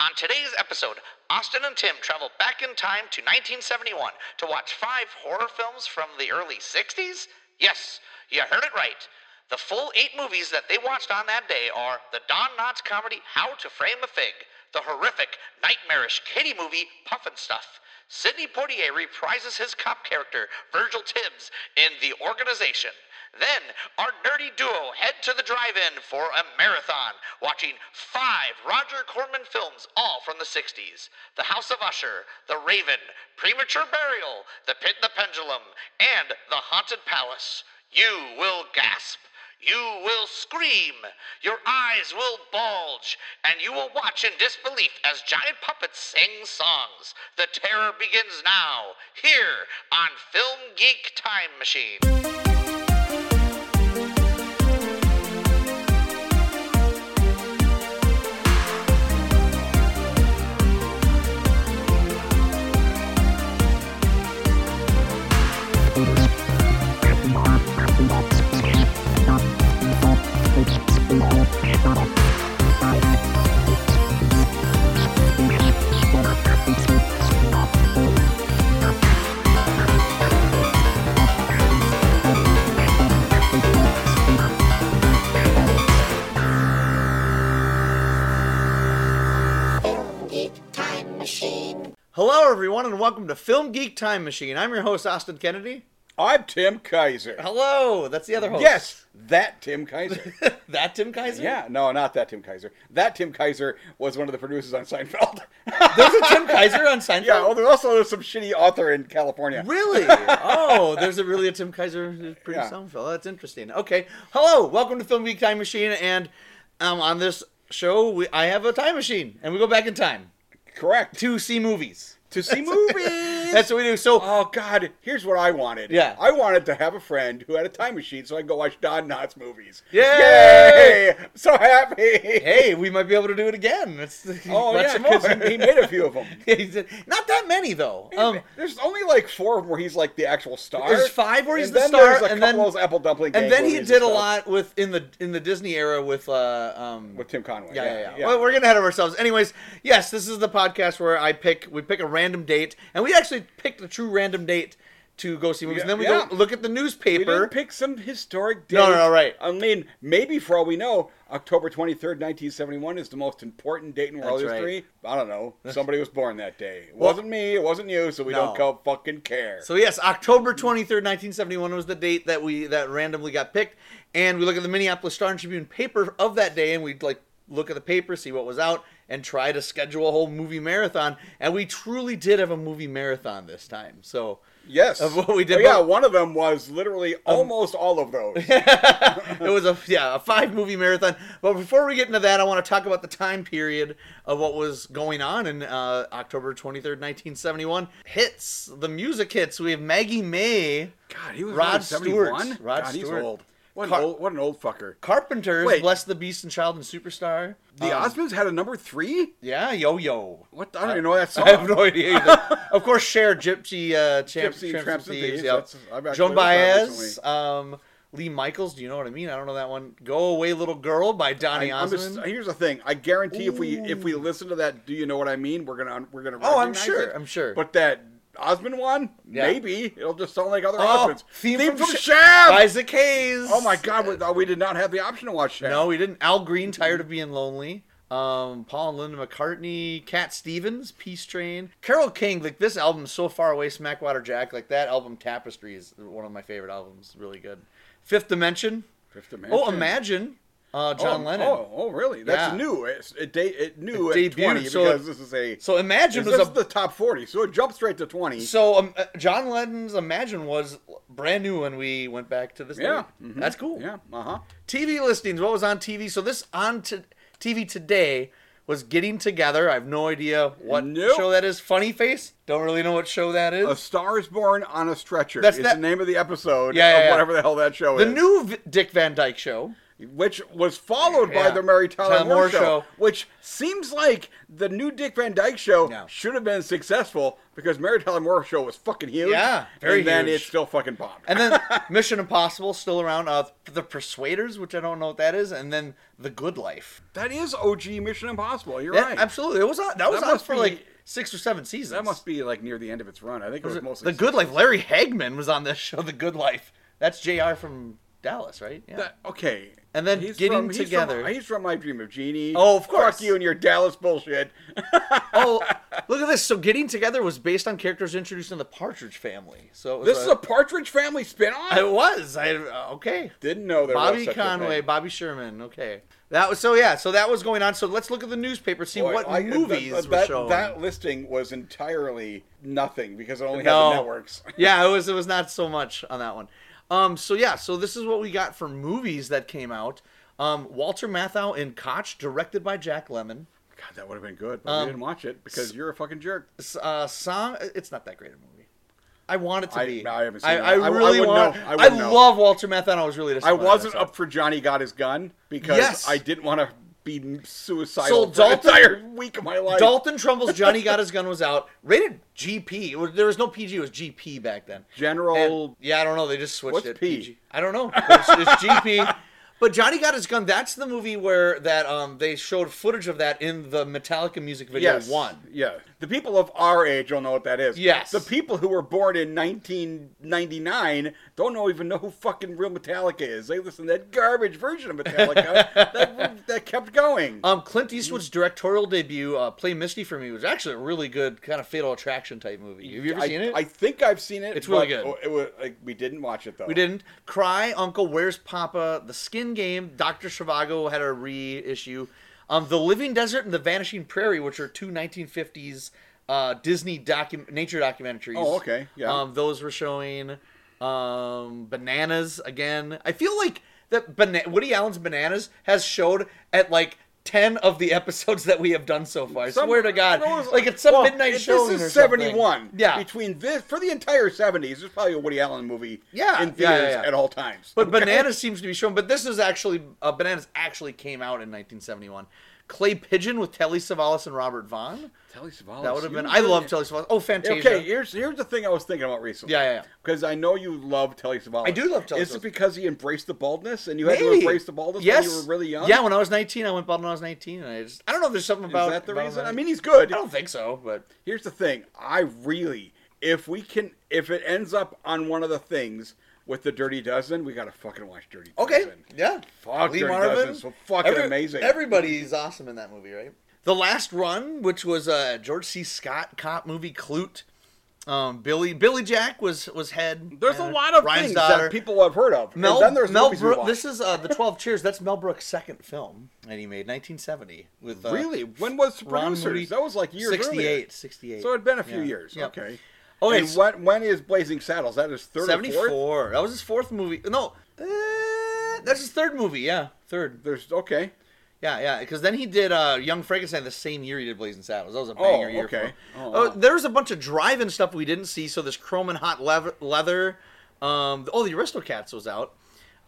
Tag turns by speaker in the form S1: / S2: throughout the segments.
S1: On today's episode, Austin and Tim travel back in time to 1971 to watch five horror films from the early 60s? Yes, you heard it right. The full eight movies that they watched on that day are the Don Knotts comedy How to Frame a Fig, the horrific, nightmarish Katie movie Puffin Stuff, Sidney Poitier reprises his cop character, Virgil Tibbs, in The Organization. Then, our nerdy duo head to the drive in for a marathon, watching five Roger Corman films, all from the 60s The House of Usher, The Raven, Premature Burial, The Pit and the Pendulum, and The Haunted Palace. You will gasp. You will scream, your eyes will bulge, and you will watch in disbelief as giant puppets sing songs. The terror begins now, here on Film Geek Time Machine.
S2: Hello, everyone, and welcome to Film Geek Time Machine. I'm your host, Austin Kennedy.
S3: I'm Tim Kaiser.
S2: Oh. Hello, that's the other host.
S3: Yes, that Tim Kaiser.
S2: that Tim Kaiser.
S3: yeah, no, not that Tim Kaiser. That Tim Kaiser was one of the producers on Seinfeld.
S2: there's a Tim Kaiser on Seinfeld.
S3: yeah, well, there also there's some shitty author in California.
S2: really? Oh, there's a really a Tim Kaiser who produced
S3: Yeah.
S2: Seinfeld. That's interesting. Okay, hello, welcome to Film Geek Time Machine, and um, on this show, we, I have a time machine, and we go back in time
S3: Correct.
S2: to see movies.
S3: To see movies.
S2: That's what we do. So,
S3: oh God, here's what I wanted.
S2: Yeah.
S3: I wanted to have a friend who had a time machine so I could go watch Don Knotts movies.
S2: Yay!
S3: I'm So happy.
S2: hey, we might be able to do it again. That's
S3: Oh
S2: watch
S3: yeah,
S2: some more.
S3: 'cause he, he made a few of them.
S2: He said- Not that many though. Um,
S3: there's only like four of them where he's like the actual star.
S2: There's five where he's
S3: and
S2: the
S3: then
S2: star,
S3: There's a
S2: and
S3: couple
S2: then-
S3: of those apple dumpling.
S2: and
S3: Gang
S2: then he
S3: movies
S2: did
S3: and
S2: a
S3: stuff
S2: lot with in the in the Disney era with uh um
S3: with Tim Conway.
S2: yeah, yeah, yeah. Well, we're getting ahead of ourselves. Anyways, yes, this is the podcast where I pick we pick a random date, and we actually picked a true random date to go see movies. and then we
S3: Yeah.
S2: go look at the
S3: We
S2: newspaper.
S3: didn't pick some historic date.
S2: No, no, no, right.
S3: I mean, maybe for all we know, October 23rd, 1971 is the most important date in world
S2: That's right.
S3: history. I don't know. Somebody was born that day. It
S2: Well-
S3: wasn't me. It wasn't you, so we
S2: No.
S3: don't co- fucking care.
S2: so yes, October twenty third, nineteen seventy one was the date that we that randomly got picked, and we look at the Minneapolis Star and Tribune paper of that day, and we like look at the paper, see what was out, and try to schedule a whole movie marathon. And we truly did have a movie marathon this time. So
S3: yes.
S2: Of what we did, Um,
S3: Oh, yeah,
S2: but-
S3: one of them was literally almost all of those.
S2: it was a yeah a five movie marathon. But before we get into that, I want to talk about the time period of what was going on in uh, October twenty third, nineteen seventy one. Hits the music hits. We have Maggie May,
S3: God, he was
S2: Rod
S3: only 71?
S2: Stewart. Rod
S3: God,
S2: Stewart.
S3: he's old. What an,
S2: Car-
S3: old. what an old fucker.
S2: Carpenters,
S3: Wait.
S2: Bless the Beast and Child and Superstar.
S3: The
S2: Um,
S3: Osmonds had a number three?
S2: yeah, Yo Yo.
S3: What? the- I don't even know that song.
S2: I have no idea. Either. of course, Cher, Gypsy, uh, Champ,
S3: Gypsy,
S2: Tramps
S3: Tramps
S2: and
S3: and
S2: Thieves.
S3: Thieves.
S2: yep.
S3: That's- I've actually
S2: Joan
S3: heard that
S2: Baez,
S3: recently.
S2: um, Lee Michaels. Do you know what I mean? I don't know that one. Go Away, Little Girl by Donny
S3: I'm
S2: Osmond.
S3: just- here's the thing. I guarantee if we if we listen to that, do you know what I mean? We're gonna we're gonna.
S2: Oh, I'm
S3: recognize
S2: sure,
S3: it.
S2: I'm sure.
S3: But that Osmond one,
S2: Yeah.
S3: maybe it'll just sound like other
S2: Oh,
S3: Osmonds.
S2: Theme from Sha-
S3: Shaft!
S2: Isaac Hayes.
S3: Oh my God, we, we did not have the option to watch Shaft.
S2: No, we didn't. Al Green, tired of being lonely. Um, Paul and Linda McCartney, Cat Stevens, Peace Train, Carol King. Like this album, so far away, Smackwater Jack. Like that album, Tapestry is one of my favorite albums. Really good. Fifth Dimension.
S3: Fifth Dimension.
S2: Oh, Imagine. Uh, John
S3: Oh,
S2: Lennon.
S3: Oh, oh, really? That's
S2: Yeah.
S3: new. It's, it, de- it new
S2: It
S3: at twenty
S2: debuted, so it-
S3: because this is a
S2: So Imagine
S3: this
S2: was
S3: is
S2: a
S3: the top forty, so it jumped straight to twenty.
S2: so um, uh, John Lennon's Imagine was brand new when we went back to this.
S3: yeah,
S2: date.
S3: mhm.
S2: that's cool.
S3: Yeah, uh huh.
S2: TV listings. What was on TV? So this on to TV today was Getting Together. I have no idea what
S3: Nope.
S2: show that is. Funny Face. Don't really know what show that
S3: A
S2: is.
S3: Star is Born on a Stretcher
S2: That's
S3: is
S2: that-
S3: the name of the episode
S2: Yeah, yeah,
S3: of
S2: yeah.
S3: oh, whatever the hell that show
S2: the
S3: is.
S2: new v- Dick Van Dyke show.
S3: which was followed by
S2: Yeah.
S3: the Mary Tyler
S2: Tyler
S3: Moore,
S2: Moore
S3: show,
S2: Show.
S3: which seems like the new Dick Van Dyke show
S2: Yeah.
S3: should have been successful because Mary Tyler Moore show was fucking huge.
S2: Yeah, very
S3: and then
S2: huge.
S3: it still fucking bombed.
S2: And then Mission Impossible still around. Uh, the Persuaders, which I don't know what that is, and then The Good Life.
S3: that is OG Mission Impossible. You're
S2: Yeah,
S3: right.
S2: Absolutely, it was on, that was on
S3: must
S2: for
S3: be-
S2: like six or seven seasons.
S3: That must be like near the end of its run. I think it was, mostly
S2: the Good Life. Larry Hagman was on this show, The Good Life. That's Jr. from Dallas, right? Yeah.
S3: That- okay.
S2: And then Getting
S3: from, He's
S2: Together.
S3: from, he's from My Dream of Genie.
S2: Oh, of course.
S3: Fuck you and your Dallas bullshit.
S2: oh, look at this. So Getting Together was based on characters introduced in the Partridge Family. So it was
S3: This is a Partridge Family spinoff.
S2: I was. I uh, okay.
S3: didn't know there was
S2: Bobby
S3: such
S2: Conway,
S3: A thing.
S2: Bobby Sherman. Okay, that was so. Yeah, so that was going on. So let's look at the newspaper, see
S3: Boy,
S2: what
S3: I- th-
S2: movies
S3: th-
S2: were
S3: that,
S2: shown.
S3: that listing was entirely nothing because it only had
S2: no
S3: the networks.
S2: yeah, it was. It was not so much on that one. Um. So yeah. So this is what we got for movies that came out. Um. Walter Matthau in Koch, directed by Jack Lemmon.
S3: God, that would have been good, but we didn't watch it because you're a fucking jerk.
S2: Um, S- Uh, song. It's not that great a movie. I want it to
S3: I-
S2: be.
S3: I haven't seen
S2: I,
S3: it.
S2: I
S3: I w- I
S2: really
S3: wouldn't
S2: want.
S3: know. I
S2: I,
S3: wouldn't know.
S2: love Walter Matthau. I was really
S3: I
S2: disappointed.
S3: wasn't
S2: So-
S3: up for Johnny Got His Gun because
S2: Yes.
S3: I didn't want to be suicidal
S2: So
S3: for an
S2: Dalton-
S3: entire week of my life.
S2: Dalton Trumbull's Johnny Got His Gun was out. Rated GP. It was- There was no PG. It was GP back then.
S3: General
S2: And- yeah, I don't know. They just switched
S3: What's
S2: it.
S3: P?
S2: I don't know. It's, it's GP. But Johnny Got His Gun. That's the movie where that um they showed footage of that in the Metallica music video one.
S3: Yeah. The people of our age don't know what that is.
S2: Yes.
S3: The people who were born in 1999 don't know, even know who fucking real Metallica is. They listen to that garbage version of Metallica that, that kept going.
S2: Um, Clint Eastwood's directorial debut, uh, "Play Misty for Me," was actually a really good kind of Fatal Attraction type movie. Have you ever
S3: I,
S2: seen it?
S3: I think I've seen it.
S2: It's really
S3: but-
S2: good.
S3: oh, It was, like, we didn't watch it though.
S2: We didn't. Cry, Uncle, Where's Papa? The Skin Game, Dr. Shivago had a reissue. Um, the Living Desert and The Vanishing Prairie, which are two 1950s uh, Disney docu- nature documentaries.
S3: Oh, okay, yeah.
S2: Um, those were showing. Um, bananas, again. I feel like that bana- Woody Allen's Bananas has showed at like 10 of the episodes that we have done so far. I
S3: Some-
S2: swear to God.
S3: it was-
S2: like it's some
S3: well,
S2: midnight
S3: if
S2: show.
S3: This is 71.
S2: Yeah.
S3: Between this, for the entire 70s, there's probably a Woody Allen movie
S2: Yeah,
S3: in
S2: yeah, yeah,
S3: theaters
S2: yeah.
S3: at all times.
S2: But
S3: Okay?
S2: bananas seems to be shown. But this is actually uh, bananas actually came out in 1971. Clay Pigeon with Telly Savalas and Robert Vaughn.
S3: Telly Savalas.
S2: That would have
S3: Oh, you
S2: been. I
S3: really-
S2: love Telly Savalas. Oh, Fantasia.
S3: Okay, here's here's the thing I was thinking about recently.
S2: Yeah, yeah, yeah.
S3: Because I know you love Telly Savalas.
S2: I do love Telly
S3: Is
S2: Savalas.
S3: it because he embraced the baldness and you had to embrace the baldness when you were really young?
S2: Yeah, when I was 19, I went bald when I was 19, and I just I don't know. if There's something
S3: Is
S2: about
S3: that the
S2: about
S3: reason?
S2: that.
S3: I mean, he's good.
S2: I don't think so, but
S3: Here's the thing. I really, if we can, if it ends up on one of the things with the Dirty Dozen, we gotta fucking watch Dirty
S2: okay,
S3: Dozen.
S2: yeah.
S3: Fuck,
S2: Lee
S3: Dirty
S2: Marvin.
S3: Dozen's so fucking amazing.
S2: Everybody's awesome in that movie, right? The Last Run, which was a George C. Scott cop movie, Clute. Um, Billy Billy Jack was was head.
S3: There's a
S2: and
S3: lot of
S2: Ryan's
S3: things
S2: daughter.
S3: that people have heard of.
S2: Mel,
S3: and then there's
S2: Mel
S3: movies we
S2: Brook-
S3: watch.
S2: This is uh, the Twelve Cheers. That's Mel Brooks' second film that he made, 1970. With uh,
S3: really when was the
S2: Ron
S3: producers?
S2: Moody-
S3: that was like years
S2: 68,
S3: earlier.
S2: 68.
S3: So it had been a few
S2: Yeah. Oh,
S3: years.
S2: Yeah.
S3: Okay.
S2: Okay,
S3: And
S2: so-
S3: what when is Blazing Saddles? That is third or fourth?
S2: 74. That was his fourth movie. No, uh, that's his third movie. Yeah, third.
S3: There's okay.
S2: Yeah, yeah. Because then he did uh, Young Frankenstein the same year he did Blazing Saddles. That was a banger year.
S3: okay.
S2: For him.
S3: Oh,
S2: Uh,
S3: wow.
S2: there was a bunch of drive-in stuff we didn't see. So there's Chrome and Hot Leather. leather um, oh, the Aristocats was out.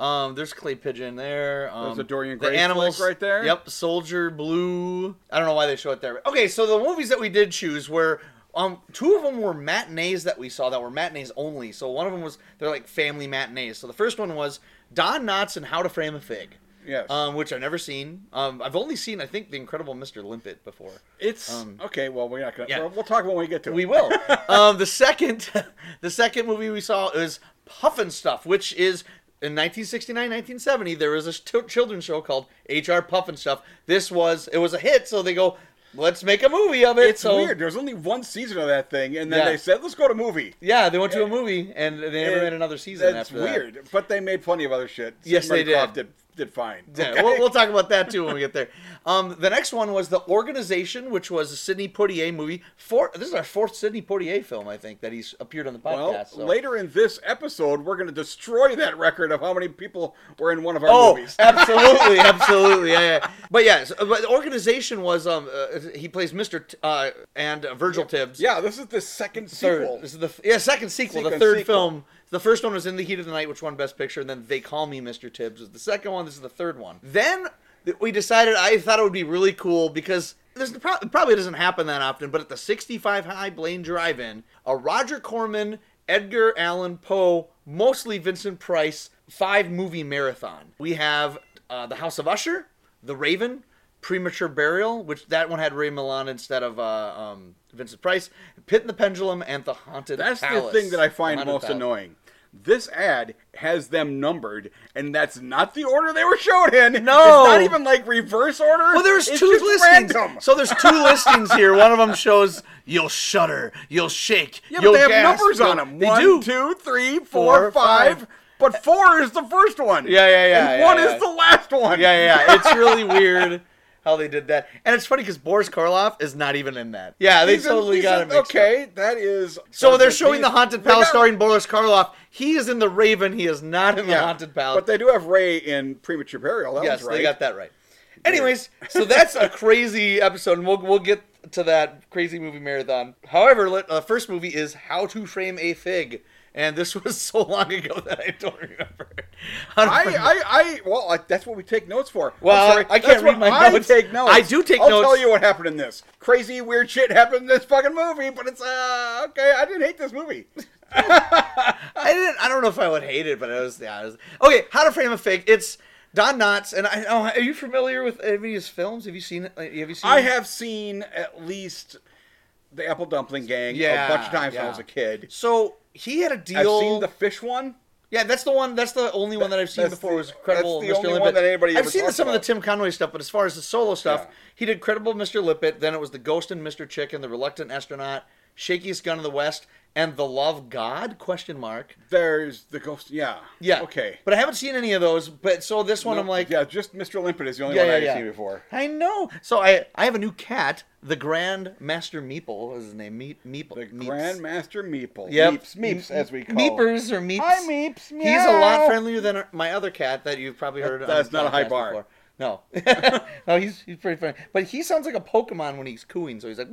S2: Um, there's Clay Pigeon there. Um,
S3: a Dorian Gray
S2: The animals
S3: flick right there.
S2: Yep, Soldier Blue. I don't know why they show it there. Okay, so the movies that we did choose were. Um, two of them were matinees that we saw that were matinees only. So one of them was they're like family matinees. So the first one was Don Knotts and How to Frame a Fig.
S3: Yes.
S2: Um, which I've never seen. Um, I've only seen, I think, The Incredible Mr. Limpet before.
S3: It's
S2: um,
S3: okay. Well, we're not gonna.
S2: yeah.
S3: We'll, we'll talk about when we get to it.
S2: We will. um, the second, the second movie we saw is Puffin Stuff, which is in 1969, 1970. There was a ch- children's show called H.R. Puffin Stuff. This was it was a hit, so they go, let's make a movie of it.
S3: It's
S2: so
S3: weird. There's only one season of that thing, and then
S2: Yeah.
S3: they said, "Let's go to movie."
S2: Yeah, they went to a movie and they never
S3: And
S2: made another season.
S3: That's
S2: after that.
S3: weird. But they made plenty of other shit.
S2: Yes, they
S3: Murray Croft
S2: did.
S3: did. Did fine.
S2: Yeah,
S3: Okay?
S2: we'll, we'll talk about that too when we get there. Um, the next one was the organization, which was a Sidney Poitier movie. Four, this is our fourth Sidney Poitier film, I think, that he's appeared on the podcast.
S3: well,
S2: so.
S3: later in this episode, we're going to destroy that record of how many people were in one of our
S2: Oh,
S3: movies.
S2: absolutely, absolutely, yeah, yeah. But yeah, so- but the organization was um, uh, he plays Mister T- uh, and uh, Virgil Tibbs.
S3: Yeah, this is the second
S2: third.
S3: sequel.
S2: This is the f- yeah second sequel, the
S3: Sequel,
S2: third
S3: sequel.
S2: film The first one was In the Heat of the Night, which won Best Picture, and then They Call Me Mr. Tibbs was the second one. This is the third one. Then th- we decided I thought it would be really cool because this pro- it probably doesn't happen that often, but at the 65 High Blaine Drive In, a Roger Corman, Edgar Allan Poe, mostly Vincent Price, five movie marathon. We have uh, The House of Usher, The Raven, Premature Burial, which that one had Ray Milland instead of uh, um, Vincent Price, Pit and the Pendulum, and The Haunted
S3: That's
S2: Palace.
S3: the thing that I find
S2: Haunted
S3: most
S2: Palace.
S3: annoying. This ad has them numbered, and that's not the order they were shown in.
S2: No.
S3: it's not even like reverse order.
S2: Well, there's
S3: it's
S2: two
S3: just
S2: listings.
S3: Random.
S2: So there's two listings here. One of them shows you'll shudder, you'll shake,
S3: yeah,
S2: you'll
S3: but they have
S2: gasp,
S3: numbers on
S2: you'll-
S3: them.
S2: They
S3: One,
S2: do.
S3: two, three, four,
S2: Four, five.
S3: five. But four is the first one.
S2: Yeah, yeah, yeah,
S3: And
S2: yeah,
S3: one
S2: yeah.
S3: is the last one.
S2: Yeah, yeah, yeah. It's really weird how they did that. And it's funny because Boris Karloff is not even in that. Yeah, they
S3: He's in-
S2: totally
S3: he's
S2: got
S3: in-
S2: it mixed up.
S3: Okay, that is.
S2: So they're showing the Haunted
S3: They got-
S2: Palace starring Boris Karloff. He is in The Raven. He is not in the
S3: yeah,
S2: Haunted Palace.
S3: But they do have Ray in premature burial. That
S2: yes,
S3: was right.
S2: they got that right. Anyways, so that's a crazy episode, and we'll, we'll get to that crazy movie marathon. However, let, uh, first movie is How to Frame a Fig, and this was so long ago that I don't remember. I, don't
S3: I,
S2: remember.
S3: I, I, well, I, that's what we take notes for. I'm
S2: Well,
S3: sorry,
S2: I can't
S3: that's
S2: read
S3: what
S2: my
S3: I
S2: notes.
S3: Take notes.
S2: I do take
S3: I'll
S2: notes.
S3: tell you what happened in this crazy, weird shit happened in this fucking movie. But it's uh, okay. I didn't hate this movie.
S2: I didn't. I don't know if I would hate it, but I was. Yeah, I was okay. How to Frame a Fig. It's Don Knotts, and I. Oh, are you familiar with any of his films? Have you seen? it? Like, Have you seen?
S3: I have seen at least the Apple Dumpling Gang
S2: Yeah,
S3: a bunch of times when
S2: yeah.
S3: I was a kid.
S2: So he had a deal.
S3: I've seen the fish one.
S2: Yeah, that's the one. That's the only one that I've seen
S3: That's
S2: before.
S3: the-
S2: was Credible
S3: that's the
S2: Mr.
S3: only
S2: Lippett.
S3: one that anybody
S2: I've
S3: ever
S2: seen
S3: talked
S2: some of
S3: about.
S2: the Tim Conway stuff, but as far as the solo stuff,
S3: Yeah.
S2: he did Credible Mr. Lippett. Then it was The Ghost and Mr. Chicken, The Reluctant Astronaut, Shakiest Gun in the West, and The Love God? Question mark.
S3: There's the ghost. Yeah.
S2: Yeah.
S3: Okay.
S2: But I haven't seen any of those. But so this one,
S3: Nope.
S2: I'm like,
S3: yeah, just Mr. Limpet is the only
S2: Yeah,
S3: one
S2: yeah,
S3: I've
S2: yeah.
S3: seen before.
S2: I know. So I I have a new cat, the Grand Master Meeple. Is his name Meep, Meeple?
S3: The
S2: Meeps.
S3: Grandmaster Meeple.
S2: Yep.
S3: Meeps, Meeps, as we call.
S2: Meepers or Meeps.
S3: Hi, Meeps.
S2: He's a lot
S3: Meow.
S2: friendlier than my other cat that you've probably heard. on
S3: that's not a high
S2: podcasts
S3: bar.
S2: Before. No, no, he's he's pretty funny, but he sounds like a Pokemon when he's cooing. So he's like.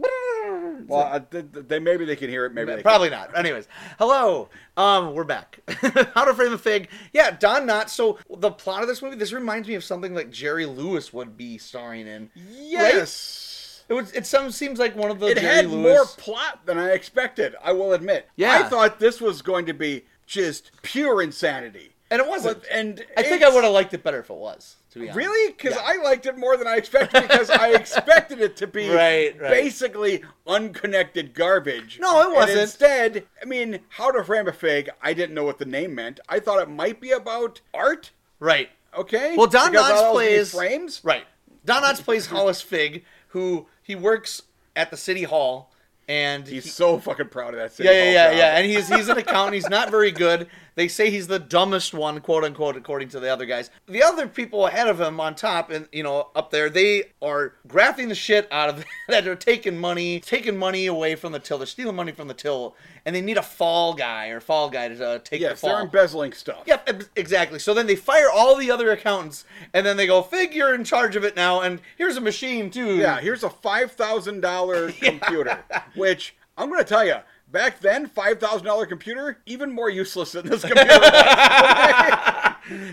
S3: Well, I, th- th- they maybe they can hear it. Maybe they
S2: Probably not. Anyways, hello. Um, we're back. How to frame a fig? Yeah, Don Knotts. So the plot of this movie, this reminds me of something like Jerry Lewis would be starring in.
S3: Can't. Yes.
S2: It was. It some seems like one of the
S3: It
S2: Jerry
S3: had
S2: Lewis.
S3: more plot than I expected. I will admit.
S2: Yeah.
S3: I thought this was going to be just pure insanity.
S2: and it wasn't.
S3: But- and
S2: I think I
S3: it's-
S2: would have liked it better if it was. To be honest.
S3: Really? Because
S2: Yeah.
S3: I liked it more than I expected because I expected it to be
S2: Right, right.
S3: basically unconnected garbage.
S2: No, it
S3: And
S2: wasn't.
S3: instead, I mean, How to Frame a Fig, I didn't know what the name meant. I thought it might be about art,
S2: Right.
S3: okay?
S2: Well, Don
S3: Because
S2: Knotts
S3: all
S2: plays
S3: these frames.
S2: Right. Don Knotts plays Hollis Fig, who he works at the city hall, and
S3: He's
S2: he-
S3: so fucking proud of that city
S2: yeah, yeah,
S3: hall
S2: yeah,
S3: job.
S2: yeah. And he's he's an accountant. He's not very good. They say he's the dumbest one, quote unquote, according to the other guys. The other people ahead of him on top and you know up there, they are grafting the shit out of that are taking money, taking money away from the till. They're stealing money from the till, and they need a fall guy or fall guy to uh, take the
S3: Yes,
S2: fall.
S3: they're embezzling stuff.
S2: Yep, ex- exactly. So then they fire all the other accountants, and then they go, "Fig, you're in charge of it now." And here's a machine too.
S3: Yeah, here's a five thousand dollar computer, which I'm gonna tell you. Back then, five thousand dollar computer even more useless than this computer. was, okay?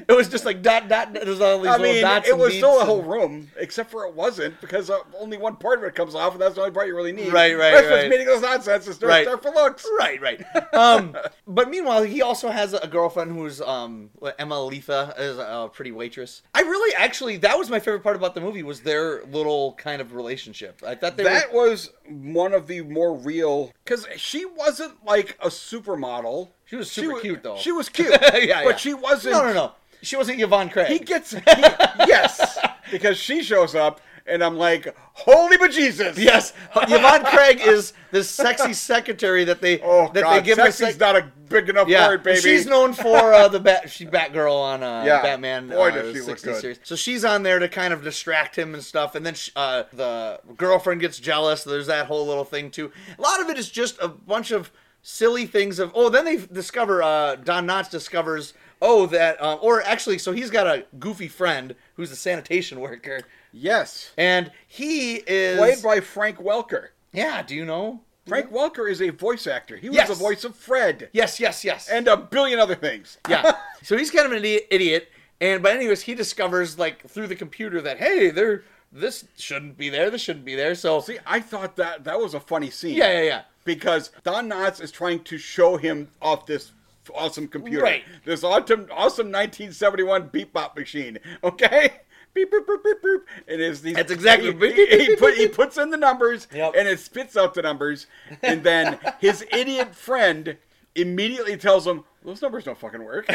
S2: it was just like dot dot. dot, It was all these
S3: I
S2: little
S3: mean,
S2: dots.
S3: it
S2: and
S3: was still
S2: beeps
S3: a whole
S2: and-
S3: room, except for it wasn't because uh, only one part of it comes off, and that's the only part you really need.
S2: Right, right,
S3: The rest
S2: right.
S3: was meaningless nonsense. It's no
S2: Right.
S3: stuff for looks.
S2: Right, right. Um, but meanwhile, he also has a girlfriend who's um, Emma Letha is a pretty waitress. I really, actually, that was my favorite part about the movie was their little kind of relationship. I thought they
S3: That
S2: were
S3: was one of the more real because she wasn't like a supermodel.
S2: She was super
S3: wa-
S2: cute, though.
S3: She was cute,
S2: yeah,
S3: but
S2: yeah.
S3: she wasn't.
S2: no, no, no. She wasn't Yvonne Craig.
S3: He gets he, yes because she shows up, and I'm like, holy bejesus!
S2: Yes, Yvonne Craig is the sexy secretary that they
S3: Oh
S2: that
S3: God,
S2: they give her
S3: sexy's
S2: sec-
S3: not a big enough
S2: yeah,
S3: word, baby.
S2: she's known for uh, the bat. She Batgirl on uh,
S3: Yeah.
S2: Batman uh,
S3: Boy, does she look
S2: 60
S3: good.
S2: series. So she's on there to kind of distract him and stuff. And then sh uh, the girlfriend gets jealous. There's that whole little thing too. A lot of it is just a bunch of silly things. Of oh, then they discover uh, Don Knotts discovers oh that uh, or actually so he's got a goofy friend who's a sanitation worker
S3: Yes,
S2: and he is
S3: played by Frank Welker.
S2: yeah. Do you know?
S3: Frank Welker is a voice actor. He was
S2: Yes.
S3: the voice of Fred
S2: Yes, yes, yes.
S3: and a billion other things.
S2: yeah. So he's kind of an idi- idiot, and but anyways, he discovers like through the computer that hey, there this shouldn't be there, this shouldn't be there. So
S3: See, I thought that that was a funny scene.
S2: yeah, yeah, yeah.
S3: Because Don Knotts is trying to show him off this f- awesome computer.
S2: Right.
S3: This awesome, awesome 1971 bebop machine. Okay? Beep, beep, beep, beep, beep. It is these,
S2: That's exactly-
S3: He, he, he put, he puts in the numbers
S2: Yep.
S3: and it spits out the numbers. And then his idiot friend immediately tells him, those numbers don't fucking work.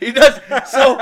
S2: He does. So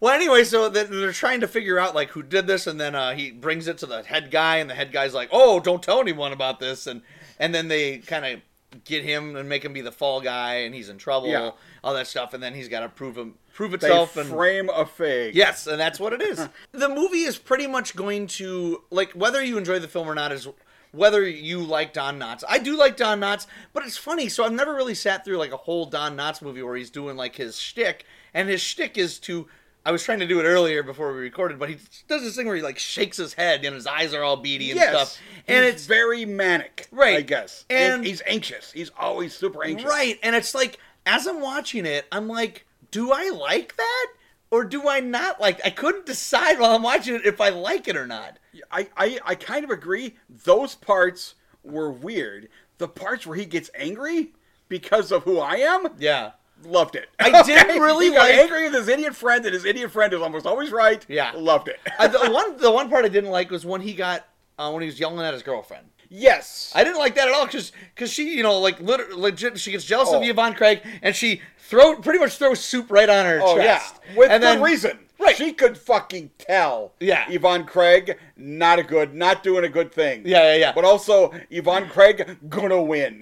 S2: well, anyway, so then they're trying to figure out like who did this, and then uh, he brings it to the head guy, and the head guy's like, oh, don't tell anyone about this, and and then they kind of get him and make him be the fall guy, and he's in trouble,
S3: Yeah.
S2: all that stuff, and then he's got to prove him prove
S3: they
S2: itself and
S3: frame a fake.
S2: Yes, and that's what it is. the movie is pretty much going to like whether you enjoy the film or not is whether you like Don Knotts. I do like Don Knotts, but it's funny. So I've never really sat through like a whole Don Knotts movie where he's doing like his shtick, and his shtick is to. I was trying to do it earlier before we recorded, but he does this thing where he like shakes his head and his eyes are all beady and
S3: yes.
S2: stuff, and
S3: he's
S2: it's
S3: very manic,
S2: Right.
S3: I guess,
S2: And-
S3: and he's anxious. He's always super anxious.
S2: Right. And it's like, as I'm watching it, I'm like, do I like that? Or do I not like? I couldn't decide while I'm watching it if I like it or not.
S3: I, I, I kind of agree. Those parts were weird. The parts where he gets angry because of who I am,
S2: Yeah.
S3: loved it.
S2: I didn't really
S3: he got
S2: like-
S3: angry with his idiot friend, and his idiot friend is almost always right.
S2: Yeah.
S3: loved it.
S2: I, the one the one part I didn't like was when he got uh, when he was yelling at his girlfriend.
S3: yes,
S2: I didn't like that at all because she you know like lit- legit she gets jealous of
S3: Oh.
S2: Yvonne Craig and she throw pretty much throws soup right on her
S3: oh
S2: chest.
S3: yeah, with
S2: and
S3: good
S2: then,
S3: reason.
S2: Right.
S3: she could fucking tell.
S2: Yeah.
S3: Yvonne Craig, not a good, not doing a good thing.
S2: Yeah, yeah, yeah.
S3: But also, Yvonne Craig gonna win.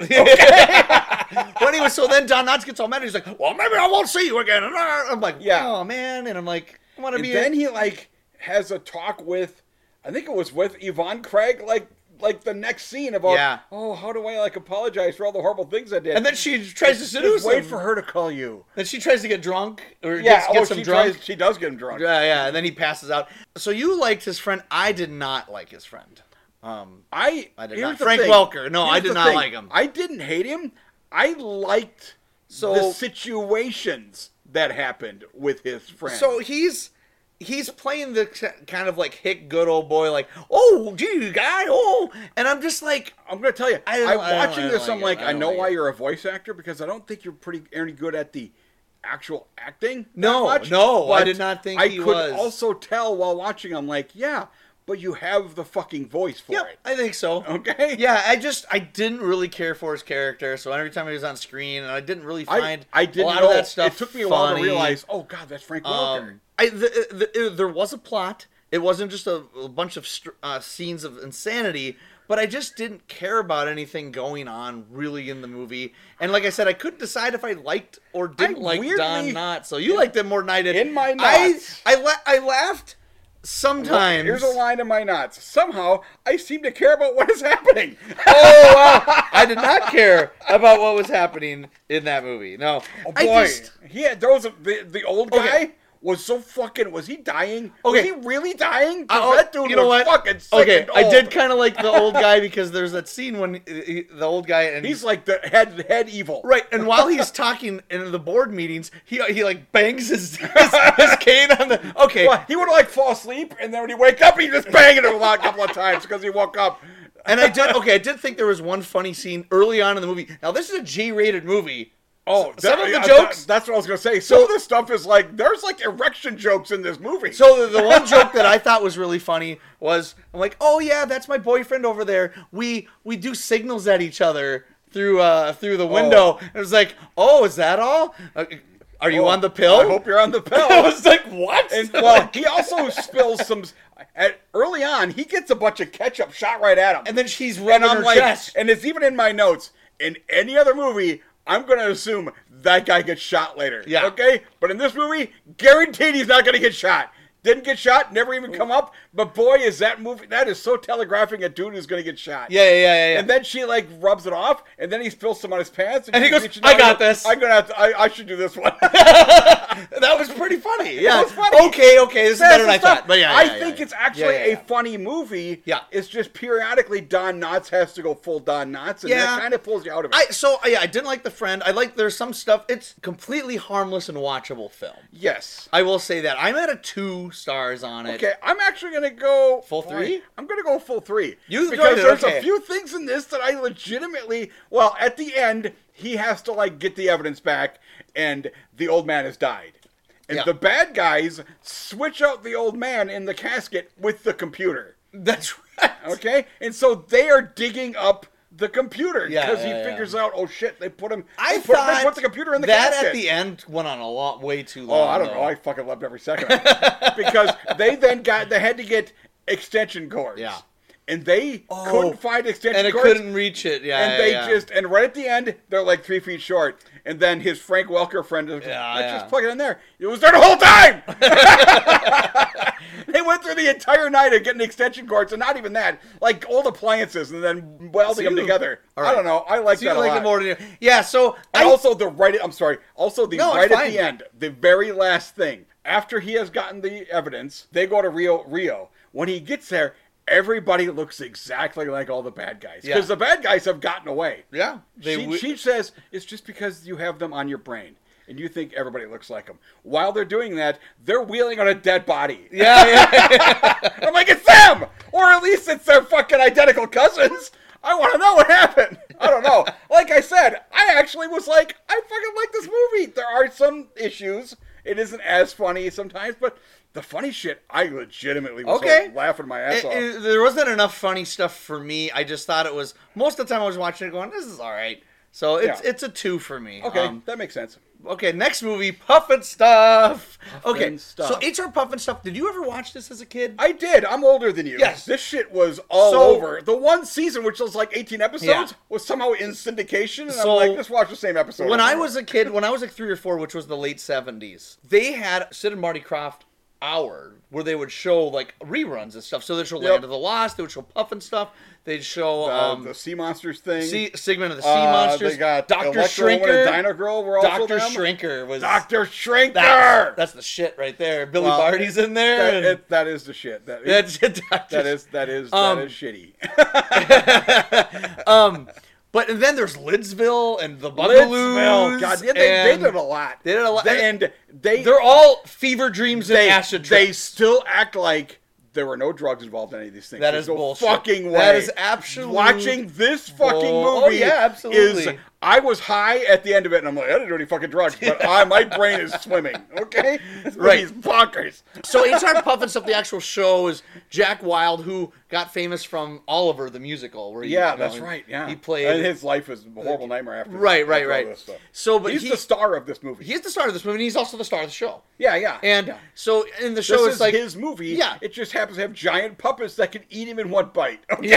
S2: But anyway, so then Don Knotts gets all mad. and He's like, "Well, maybe I won't see you again." And I'm like,
S3: Yeah.
S2: oh man," and I'm like, "I want to
S3: and
S2: be." a-
S3: then he like has a talk with i think it was with yvonne craig like like the next scene about
S2: Yeah.
S3: oh how do i like apologize for all the horrible things i did
S2: And then she tries to seduce
S3: just
S2: him.
S3: wait for her to call you
S2: Then she tries to get drunk or
S3: yeah
S2: gets, gets
S3: oh,
S2: him
S3: she,
S2: drunk.
S3: tries, she does get him drunk
S2: yeah, yeah. And then he passes out. So you liked his friend. I did not like his friend. Um,
S3: i
S2: I did
S3: here's
S2: not.
S3: the
S2: Frank
S3: thing.
S2: Welker. No, I
S3: Here's
S2: did
S3: the
S2: not
S3: thing.
S2: like him.
S3: i didn't hate him i liked
S2: So-
S3: the situations that happened with his friend
S2: so he's he's playing the k- kind of like hick good old boy, like oh gee guy oh, and I'm just like
S3: I'm gonna tell you,
S2: I
S3: I
S2: don't-
S3: am
S2: I don't-
S3: watching
S2: I don't
S3: this.
S2: like
S3: I'm
S2: it.
S3: like,
S2: I
S3: I,
S2: don't
S3: know
S2: like
S3: why
S2: it.
S3: you're a voice actor because I don't think you're pretty any good at the actual acting. that
S2: No,
S3: much,
S2: no, I
S3: but
S2: did not think
S3: I
S2: he
S3: could
S2: was.
S3: also tell while watching. I'm like, yeah, but you have the fucking voice for
S2: yep,
S3: it.
S2: I think so.
S3: Okay.
S2: Yeah, I just I didn't really care for his character, so every time he was on screen, and I didn't really
S3: I,
S2: find
S3: I didn't
S2: a lot
S3: know.
S2: of that stuff.
S3: it took me a while to
S2: funny.
S3: realize. Oh God, that's Frank Welker.
S2: Um, I, the, the, there was a plot. It wasn't just a, a bunch of str- uh, scenes of insanity, but I just didn't care about anything going on really in the movie. And like I said, I couldn't decide if I liked or didn't
S3: I
S2: like Don
S3: weirdly-
S2: Knotts. So you liked it more than I did.
S3: In my
S2: I
S3: knots.
S2: I, la- I laughed sometimes.
S3: Here's a line of my knots. Somehow, I seem to care about what is happening.
S2: oh wow! I did not care about what was happening in that movie. No,
S3: Oh
S2: I
S3: boy,
S2: just-
S3: he had those. The, the old guy
S2: Okay.
S3: was so fucking. Was he dying?
S2: Okay.
S3: was he really dying? 'Cause
S2: Oh,
S3: that dude was fucking sick
S2: okay,
S3: and
S2: I did
S3: old.
S2: kind of like the old guy because there's that scene when he- he- the old guy and
S3: He's like the head head evil.
S2: right, and while he's talking in the board meetings, he he like bangs his his, his cane on the. Okay,
S3: Well, he would like fall asleep, and then when he wake up, he just banging him a lot, couple of times because he woke up.
S2: and I did okay. I did think there was one funny scene early on in the movie. Now this is a G-rated movie.
S3: Oh,
S2: some of the
S3: yeah,
S2: jokes-
S3: that- that's what I was gonna say. Some of this stuff is like there's like erection jokes in this movie.
S2: So the, the one joke that I thought was really funny was I'm like, oh yeah, that's my boyfriend over there. We we do signals at each other through uh through the window. And it was like, oh, is that all? Uh, are you
S3: Oh,
S2: on the pill?
S3: I hope you're on the pill.
S2: I was like, what?
S3: And well, he also spills some. At, early on, he gets a bunch of ketchup shot right at him,
S2: And then she's rubbing
S3: I'm
S2: her
S3: like,
S2: chest.
S3: and it's even in my notes. In any other movie, I'm gonna assume that guy gets shot later.
S2: Yeah.
S3: Okay. But in this movie, guaranteed he's not gonna get shot. Didn't get shot. Never even come up. But boy, is that movie that is so telegraphing a dude who's gonna get shot.
S2: yeah, yeah, yeah, yeah. yeah.
S3: And then she like rubs it off, and then he spills some on his pants,
S2: And he
S3: she's
S2: goes,
S3: reaching
S2: "I
S3: out,
S2: got
S3: and
S2: this."
S3: I'm gonna, have to, I, I should do this one.
S2: that was pretty funny. Yeah.
S3: was funny.
S2: Okay, okay, this is better than I thought. But yeah, yeah,
S3: I
S2: yeah,
S3: think
S2: yeah.
S3: it's actually
S2: Yeah, yeah,
S3: a funny movie.
S2: Yeah.
S3: It's just periodically Don Knotts has to go full Don Knotts, and
S2: Yeah.
S3: that kind of pulls you out of it.
S2: I so uh, yeah, I didn't like the friend. I like there's some stuff. It's completely harmless and watchable film.
S3: yes.
S2: I will say that. I'm at a two stars on it.
S3: Okay, I'm actually gonna go
S2: Full three?
S3: I'm gonna go full three.
S2: You
S3: because
S2: enjoyed it,
S3: there's
S2: okay.
S3: a few things in this that I legitimately well at the end he has to like get the evidence back and the old man has died. And
S2: Yeah.
S3: the bad guys switch out the old man in the casket with the computer.
S2: That's right.
S3: Okay? And so they are digging up the computer
S2: Yeah,
S3: because
S2: yeah,
S3: he
S2: yeah.
S3: figures out oh shit they put him
S2: I
S3: they put,
S2: thought
S3: they put the computer in the
S2: that
S3: casket.
S2: at the end went on a lot way too long.
S3: Oh, I don't
S2: though.
S3: know. I fucking loved every second of it. because they then got they had to get extension cords.
S2: Yeah.
S3: And they
S2: Oh,
S3: couldn't find extension
S2: and it
S3: cords.
S2: couldn't reach it. Yeah,
S3: and
S2: yeah,
S3: they
S2: yeah.
S3: just and right at the end they're like three feet short. And then his Frank Welker friend is
S2: Yeah,
S3: let's
S2: yeah.
S3: just plug it in there. It was there the whole time. they went through the entire night of getting extension cords and not even that, like old appliances and then welding
S2: So
S3: them
S2: you-
S3: together.
S2: all right.
S3: I don't know. I like
S2: So you
S3: that a
S2: like
S3: lot.
S2: it more than you- yeah. So I,
S3: And also the right. I'm sorry. Also the
S2: No, it's
S3: right at
S2: fine.
S3: the end, the very last thing. After he has gotten the evidence, they go to Rio. Rio. When he gets there, everybody looks exactly like all the bad guys
S2: Yeah.
S3: because the bad guys have gotten away.
S2: yeah.
S3: she,
S2: wi-
S3: she says it's just because you have them on your brain and you think everybody looks like them. While they're doing that, they're wheeling on a dead body.
S2: yeah, yeah.
S3: I'm like, it's them, or at least it's their fucking identical cousins. I want to know what happened. I don't know. Like I said, I actually was like, I fucking like this movie. There are some issues. It isn't as funny sometimes, but the funny shit, I legitimately was
S2: Okay.
S3: like, laughing my ass
S2: It-
S3: off.
S2: it- there wasn't enough funny stuff for me. I just thought it was most of the time I was watching it going, "This is all right." So it's
S3: Yeah.
S2: it's a two for me.
S3: okay,
S2: Um,
S3: that makes sense.
S2: okay. Next movie, Puffin Stuff. okay.
S3: and Stuff.
S2: So HR Puffin Stuff. Did you ever watch this as a kid?
S3: I did. I'm older than you.
S2: Yes.
S3: This shit was all
S2: So-
S3: over. The one season, which was like 18 episodes,
S2: Yeah.
S3: was somehow in syndication, and
S2: So-
S3: I'm like, just watch the same episode.
S2: when
S3: over
S2: I
S3: and over.
S2: was a kid, when I was like three or four, which was the late seventies, they had Sid and Marty Croft hour where they would show like reruns and stuff. So they'd show Land of the Lost, they would show Puff and stuff, they'd show
S3: Uh,
S2: um
S3: the Sea Monsters thing.
S2: Sea- Sigmund of the Sea
S3: Uh,
S2: Monsters.
S3: They got
S2: Doctor
S3: Electro Woman
S2: Shrinker.
S3: and Dino Girl were also
S2: Doctor
S3: them.
S2: Shrinker was
S3: Doctor Shrinker.
S2: That's, that's the shit right there. Billy
S3: Well,
S2: Barty's in there.
S3: That-
S2: and
S3: it- that is the shit. That
S2: that's
S3: is,
S2: it. Doctor-
S3: that is that is
S2: Um,
S3: that is shitty.
S2: um. But and then there's Lidsville and the Bungalows.
S3: Lidsville. God, yeah, they, they
S2: and
S3: did a lot.
S2: They did a lot.
S3: And they
S2: They're all fever dreams and
S3: they,
S2: acid
S3: they
S2: trips.
S3: still act like there were no drugs involved in any of these things.
S2: That
S3: There's
S2: is
S3: no
S2: bullshit.
S3: fucking way.
S2: That is absolute
S3: Watching this fucking
S2: bull-
S3: movie
S2: Oh, yeah, absolutely.
S3: is. I was high at the end of it, and I'm like, I didn't do any fucking drugs, but I, my brain is swimming. Okay, this
S2: Right.
S3: movie's bonkers.
S2: So HR Puff and stuff. The actual show is Jack Wild, who got famous from Oliver the musical. Where he,
S3: Yeah,
S2: you know,
S3: that's right. Yeah,
S2: he played.
S3: And his life is a horrible nightmare after.
S2: right, right,
S3: after all this
S2: right.
S3: stuff.
S2: So, but
S3: he's
S2: he,
S3: the star of this movie.
S2: he's the star of this movie. and He's also the star of the show.
S3: yeah, yeah.
S2: And
S3: yeah.
S2: so in the show,
S3: this
S2: it's
S3: is
S2: like
S3: his movie.
S2: Yeah.
S3: it just happens to have giant puppets that can eat him in one bite. Okay?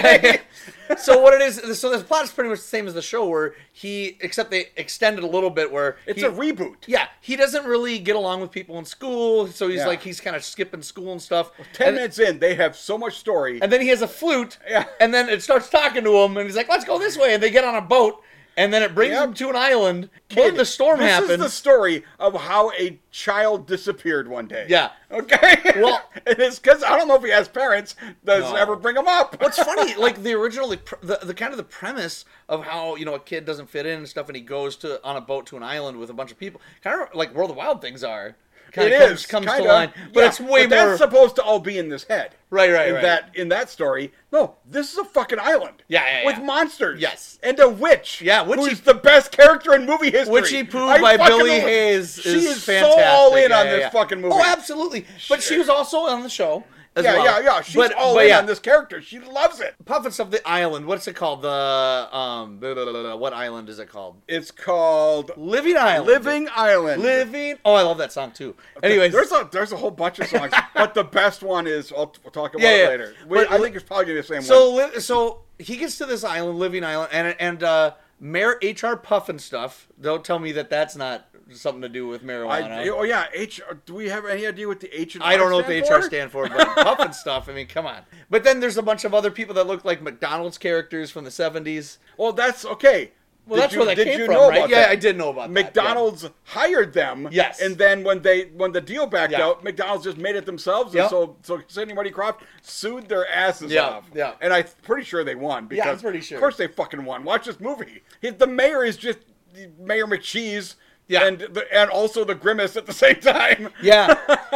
S2: Yeah. so what it is? So the plot is pretty much the same as the show, where he, except they extended a little bit, where
S3: it's
S2: he-
S3: a reboot.
S2: Yeah, he doesn't really get along with people in school, so he's
S3: Yeah.
S2: like he's kind of skipping school and stuff.
S3: Ten
S2: and,
S3: minutes in, they have so much story.
S2: and then he has a flute,
S3: Yeah.
S2: and then it starts talking to him, and he's like, "Let's go this way," and they get on a boat, and then it brings
S3: Yep.
S2: them to an island. When the storm
S3: this
S2: happens,
S3: is the story of how a child disappeared one day.
S2: Yeah.
S3: Okay.
S2: Well-
S3: it is because I don't know if he has parents. Does
S2: No.
S3: it ever bring him up?
S2: What's funny, like the original, the, pr- the the kind of the premise of how you know a kid doesn't fit in and stuff, and he goes to on a boat to an island with a bunch of people, kind of like where the wild things are. Kind
S3: It
S2: of comes,
S3: is
S2: comes
S3: kinda,
S2: to line, but
S3: yeah,
S2: it's way
S3: but
S2: more.
S3: That's supposed to all be in this head,
S2: Right, right,
S3: in
S2: right.
S3: That in that story, no, this is a fucking island.
S2: Yeah, yeah,
S3: with
S2: yeah.
S3: monsters.
S2: Yes.
S3: and a witch.
S2: Yeah, witch
S3: who's
S2: he-
S3: the best character in movie history.
S2: Witchy Poo
S3: I
S2: by
S3: fucking
S2: Billy
S3: love-
S2: Hayes
S3: She
S2: is,
S3: is
S2: fantastic.
S3: so all in on
S2: Yeah,
S3: this
S2: yeah.
S3: fucking movie.
S2: Oh, absolutely. But she was also on the show. As
S3: yeah,
S2: well.
S3: yeah, yeah. She's
S2: but,
S3: all
S2: but
S3: in
S2: yeah.
S3: on this character. She loves it.
S2: Puffins of the Island. What's it called? The um, blah, blah, blah, blah, what island is it called?
S3: It's called
S2: Living Island.
S3: Living Island.
S2: Living. Oh, I love that song too. Anyways,
S3: there's a there's a whole bunch of songs, but the best one is I'll we'll talk about
S2: Yeah, yeah.
S3: it later. We,
S2: But
S3: I
S2: li-
S3: think it's probably gonna be the same
S2: So
S3: one.
S2: li- so he gets to this island, living island, and and uh, Mayor H.R. Puff and stuff. Don't tell me that that's not something to do with marijuana.
S3: I,
S2: I,
S3: oh yeah, H. Do we have any idea what the H and
S2: don't know what the
S3: for?
S2: HR stand for, but Puff and stuff. I mean, come on. But then there's a bunch of other people that look like McDonald's characters from the 70s.
S3: Well, that's okay.
S2: Well,
S3: Did
S2: that's
S3: you-
S2: where that
S3: did
S2: came
S3: you
S2: from,
S3: know
S2: right?
S3: about
S2: Yeah,
S3: that?
S2: I did know about that, yeah.
S3: McDonald's hired them.
S2: Yes.
S3: And then when they when the deal backed
S2: Yeah.
S3: out, McDonald's just made it themselves.
S2: Yep.
S3: And so so Sidney Money Croft sued their asses
S2: Yeah,
S3: off.
S2: yeah.
S3: And I'm pretty sure they won
S2: Yeah,
S3: because
S2: I'm pretty sure.
S3: of course they fucking won. Watch this movie. He, the mayor is just Mayor McCheese.
S2: Yeah.
S3: And the, and also the grimace at the same time.
S2: Yeah,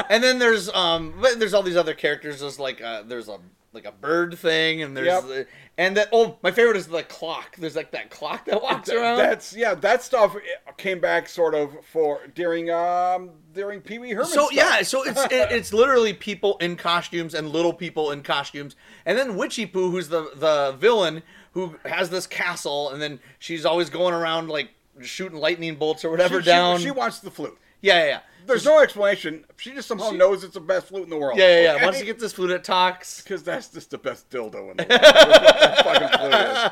S2: and then there's um, but there's all these other characters. There's like uh, there's a like a bird thing, and there's
S3: Yep.
S2: the, and that oh, my favorite is the clock. There's like that clock that walks
S3: Th-
S2: around.
S3: That's yeah. That stuff eh, came back sort of for during um during Pee Wee Herman.
S2: so
S3: stuff.
S2: yeah, so it's it, it's literally people in costumes and little people in costumes, and then Witchy Poo, who's the the villain who has this castle, and then she's always going around like shooting lightning bolts or
S3: she,
S2: whatever
S3: she-
S2: down.
S3: She, wants the flute.
S2: yeah, yeah, yeah.
S3: There's no explanation. She just somehow knows it's the best flute in the world.
S2: Yeah, yeah, yeah. Once you get this flute, it talks.
S3: Because that's just the best dildo in the world. That's what that fucking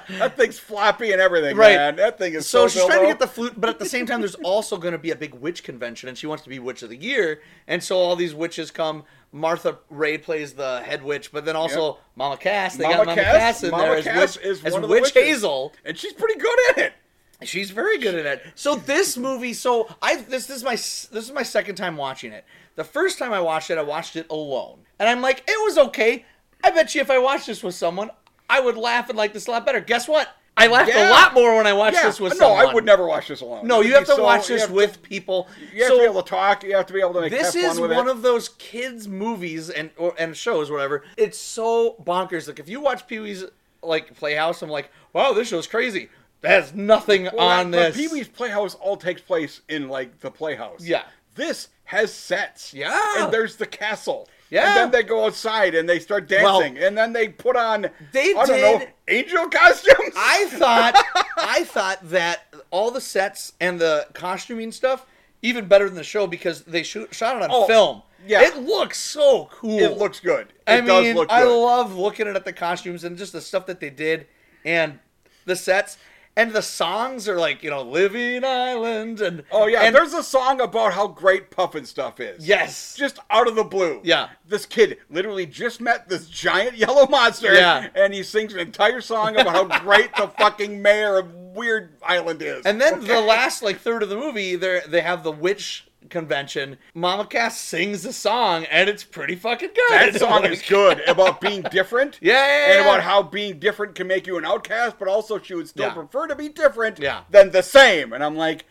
S3: flute is. That thing's floppy and everything,
S2: Right.
S3: man. That thing is
S2: So
S3: so.
S2: she's trying to
S3: dildo.
S2: get the flute, but at the same time, there's also going to be a big witch convention, and she wants to be witch of the year. And so all these witches come. Martha Ray plays the head witch, but then also Mama Cass. They
S3: Mama
S2: got Mama
S3: Cass-
S2: Cass in
S3: Mama
S2: there as
S3: Cass
S2: witch,
S3: is
S2: as
S3: one of the
S2: witch
S3: witches.
S2: Hazel.
S3: and she's pretty good at it.
S2: She's very good at it. So this movie, so I this, this is my s- this is my second time watching it. The first time I watched it, I watched it alone, and I'm like, it was okay. I bet you if I watched this with someone, I would laugh and like this a lot better. Guess what? I laughed a
S3: Yeah.
S2: lot more when I watched
S3: Yeah.
S2: this with
S3: no,
S2: someone.
S3: I would never watch this alone.
S2: No,
S3: It would
S2: you have
S3: be
S2: to
S3: so-
S2: watch
S3: you
S2: this
S3: have to-
S2: with people.
S3: You have
S2: so
S3: to be able to talk. You have to be able to make.
S2: this
S3: have fun
S2: is
S3: with
S2: one
S3: it.
S2: of those kids movies and or and shows whatever. It's so bonkers. Like if you watch Pee Wee's like Playhouse, I'm like, wow, this show's crazy. That's nothing
S3: Well,
S2: on
S3: that-
S2: this.
S3: but Pee Wee's Playhouse all takes place in like the playhouse.
S2: Yeah.
S3: This has sets.
S2: Yeah.
S3: And there's the castle.
S2: Yeah.
S3: And then they go outside and they start dancing. and then they put on
S2: they
S3: I don't know,
S2: did-
S3: angel costumes.
S2: I thought I thought that all the sets and the costuming stuff even better than the show because they shoot, shot it on
S3: Oh,
S2: film.
S3: yeah.
S2: it looks so cool.
S3: it looks good. It
S2: I
S3: does
S2: mean,
S3: look good.
S2: I love looking at the costumes and just the stuff that they did and the sets and the songs are like you know Living Island and
S3: oh yeah.
S2: and
S3: there's a song about how great puffin stuff is.
S2: yes
S3: Just out of the blue.
S2: Yeah.
S3: This kid literally just met this giant yellow monster.
S2: Yeah.
S3: And he sings an entire song about how great the fucking mayor of Weird Island is.
S2: and then the last like third of the movie they they have the witch convention Mama Cass sings a song and it's pretty fucking good
S3: That song
S2: Like,
S3: is good about being different.
S2: Yeah, yeah, yeah.
S3: And about how being different can make you an outcast, but also she would still
S2: Yeah.
S3: prefer to be different
S2: Yeah.
S3: than the same. And I'm like,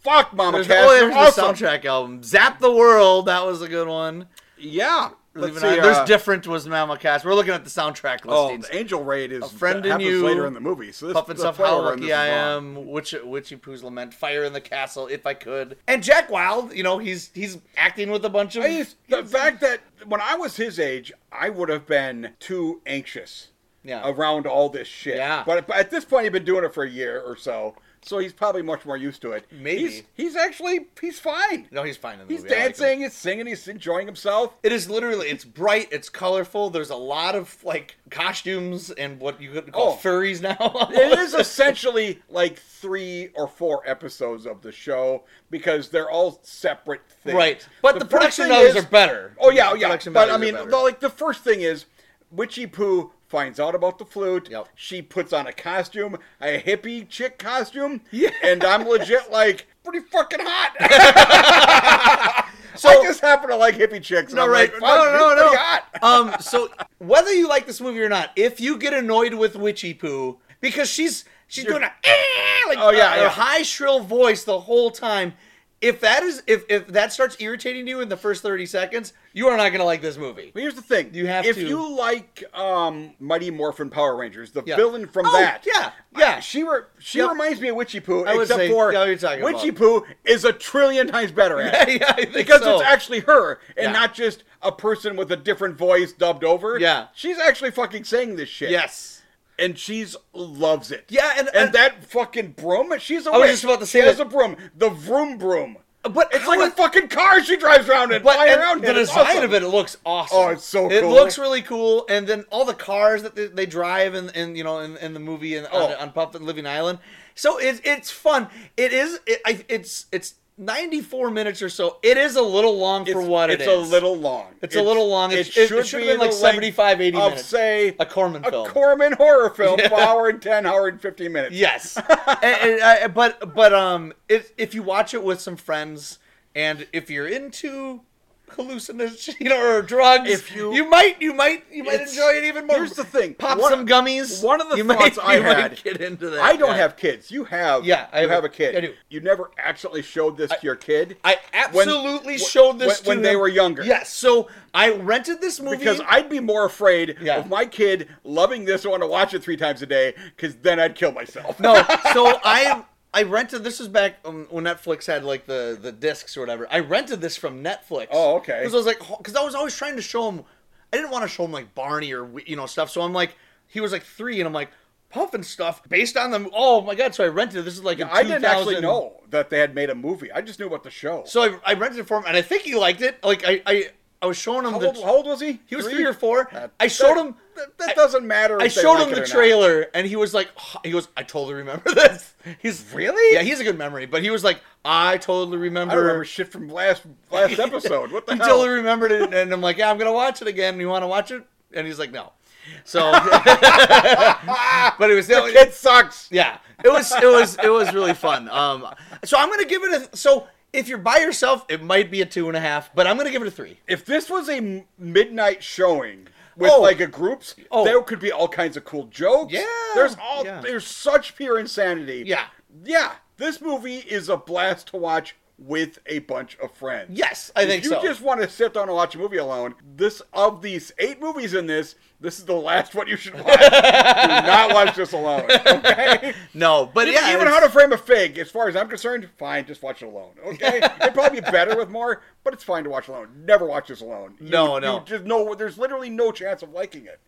S3: fuck Mama
S2: there's,
S3: Cass.
S2: oh,
S3: you're
S2: there's the
S3: awesome.
S2: soundtrack album Zap the World that was a good one
S3: Yeah.
S2: Living
S3: Let's see,
S2: Island. there's
S3: uh,
S2: different was Mama Cass we're looking at the soundtrack
S3: Oh,
S2: listings.
S3: Angel Raid is
S2: friend
S3: that
S2: in
S3: happens
S2: You,
S3: later in the movie. So this
S2: Puffin
S3: the
S2: stuff, how
S3: flower in
S2: lucky
S3: this
S2: I
S3: is long.
S2: am, Witch, Witchy Poo's Lament, Fire in the Castle, If I Could. And Jack Wild, you know, he's he's acting with a bunch of.
S3: I just- the fact that when I was his age, I would have been too anxious
S2: Yeah.
S3: around all this shit.
S2: Yeah.
S3: But, but at this point, he'd been doing it for a year or so, so he's probably much more used to it.
S2: Maybe.
S3: he's, he's actually he's fine.
S2: no, he's fine in the
S3: He's
S2: movie. I like him.
S3: dancing, he's singing, he's enjoying himself.
S2: It is literally, it's bright, it's colorful. There's a lot of like costumes and what you could call
S3: Oh.
S2: furries now.
S3: It is essentially like three or four episodes of the show because they're all separate things.
S2: right, but the,
S3: first
S2: production
S3: thing
S2: values
S3: is-
S2: are better.
S3: Oh yeah,
S2: The
S3: yeah.
S2: production
S3: But I
S2: values
S3: mean,
S2: are better.
S3: the- like the first thing is, Witchy Poo finds out about the flute.
S2: Yep.
S3: She puts on a costume, a hippie chick costume.
S2: Yeah.
S3: And I'm legit like pretty fucking hot. so I just happen to like hippie chicks. and
S2: No,
S3: I'm
S2: right.
S3: Like,
S2: no,
S3: "Fuck,
S2: no,
S3: it's
S2: no.
S3: pretty Hot.
S2: um, so whether you like this movie or not, if you get annoyed with Witchy Poo because she's she's doing a "Eh," like
S3: Oh, yeah,
S2: a, a
S3: yeah.
S2: high shrill voice the whole time. If that is if if that starts irritating you in the first thirty seconds, you are not gonna like this movie.
S3: But here's the thing:
S2: You have
S3: if
S2: to-
S3: you like um, Mighty Morphin Power Rangers, the
S2: Yeah.
S3: villain from
S2: Oh,
S3: that.
S2: yeah, yeah.
S3: I- she re- she
S2: Yep.
S3: reminds me of Witchy Poo,
S2: I would
S3: except
S2: say-
S3: for
S2: yeah, you're talking about.
S3: Witchy Poo is a trillion times better at. it.
S2: yeah, I think
S3: because
S2: so.
S3: it's actually her
S2: Yeah.
S3: and not just a person with a different voice dubbed over.
S2: Yeah.
S3: she's actually fucking saying this shit.
S2: yes.
S3: and she's loves it.
S2: Yeah, and-
S3: and
S2: and-
S3: that fucking broom. She's a
S2: was
S3: witch.
S2: just about to say
S3: she has
S2: that-
S3: a broom. The vroom broom.
S2: But
S3: It's
S2: how
S3: like a
S2: is-
S3: fucking car she drives around in.
S2: But
S3: flying
S2: and
S3: around
S2: the
S3: in. It's
S2: design
S3: awesome.
S2: of it, it looks awesome.
S3: Oh, it's so
S2: It
S3: cool.
S2: looks really cool, and then all the cars that they, they drive in, in you know in, in the movie and on,
S3: Oh.
S2: on Puppet Living Island. So it, it's fun. It is. It, I, it's it's 94 minutes or so. It is a little long for what it is.
S3: it's a little long.
S2: It's a little long. It sh- it should have been
S3: the
S2: like
S3: length
S2: 75, 80
S3: of,
S2: minutes.
S3: say
S2: a Corman
S3: a
S2: film.
S3: Corman horror film,
S2: Yeah.
S3: of hour and ten, hour and fifteen minutes.
S2: Yes, And- and, uh, but but um, if if you watch it with some friends, and if you're into hallucinogens you know, or drugs,
S3: If you-
S2: you might you might you might
S3: It's-
S2: enjoy it even more.
S3: here's the thing.
S2: pop
S3: One-
S2: some gummies.
S3: one of the
S2: you
S3: thoughts
S2: might,
S3: I
S2: you might
S3: had-
S2: get into that.
S3: I don't
S2: yeah.
S3: have kids. You have.
S2: Yeah, I
S3: you
S2: have a-
S3: have a kid.
S2: I do.
S3: You never actually showed this to your kid.
S2: I
S3: when-
S2: absolutely
S3: wh-
S2: showed this
S3: when,
S2: to
S3: when they
S2: him.
S3: were younger.
S2: Yes, so I rented this movie
S3: Because I'd be more afraid
S2: Yeah.
S3: of my kid loving this and want to watch it three times a day, because then I'd kill myself.
S2: No, so I I rented this was back um, when Netflix had like the the discs or whatever. I rented this from Netflix.
S3: Oh, okay.
S2: Because I was like, because I was always trying to show him. I didn't want to show him like Barney or you know stuff. So I'm like, he was like three, and I'm like puffing stuff based on them. Oh my god! So I rented it. this is like in
S3: I didn't actually
S2: 2000.
S3: know that they had made a movie. I just knew about the show.
S2: So I, I rented it for him, and I think he liked it. Like I I, I was showing him
S3: how
S2: the.
S3: old, how old was he?
S2: he was three or four.
S3: That-
S2: I showed
S3: that-
S2: him.
S3: That, that
S2: I-
S3: doesn't matter.
S2: I
S3: if they
S2: showed
S3: like
S2: him
S3: it
S2: the
S3: or not.
S2: trailer, and he was like, "Oh," he was, I totally remember this. He's
S3: Really?
S2: yeah, he has a good memory, but he was like, I totally remember.
S3: I don't remember shit from last last episode. What the
S2: he
S3: hell?
S2: totally remembered it, and I'm like, yeah, I'm gonna watch it again. You want to watch it? And he's like, no. So, but it was
S3: the kid sucks.
S2: yeah, it was it was it was really fun. Um, so I'm gonna give it a so if you're by yourself, it might be a two and a half, but I'm gonna give it a three.
S3: If this was a m- midnight showing with
S2: Oh.
S3: like a groups,
S2: Oh.
S3: there could be all kinds of cool jokes.
S2: Yeah.
S3: There's all
S2: Yeah.
S3: there's such pure insanity.
S2: Yeah.
S3: Yeah. This movie is a blast to watch with a bunch of friends.
S2: Yes, I
S3: If
S2: think
S3: you
S2: so.
S3: just want to sit down and watch a movie alone, this of these eight movies in this, this is the last one you should watch. Do not watch this alone. Okay.
S2: no, but yeah,
S3: even
S2: it's-
S3: how to frame a fig, as far as I'm concerned, fine, just watch it alone. Okay, it'd probably be better with more, but it's fine to watch alone. Never watch this alone. You-
S2: No,
S3: you
S2: no.
S3: just no. There's literally no chance of liking it.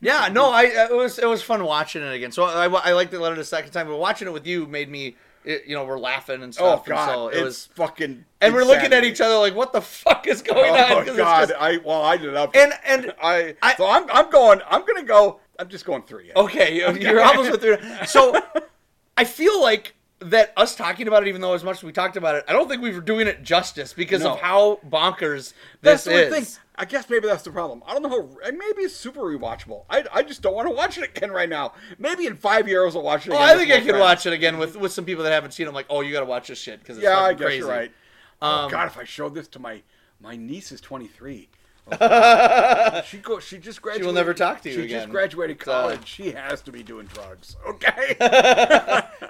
S2: Yeah, no, I it was it was fun watching it again. So I, I liked it a second time, but watching it with you made me, it, you know, we're laughing and
S3: Oh
S2: stuff.
S3: god,
S2: and so
S3: it's
S2: it was,
S3: fucking.
S2: and we're looking at
S3: insanity.
S2: each other like, what the fuck is going on?
S3: Oh
S2: 'Cause it's
S3: god,
S2: just-
S3: I well, I loved it.
S2: and and
S3: I,
S2: I- Oh,
S3: so I'm I'm going. I'm gonna go. I'm just going three.
S2: okay, you're- you're almost with your. So I feel like that us talking about it, even though as much as we talked about it, I don't think we were doing it justice because
S3: No.
S2: of how bonkers this
S3: That's the only
S2: is.
S3: thing. I guess maybe that's the problem. I don't know. How, maybe it's super rewatchable. I, I just don't want to watch it again right now. Maybe in five years I'll watch it.
S2: Well,
S3: again
S2: Oh, I
S3: with
S2: think
S3: more
S2: I could
S3: friends.
S2: watch it again with with some people that haven't seen. it. I'm like, oh, you got to watch this shit because
S3: Yeah, I
S2: fucking
S3: guess
S2: crazy.
S3: you're right. oh
S2: Um,
S3: God, if I showed this to my my niece is 23. she go. She just graduated.
S2: will never talk to you
S3: She just
S2: again.
S3: graduated
S2: uh,
S3: college. She has to be doing drugs. Okay.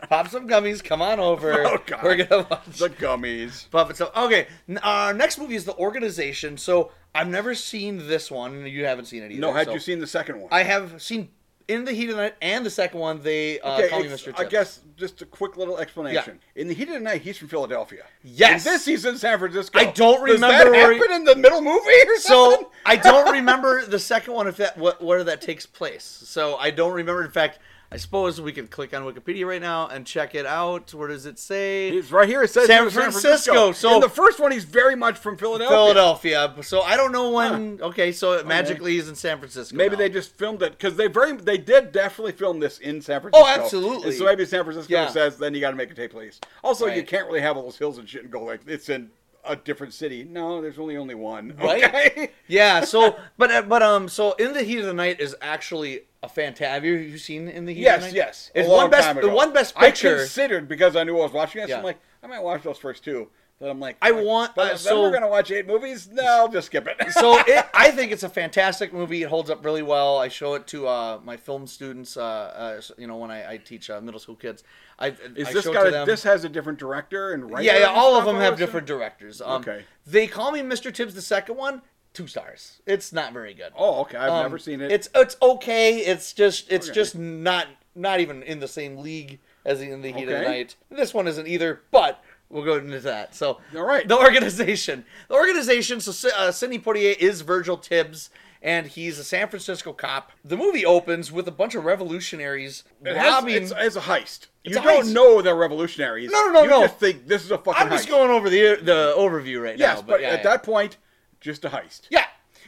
S2: Pop some gummies. Come on over.
S3: Oh, God.
S2: We're gonna watch
S3: the gummies.
S2: Puppet Stuff. Okay, n- our next movie is The Organization. So I've never seen this one. and You haven't seen it either.
S3: No, had
S2: so-
S3: you seen the second one?
S2: I have seen In the Heat of the Night and the second one. They uh,
S3: Okay,
S2: call me
S3: it's-
S2: Mr.
S3: I
S2: Tips.
S3: guess just a quick little explanation. In the heat of the night, he's from Philadelphia.
S2: Yes.
S3: And this he's in San Francisco.
S2: I don't
S3: Does
S2: remember
S3: that
S2: where he-
S3: happen in the middle movie or something?
S2: So I don't remember the second one if that what where that takes place. So I don't remember. In fact, I suppose we could click on Wikipedia right now and check it out. Where does it say?
S3: He's right here. It says
S2: San
S3: he's from
S2: Francisco, so-
S3: in the first one, he's very much from Philadelphia.
S2: Philadelphia. So I don't know when. Okay, so it magically is in San Francisco.
S3: Oh, Maybe
S2: now.
S3: they just filmed it because they very they did definitely film this in San
S2: Oh,
S3: Francisco.
S2: absolutely.
S3: And so maybe San Francisco
S2: Yeah.
S3: says then you got to make it take place. Also, you
S2: Right.
S3: can't really have all those hills and shit and go like it's in a different city. No, there's only only one.
S2: Right?
S3: Okay?
S2: Yeah. So, but uh, but um, so in the heat of the night is actually a fantastic. Have you you seen in the heat? of
S3: Yes,
S2: the night?
S3: yes. a
S2: It's
S3: long
S2: one best.
S3: time
S2: The
S3: ago.
S2: one best
S3: I
S2: picture.
S3: considered because I knew I was watching this.
S2: Yeah.
S3: I'm like, I might watch those first two. Then I'm like,
S2: I want-
S3: But
S2: uh,
S3: then
S2: so-
S3: we're gonna watch eight movies. No, I'll just skip it.
S2: so it, I think it's a fantastic movie. It holds up really well. I show it to uh, my film students. Uh, uh, s- you know, when I, I teach uh, middle school kids, I
S3: Is
S2: I
S3: this
S2: show it
S3: got
S2: to
S3: a,
S2: them.
S3: this has a different director and writer?
S2: yeah, yeah.
S3: and
S2: All of
S3: stuff
S2: them
S3: on
S2: have
S3: this thing?
S2: different directors. Um,
S3: Okay.
S2: They call me Mr. Tibbs. The second one, two stars. It's not very good.
S3: Oh, okay. I've
S2: Um,
S3: never seen it.
S2: It's it's okay. It's just it's
S3: Okay.
S2: just not not even in the same league as in the heat of the
S3: Okay.
S2: night. This one isn't either, but we'll go into that. So
S3: All right.
S2: the organization, the organization. So Sy- uh, Sidney Poitier is Virgil Tibbs. And he's a San Francisco cop. The movie opens with a bunch of revolutionaries
S3: It has-
S2: robbing.
S3: it's, it's a heist.
S2: It's
S3: you
S2: a
S3: don't
S2: heist.
S3: know they're revolutionaries.
S2: No, no, no,
S3: you
S2: no.
S3: just think this is a fucking
S2: I'm
S3: heist.
S2: just going over the the overview right
S3: yes,
S2: now.
S3: but
S2: yeah,
S3: at
S2: yeah.
S3: that point, just a heist.
S2: Yeah.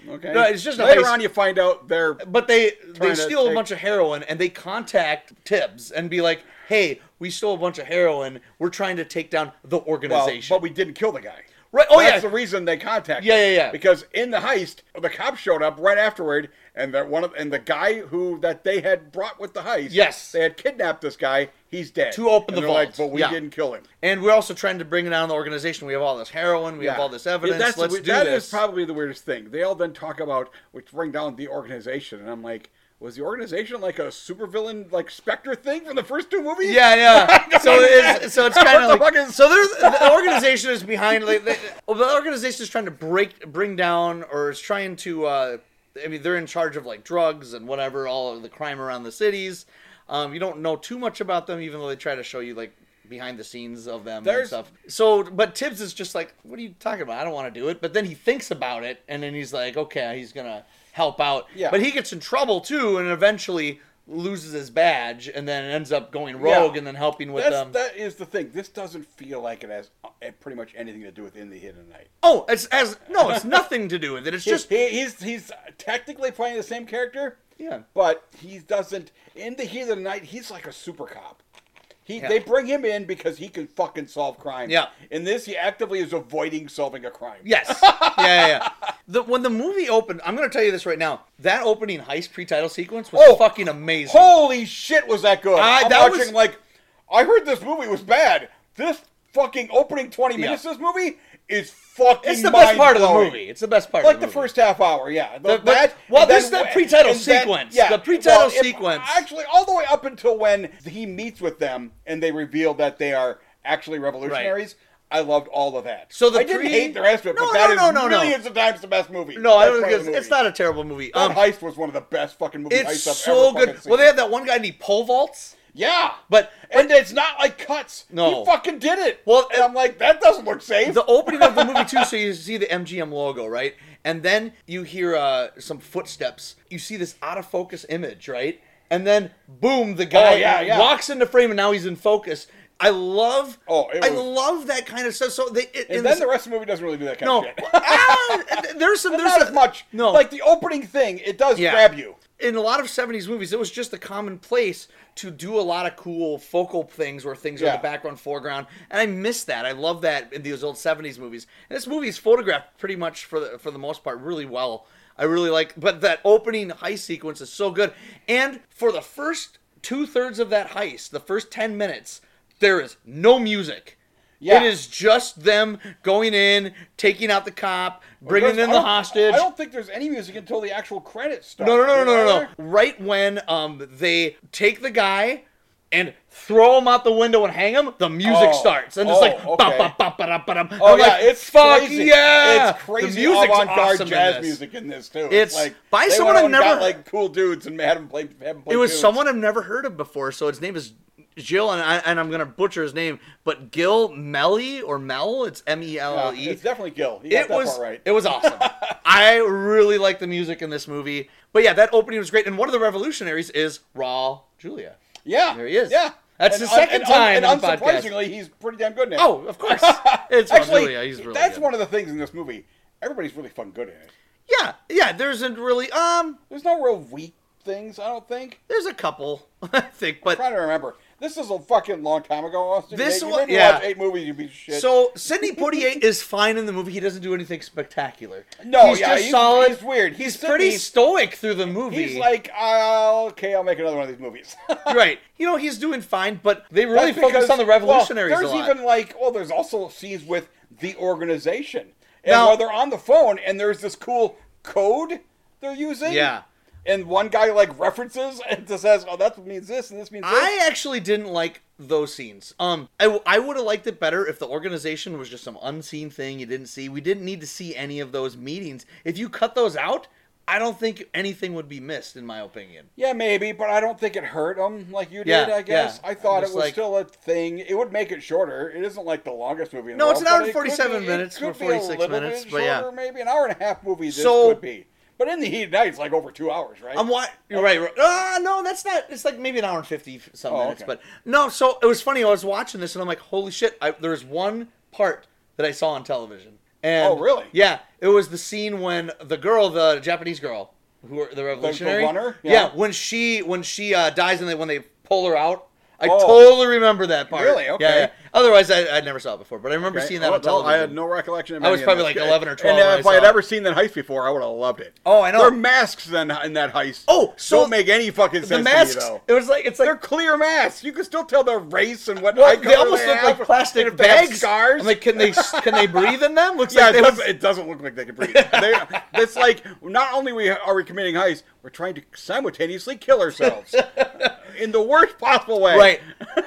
S3: Okay.
S2: No, it's just a
S3: later
S2: heist.
S3: on you find out they're
S2: But they they
S3: Trying to
S2: steal a
S3: take-
S2: bunch of heroin and they contact Tibbs and be like, "Hey, we stole a bunch of heroin. We're trying to take down the
S3: well,
S2: organization."
S3: but we didn't kill the guy.
S2: right? Oh
S3: That's
S2: yeah.
S3: the reason they contacted.
S2: Yeah, yeah,
S3: him.
S2: yeah.
S3: Because in the heist, the cops showed up right afterward, and that one of and the guy who that they had brought with the heist.
S2: Yes.
S3: they had kidnapped this guy. He's dead.
S2: To open
S3: And
S2: the
S3: they're
S2: vault.
S3: Like, but we
S2: Yeah.
S3: didn't kill him.
S2: and we're also trying to bring down the organization. We have all this heroin. We have all this
S3: Yeah,
S2: evidence.
S3: that's the
S2: Let's
S3: we-
S2: do
S3: that
S2: this.
S3: is probably the weirdest thing. They all then talk about which bring down the organization, and I'm like, was the organization like a supervillain like Spectre thing from the first two movies?
S2: Yeah, yeah. so it's so it's kind of
S3: What the
S2: like,
S3: fuck is-
S2: so there's the organization is behind like the, well, the organization is trying to break bring down or is trying to uh, I mean they're in charge of like drugs and whatever all of the crime around the cities. Um, you don't know too much about them even though they try to show you like behind the scenes of them and
S3: There's-
S2: stuff. So but Tibbs is just like what are you talking about? I don't want to do it. But then he thinks about it and then he's like okay, he's going to help out.
S3: Yeah.
S2: But he gets in trouble too and eventually loses his badge and then ends up going rogue
S3: Yeah.
S2: and then helping with
S3: That's,
S2: them.
S3: That is the thing. This doesn't feel like it has uh, pretty much anything to do with In the Hidden Night.
S2: Oh, it's as no, it's nothing to do with it. It's just
S3: Just he, he's he's technically playing the same character.
S2: Yeah.
S3: But he doesn't. In the heat of the night, he's like a super cop. He
S2: Yeah.
S3: they bring him in because he can fucking solve crime.
S2: Yeah.
S3: In this, he actively is avoiding solving a crime.
S2: yes, yeah, yeah. yeah. The, when the movie opened, I'm gonna tell you this right now. That opening heist pre-title sequence was
S3: Oh,
S2: fucking amazing.
S3: Holy shit, was that good?
S2: I-
S3: I'm
S2: that
S3: watching
S2: was-
S3: like, I heard this movie was bad. This fucking opening twenty
S2: Yeah.
S3: minutes. of This movie is fucking.
S2: it's the best part of the
S3: mind-blowing.
S2: movie. It's the best part.
S3: Like
S2: of
S3: the
S2: the, movie.
S3: first half hour, yeah. The-
S2: The- but- well,
S3: and
S2: this
S3: then
S2: is the
S3: wh-
S2: pre-title
S3: and then-
S2: sequence. The pre-title
S3: if-
S2: sequence.
S3: actually, all the way up until when he meets with them and they reveal that they are actually revolutionaries. I loved all of that.
S2: So the
S3: I didn't
S2: pre-
S3: hate the rest of it,
S2: No,
S3: but that
S2: no,
S3: is
S2: no, no, no.
S3: millions of times the best movie.
S2: No, I don't
S3: Best part of
S2: think it's,
S3: the
S2: it's
S3: movie.
S2: not a terrible movie.
S3: That
S2: Um,
S3: heist was one of the best fucking movie heists I've
S2: it's so
S3: ever fucking
S2: good.
S3: seen.
S2: Well, they had that one guy and he pole vaults.
S3: yeah,
S2: But-
S3: and it's not like cuts.
S2: No.
S3: he fucking did it.
S2: Well,
S3: and I'm like, that doesn't look safe.
S2: the opening of the movie too so you see the mgm logo right and then you hear uh, some footsteps you see this out of focus image right and then boom the guy
S3: Oh, yeah, yeah.
S2: walks into frame and now he's in focus i love
S3: Oh, it
S2: i
S3: was-
S2: love that kind of stuff so they it,
S3: and
S2: in
S3: then
S2: this-
S3: the rest of the movie doesn't really do that kind
S2: no
S3: of shit.
S2: Ah, there's some there's
S3: not
S2: a-
S3: as much.
S2: no
S3: like the opening thing, it does
S2: Yeah.
S3: grab you.
S2: in a lot of 70s movies, it was just a commonplace to do a lot of cool focal things where things are in
S3: Yeah.
S2: the background, foreground. And I miss that. I love that in these old 70s movies. And this movie is photographed pretty much for the, for the most part really well. I really like, but that opening heist sequence is so good. And for the first two thirds of that heist, the first 10 minutes, there is no music.
S3: Yeah.
S2: It is just them going in, taking out the cop, bringing
S3: Because
S2: in
S3: I
S2: the
S3: don't-
S2: hostage.
S3: I don't think there's any music until the actual credits start.
S2: No, no, no, no, no, no.
S3: Is there?
S2: Right when um they take the guy and throw him out the window and hang him, the music
S3: Oh.
S2: starts and it's
S3: Oh,
S2: like
S3: okay.
S2: ba ba ba ba ba
S3: Oh
S2: I'm
S3: yeah,
S2: like,
S3: it's
S2: fuck
S3: crazy.
S2: yeah.
S3: It's crazy
S2: The music's
S3: avant-garde
S2: awesome in
S3: jazz
S2: this.
S3: music in this too.
S2: It's-
S3: like
S2: by
S3: they
S2: someone
S3: went out
S2: I've
S3: and got,
S2: never-
S3: like cool dudes and had them play. Had them play
S2: It was
S3: tunes.
S2: someone I've never heard of before, so his name is Jill, and I and I'm gonna butcher his name, but Gil Melly or Mel, it's M E L
S3: Yeah,
S2: L E.
S3: Uh, it's definitely Gil. He got
S2: it
S3: that
S2: was
S3: part right.
S2: it was awesome. I really like the music in this movie, but yeah, that opening was great. And one of the revolutionaries is Raw Julia.
S3: yeah,
S2: there he is.
S3: Yeah,
S2: That's the
S3: un-
S2: second
S3: and, un-
S2: time
S3: And,
S2: on the podcast.
S3: unsurprisingly, he's pretty damn good now.
S2: Oh, of course. It's
S3: actually,
S2: Julia. He's really
S3: that's
S2: good.
S3: one of the things in this movie. Everybody's really fucking good in it.
S2: Yeah, yeah. There isn't really um.
S3: There's no real weak things. I don't think.
S2: There's a couple, I think, but
S3: trying to remember. This is a fucking long time ago, Austin.
S2: This
S3: you
S2: wa-
S3: made me
S2: yeah.
S3: watch eight movies, you piece of shit.
S2: so Sidney Poitier is fine in the movie. He doesn't do anything spectacular.
S3: No,
S2: he's
S3: yeah,
S2: just
S3: he's-
S2: solid.
S3: he's weird.
S2: He's,
S3: He's
S2: pretty
S3: Sidney-
S2: stoic through the movie.
S3: he's like, uh, okay, I'll make another one of these movies.
S2: right. You know, he's doing fine, but they really
S3: That's because-
S2: focus on the
S3: well,
S2: revolutionaries
S3: there's
S2: a lot.
S3: even like, well, there's also scenes with the organization, and
S2: Now-
S3: while they're on the phone, and there's this cool code they're using.
S2: Yeah.
S3: And one guy like references and just says, "Oh, that means this, and this means this."
S2: I actually didn't like those scenes. Um, I, w- I would have liked it better if the organization was just some unseen thing you didn't see. We didn't need to see any of those meetings. If you cut those out, I don't think anything would be missed, in my opinion.
S3: Yeah, maybe, but I don't think it hurt them like you
S2: Yeah,
S3: did. I guess
S2: yeah.
S3: I thought it
S2: Just
S3: was
S2: like-
S3: still a thing. It would make it shorter. It isn't like the longest movie. In
S2: No,
S3: the
S2: it's
S3: world,
S2: an hour
S3: but
S2: and
S3: it could
S2: 47
S3: be-
S2: minutes
S3: it could
S2: or
S3: be
S2: 46
S3: a little
S2: minutes,
S3: Bit
S2: but
S3: shorter,
S2: yeah.
S3: maybe an hour and a half movie. This
S2: So-
S3: could be, but in the heat of night, it's like over two hours, right?
S2: I'm what? You're right. right. Ah, no, that's not. It's like maybe an hour and fifty some
S3: Oh,
S2: minutes.
S3: okay.
S2: But no, so it was funny. I was watching this and I'm like, holy shit! I, there was one part that I saw on television And
S3: Oh, really?
S2: Yeah, it was the scene when the girl, the Japanese girl, who are the revolutionary
S3: runner?
S2: Yeah.
S3: Yeah.
S2: when she when she uh, dies and they when they pull her out. I
S3: Oh.
S2: totally remember that part.
S3: Really?
S2: Yeah,
S3: Okay.
S2: Yeah, Otherwise, I, I never saw it before, but I remember
S3: Okay.
S2: seeing that
S3: Oh,
S2: on
S3: no,
S2: television.
S3: I had no recollection. Of
S2: I was
S3: any of
S2: probably
S3: this.
S2: like 11 or 12
S3: And, uh,
S2: when I
S3: if I had
S2: saw it.
S3: ever seen that heist before, I would have loved it.
S2: Oh, I know.
S3: There are masks then in that heist.
S2: Oh, so
S3: don't make any fucking sense
S2: the masks.
S3: to me though.
S2: It was like it's like
S3: They're clear masks. You can still tell their race and what.
S2: Well,
S3: eye
S2: they
S3: color
S2: almost look
S3: have.
S2: like plastic
S3: If they have
S2: bags.
S3: Scars.
S2: I'm like, can they can they breathe in them? Looks
S3: yeah,
S2: like
S3: it,
S2: they
S3: doesn't, it doesn't look like they can breathe. They, it's like not only we are we committing heist, we're trying to simultaneously kill ourselves in the worst possible way.
S2: right.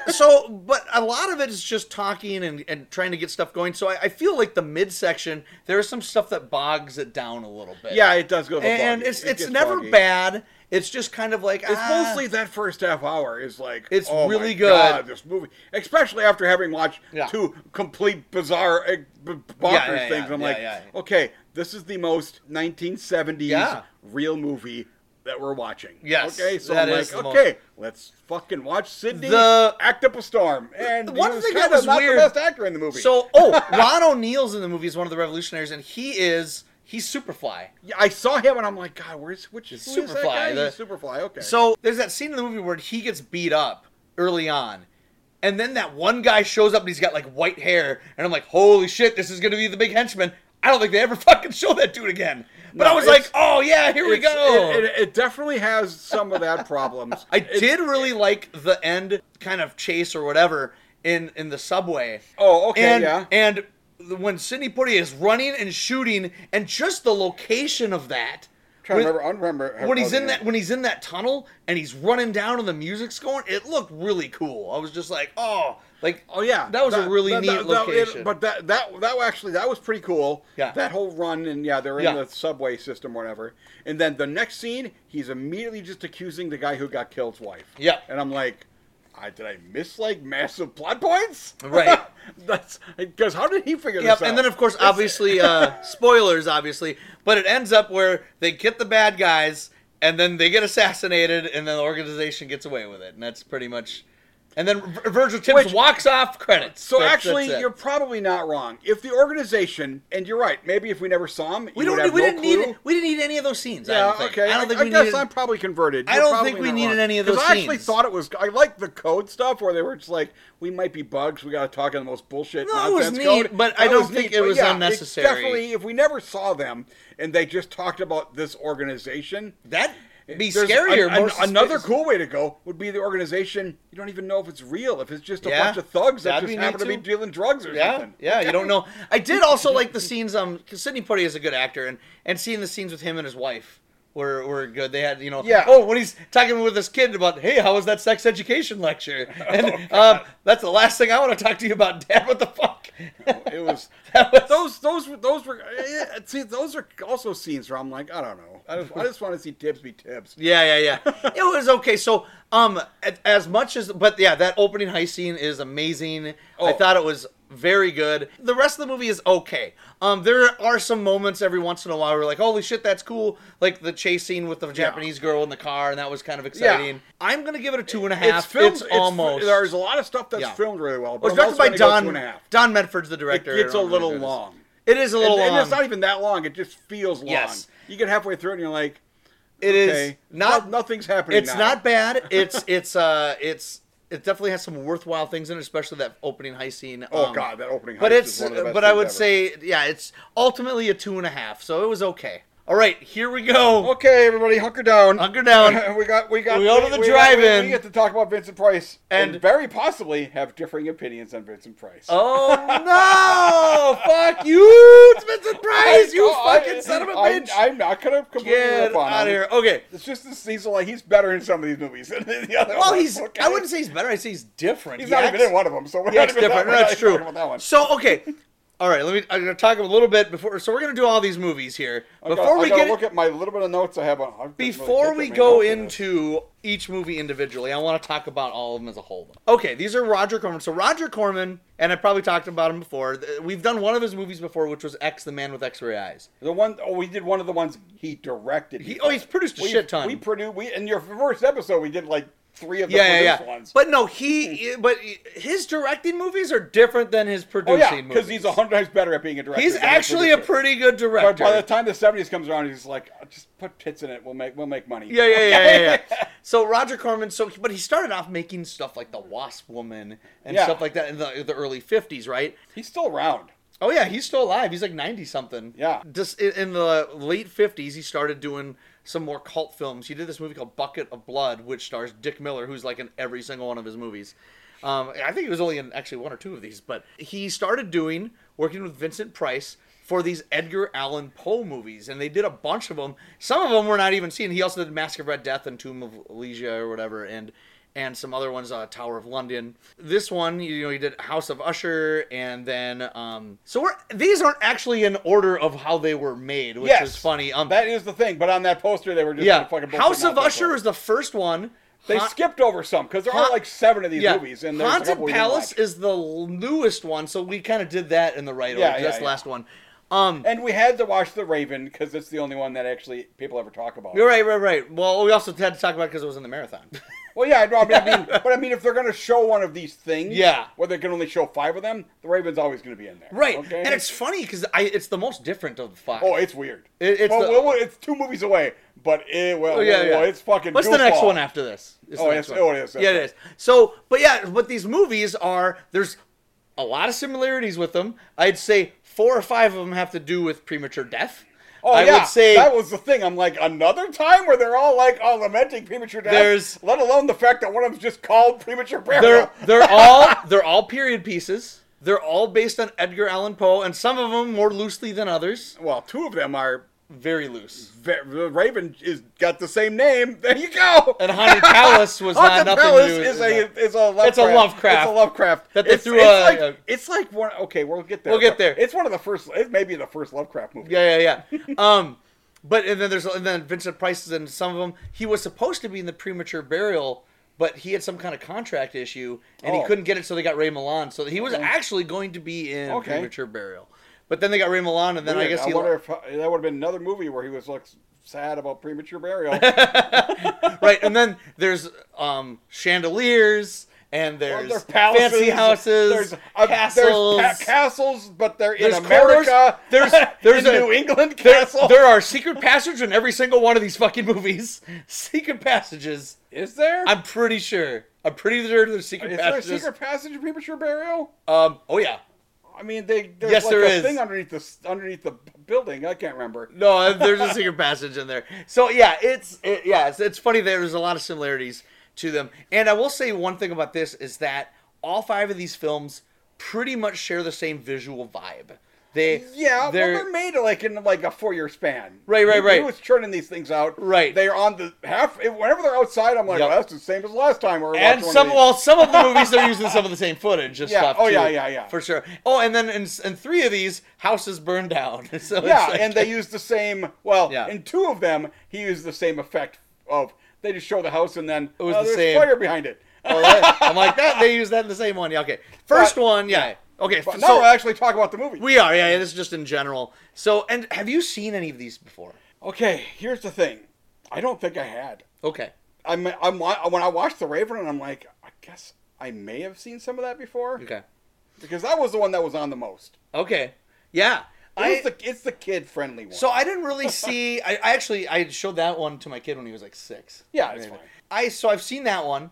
S2: so, but a lot of it is just talking and, and trying to get stuff going. So I, I feel like the midsection there is some stuff that bogs it down a little bit.
S3: Yeah, it does go. to
S2: and
S3: buggy.
S2: it's
S3: It
S2: it's
S3: gets
S2: never
S3: buggy.
S2: bad. It's just kind of like
S3: It's
S2: ah,
S3: mostly that first half hour is like
S2: It's
S3: oh my
S2: really good.
S3: God, this movie, especially after having watched
S2: Yeah.
S3: two complete bizarre eh, b- bonkers
S2: Yeah, yeah,
S3: things.
S2: yeah,
S3: I'm
S2: yeah,
S3: like,
S2: yeah.
S3: okay, this is the most 1970s
S2: Yeah.
S3: real movie that we're watching.
S2: Yes,
S3: Okay, so
S2: that
S3: I'm
S2: is
S3: like,
S2: the
S3: okay, let's fucking watch Sydney
S2: The-
S3: act up a storm. And
S2: one
S3: he was
S2: thing that
S3: kinda
S2: was
S3: not
S2: weird-
S3: the best actor in the movie.
S2: So, oh, Ron O'Neill's in the movie is one of the revolutionaries, and he is he's Superfly.
S3: Yeah, I saw him and I'm like, God, where's which who is
S2: Superfly,
S3: That guy?
S2: the-
S3: He's Superfly. Okay.
S2: So there's that scene in the movie where he gets beat up early on. And then that one guy shows up and he's got like white hair. And I'm like, holy shit, this is going to be the big henchman. I don't think they ever fucking show that dude again. But
S3: No,
S2: I was
S3: it's-
S2: like, oh yeah, here we
S3: It's-
S2: go.
S3: It, it- it definitely has some of that problems.
S2: I
S3: It's-
S2: did really like the end kind of chase or whatever in, in the subway.
S3: Oh, okay,
S2: and,
S3: yeah.
S2: And when Sidney Poitier is running and shooting, and just the location of that.
S3: Trying
S2: with-
S3: to remember, I don't remember how-
S2: when
S3: how
S2: he's
S3: the
S2: in that
S3: end-
S2: when he's in that tunnel and he's running down and the music's going, it looked really cool. I was just like, oh, like
S3: Oh yeah,
S2: that was a really
S3: that-
S2: neat
S3: that- that- it-
S2: location.
S3: but that that that actually that was pretty cool.
S2: Yeah.
S3: that whole run and yeah, they're in
S2: Yeah.
S3: the subway system, or whatever. And then the next scene, he's immediately just accusing the guy who got killed's wife.
S2: Yeah.
S3: and I'm like, I, did I miss like massive plot points?
S2: Right.
S3: That's because how did he figure
S2: Yep,
S3: this out?
S2: and then of course, obviously, uh, spoilers, obviously, but it ends up where they get the bad guys, and then they get assassinated, and then the organization gets away with it, and that's pretty much. And then Vir- Virgil Tibbs
S3: Which-
S2: walks off credits.
S3: So
S2: That's-
S3: actually,
S2: that's it.
S3: you're probably not wrong. If the organization, and you're right, maybe if we never saw him,
S2: we
S3: you
S2: don't.
S3: would
S2: Need,
S3: have
S2: we
S3: no
S2: didn't
S3: clue.
S2: need. We didn't need any of those scenes. I
S3: Yeah,
S2: don't think.
S3: okay.
S2: I don't think we
S3: guess
S2: needed.
S3: I'm probably converted.
S2: I
S3: You're
S2: don't
S3: probably
S2: think we
S3: not
S2: needed
S3: wrong.
S2: any of
S3: 'Cause
S2: those
S3: I actually
S2: scenes.
S3: thought it was. I like the code stuff where they were just like, we might be bugs. We got to talk in the most bullshit.
S2: No, it was
S3: nonsense
S2: neat,
S3: code.
S2: but I
S3: That
S2: don't
S3: was
S2: think
S3: neat,
S2: it
S3: but
S2: was
S3: yeah, it's
S2: unnecessary.
S3: Definitely, if we never saw them and they just talked about this organization,
S2: That'd be
S3: there's
S2: scarier.
S3: an- an-
S2: more suspe-
S3: another cool way to go would be the organization. You don't even know if it's real. If it's just a
S2: Yeah,
S3: bunch of thugs that
S2: that'd
S3: just
S2: be neat
S3: happen to be
S2: too.
S3: dealing drugs or
S2: Yeah,
S3: something.
S2: yeah. You don't know. I did also like the scenes. Um, because Sidney Poitier is a good actor, and and seeing the scenes with him and his wife were were good. They had you know.
S3: Yeah.
S2: Oh, when he's talking with this kid about, hey, how was that sex education lecture? And
S3: Oh,
S2: um, that's the last thing I want to talk to you about, Dad. What the fuck?
S3: It was.
S2: That was-
S3: those those were those were eh, see those are also scenes where I'm like I don't know I just, I just want to see Tibbs be Tibbs.
S2: Yeah, yeah, yeah. it was okay. So, um, a- as much as, but yeah, that opening heist scene is amazing. I
S3: Oh.
S2: thought it was very good. The rest of the movie is okay. Um, there are some moments every once in a while where like, holy shit, that's cool. Like the chase scene with the Japanese girl in the car, and that was kind of exciting. I'm gonna give it a two and a half. It's, almost.
S3: there's a lot of stuff that's
S2: Yeah.
S3: filmed really well. But
S2: it was
S3: I'm
S2: directed
S3: also
S2: by
S3: gonna go
S2: Don.
S3: two and a half.
S2: Don Medford's the
S3: It
S2: director. I
S3: gets a
S2: don't remember
S3: little
S2: who it is.
S3: long.
S2: It is a little
S3: And, and
S2: long.
S3: it's not even that long. It just feels long.
S2: Yes.
S3: You get halfway through and you're like,
S2: It is
S3: okay,
S2: not
S3: no- nothing's happening.
S2: It's
S3: now.
S2: not bad. It's it's uh it's it definitely has some worthwhile things in it, especially that opening heist scene.
S3: Oh
S2: um,
S3: God, that opening.
S2: But
S3: heist
S2: it's uh,
S3: is one of the best
S2: but I
S3: things
S2: would
S3: ever.
S2: say yeah, it's ultimately a two and a half, so it was okay. All right, here we go.
S3: Okay, everybody, hunker down.
S2: Hunker down.
S3: we got, we got.
S2: We go to the
S3: we-
S2: drive-in.
S3: We get to talk about Vincent Price, and,
S2: And-
S3: very possibly have differing opinions on Vincent Price.
S2: Oh no! Fuck you, it's Vincent Price. You
S3: No, I-
S2: fucking son of a
S3: I'm-
S2: bitch.
S3: I'm, not gonna completely
S2: Get
S3: rip on
S2: out of
S3: him.
S2: here. Okay.
S3: It's just this season. Like he's better in some of these movies than in the other.
S2: Well,
S3: ones,
S2: he's.
S3: okay?
S2: I wouldn't say he's better. I say he's different.
S3: He's
S2: He
S3: not
S2: acts-
S3: even in one of them, so we're
S2: Yeah,
S3: not
S2: it's
S3: even
S2: different.
S3: That, we're not
S2: That's
S3: even
S2: true.
S3: talking About that one.
S2: So okay, all right. Let me. I'm gonna talk a little bit before. So we're gonna do all these movies here
S3: I
S2: before
S3: gotta- I
S2: we
S3: gotta
S2: get.
S3: look at my little bit of notes I have on. I've been really
S2: before
S3: taking
S2: we
S3: my
S2: go
S3: notes on this.
S2: into each movie individually, I want to talk about all of them as a whole. Okay, these are Roger Corman. So Roger Corman, and I probably talked about him before. th- We've done one of his movies before, which was X, the Man with X-ray Eyes.
S3: the one, oh, we did one of the ones he directed.
S2: He, oh, he's produced a
S3: We-
S2: shit ton.
S3: We produced. We in your first episode, we did like three of the
S2: yeah, yeah,
S3: produced
S2: yeah.
S3: ones.
S2: But no, he. But his directing movies are different than his
S3: oh
S2: producing
S3: yeah,
S2: movies.
S3: because he's a hundred times better at being a director.
S2: He's
S3: than a
S2: actually a
S3: producer.
S2: pretty good
S3: But
S2: director.
S3: by the time the seventies comes around, he's like, "Uh, just put tits in it. We'll make we'll make money.
S2: yeah, yeah, yeah, yeah, yeah. So Roger Corman. So, but he started off making stuff like the Wasp Woman and
S3: Yeah.
S2: stuff like that in the the early '50s, right?
S3: He's still around.
S2: Oh yeah, he's still alive. He's like ninety something.
S3: Yeah.
S2: Just in, in the late fifties, he started doing some more cult films. He did this movie called Bucket of Blood, which stars Dick Miller, who's like in every single one of his movies. Um, I think he was only in actually one or two of these, but he started doing working with Vincent Price for these Edgar Allan Poe movies, and they did a bunch of them. Some of them were not even seen. He also did Mask of Red Death and Tomb of Elysia or whatever, and and some other ones, uh, Tower of London. This one, you know, he did House of Usher, and then um, so we're these aren't actually in order of how they were made, which
S3: Yes.
S2: is funny. Um,
S3: That is the thing. But on that poster, they were just
S2: yeah,
S3: fucking bullshit
S2: House of
S3: mouth
S2: Usher
S3: people.
S2: was the first one.
S3: They
S2: Ha-
S3: skipped over some because there are
S2: Ha-
S3: like seven of these
S2: yeah.
S3: movies, and there's a
S2: Haunted
S3: couple we didn't
S2: Palace
S3: watch.
S2: is the newest one, so we kind of did that in the right
S3: Yeah,
S2: order.
S3: yeah,
S2: That's the
S3: yeah.
S2: last one. Um,
S3: And we had to watch The Raven because it's the only one that actually people ever talk about.
S2: You're right, right, right. Well, we also had to talk about it because it was in the marathon.
S3: Well, yeah, no, I mean, I mean, but I mean, if they're going to show one of these things,
S2: Yeah.
S3: where they can only show five of them, the Raven's always going to be in there,
S2: right,
S3: Okay?
S2: and it's funny because I it's the most different of the five.
S3: oh, it's weird.
S2: It- it's
S3: well,
S2: the-
S3: well, well, it's two movies away, but it, well,
S2: Oh, yeah,
S3: well,
S2: yeah.
S3: well, it's fucking.
S2: What's the next
S3: goofball.
S2: one after this? It's
S3: Oh,
S2: the next
S3: it's- oh, it is, that's
S2: Yeah,
S3: right.
S2: it is. So, but yeah, but these movies are there's a lot of similarities with them. I'd say four or five of them have to do with premature death.
S3: Oh
S2: I
S3: yeah,
S2: would say
S3: that was the thing. I'm like another time where they're all like all lamenting premature death.
S2: There's-
S3: let alone the fact that one of them's just called premature burial.
S2: they're they're all they're all period pieces. They're all based on Edgar Allan Poe, and some of them more loosely than others.
S3: Well, two of them are.
S2: Very loose.
S3: ve- The Raven is got the same name. There you go.
S2: And Haunted Palace was not
S3: Haunted
S2: nothing
S3: Palace
S2: new.
S3: is a is a Lovecraft.
S2: It's a Lovecraft.
S3: It's a Lovecraft.
S2: That they
S3: it's,
S2: threw
S3: it's
S2: a-
S3: like,
S2: a-
S3: It's like one. Okay, we'll get there.
S2: We'll get
S3: but
S2: there.
S3: It's one of the first. It may be the first Lovecraft movie.
S2: Yeah, yeah, yeah. um, but and then there's and then Vincent Price is in some of them. He was supposed to be in the premature burial, but he had some kind of contract issue and
S3: Oh.
S2: he couldn't get it, so they got Ray Milan. So he was actually going to be in
S3: Okay.
S2: premature burial, but then they got Ray Milan, and then I
S3: Weird.
S2: guess he
S3: wonder if uh, that would have been another movie where he was like sad about premature burial. Well,
S2: right. And then there's um chandeliers. And there's
S3: there's palaces,
S2: fancy houses,
S3: there's, uh,
S2: castles,
S3: there's pa- castles, but they're
S2: There's
S3: in America.
S2: corners. There's- there's
S3: in
S2: a-
S3: New England
S2: There-
S3: castle.
S2: There are secret passages in every single one of these fucking movies. Secret passages.
S3: Is there?
S2: I'm pretty sure. I'm pretty sure there's secret
S3: is there a
S2: passages.
S3: secret passage of premature burial?
S2: Um. Oh yeah.
S3: I mean, they there's
S2: Yes,
S3: like
S2: there
S3: a
S2: is.
S3: thing underneath the underneath the building. I can't remember.
S2: No, uh, there's a secret passage in there. So yeah, it's it, yeah, it's, it's funny. There's a lot of similarities to them, and I will say one thing about this is that all five of these films pretty much share the same visual vibe. They
S3: Yeah,
S2: they're,
S3: well, they're made like in like a four-year span.
S2: Right, right,
S3: he, He
S2: right.
S3: was churning these things out.
S2: Right.
S3: They're on the half. Whenever they're outside, I'm like,
S2: Yep.
S3: well, that's the same as last time. Or
S2: and some well some of the movies they're using some of the same footage and
S3: Yeah,
S2: stuff
S3: oh,
S2: too,
S3: yeah, yeah, yeah.
S2: for sure oh and then in, in three of these houses burn down so it's
S3: yeah,
S2: like-
S3: and they use the same. Well,
S2: Yeah.
S3: in two of them, he used the same effect of they just show the house and then
S2: was
S3: "Oh,
S2: the
S3: there's
S2: same.
S3: fire behind it.
S2: Oh, that- I'm like that. They use that in the same one. Yeah, okay. First
S3: But-
S2: one, yeah. Okay,
S3: But uh,
S2: f-
S3: now we're
S2: so
S3: actually talking about the movie.
S2: we are. Yeah, yeah, this is just in general. So, and have you seen any of these before?
S3: okay, here's the thing. I don't think I had.
S2: Okay.
S3: I'm, I'm wa- when I watched The Raven, and I'm like, I guess I may have seen some of that before
S2: Okay.
S3: because that was the one that was on the most.
S2: Okay. Yeah.
S3: It
S2: I,
S3: was the, it's the kid friendly one.
S2: so I didn't really see. I, I actually I showed that one to my kid when he was like six.
S3: Yeah, it's fine.
S2: I so I've seen that one.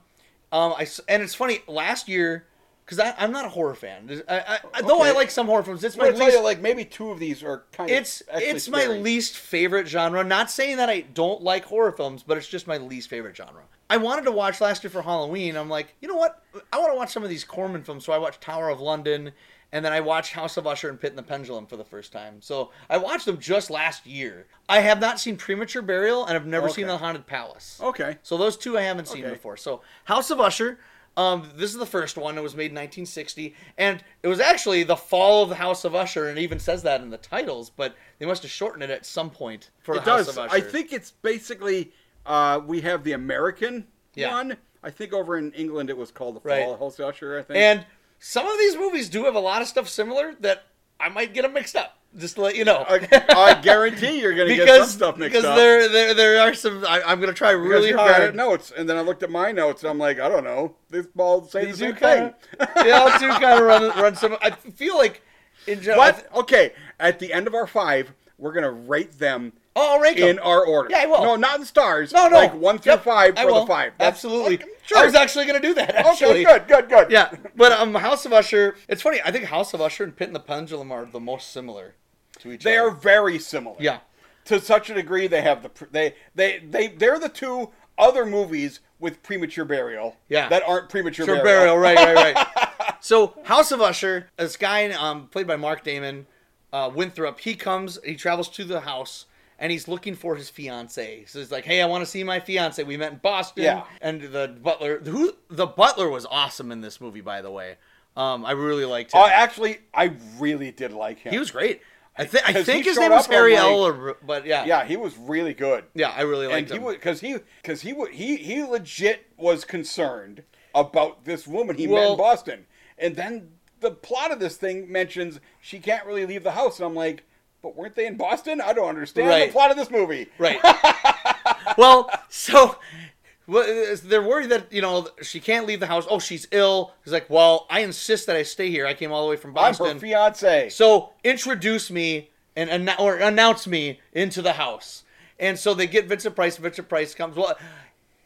S2: Um, I s- and it's funny last year because I'm not a horror fan. There's- I, I, Though I
S3: Okay.
S2: like some horror films, it's
S3: I'm
S2: my
S3: gonna tell
S2: least
S3: you, like maybe two of these are kind
S2: it's
S3: of. actually
S2: it's my
S3: scary.
S2: least favorite genre. Not saying that I don't like horror films, but it's just my least favorite genre. I wanted to watch last year for Halloween. I'm like, you know what? I want to watch some of these Corman films. So I watched Tower of London, and then I watched House of Usher and Pit and the Pendulum for the first time. So I watched them just last year. I have not seen Premature Burial, and I've never seen
S3: Okay.
S2: The Haunted Palace.
S3: Okay.
S2: So those two I haven't seen
S3: Okay.
S2: before. So House of Usher. Um, this is the first one. It was made in 1960, and it was actually the fall of the House of Usher, and it even says that in the titles. But they must have shortened it at some point for
S3: It
S2: the House of
S3: does.
S2: Usher.
S3: I think it's basically uh, we have the American
S2: Yeah.
S3: one. I think over in England it was called the
S2: Right.
S3: Fall House Usher. I think.
S2: and some of these movies do have a lot of stuff similar that I might get them mixed up. Just to let you know.
S3: I, I guarantee you're gonna get some
S2: Because,
S3: stuff mixed
S2: because
S3: up.
S2: there, there there are some I, I'm gonna try
S3: Because
S2: really
S3: you've got it
S2: hard.
S3: notes, and then I looked at my notes, and I'm like, I don't know. These all say the
S2: These two
S3: same
S2: kind
S3: thing.
S2: of, they all two kind of run run some. I feel like in general.
S3: What? Okay. At the end of our five, we're gonna rate them
S2: Oh, I'll rank 'em.
S3: in our order.
S2: Yeah, I will.
S3: No, not in stars.
S2: No, no.
S3: Like one through
S2: Yep,
S3: five
S2: I
S3: for
S2: will.
S3: the five. That's-
S2: Absolutely.
S3: Okay,
S2: I
S3: Sure.
S2: was actually going to do that. Actually.
S3: Okay. Good. Good. Good.
S2: Yeah, but um, House of Usher. It's funny. I think House of Usher and Pit and the Pendulum are the most similar to each
S3: They
S2: other.
S3: are very similar.
S2: Yeah.
S3: To such a degree, they have the pr- they they they they're the two other movies with premature burial.
S2: Yeah.
S3: That aren't premature
S2: Sure,
S3: burial.
S2: burial. Right, right, right. so House of Usher, this guy um, played by Mark Damon, uh, Winthrop. He comes. He travels to the house. And he's looking for his fiance. So he's like, "Hey, I want to see my fiance. We met in Boston."
S3: Yeah.
S2: And the butler, who the butler was awesome in this movie, by the way. Um, I really liked him.
S3: Oh, actually, I really did like him.
S2: He was great. I, th- I
S3: 'Cause
S2: think
S3: he
S2: his
S3: showed
S2: name was
S3: up and I'm
S2: Harry
S3: like-
S2: L. Or, but yeah,
S3: Yeah, he was really good.
S2: yeah, I really
S3: and
S2: liked
S3: he
S2: him.
S3: was because he because he wa- he he legit was concerned about this woman he met
S2: Well-
S3: in Boston, and then the plot of this thing mentions she can't really leave the house, and I'm like, but weren't they in Boston? I don't understand
S2: Right.
S3: the plot of this movie.
S2: right. well, so well, uh, they're worried that you know she can't leave the house. Oh, she's ill. He's like, well, I insist that I stay here. I came all the way from
S3: I'm
S2: Boston.
S3: her fiance.
S2: So introduce me and anno- or announce me into the house. And so they get Vincent Price. Vincent Price comes. Well,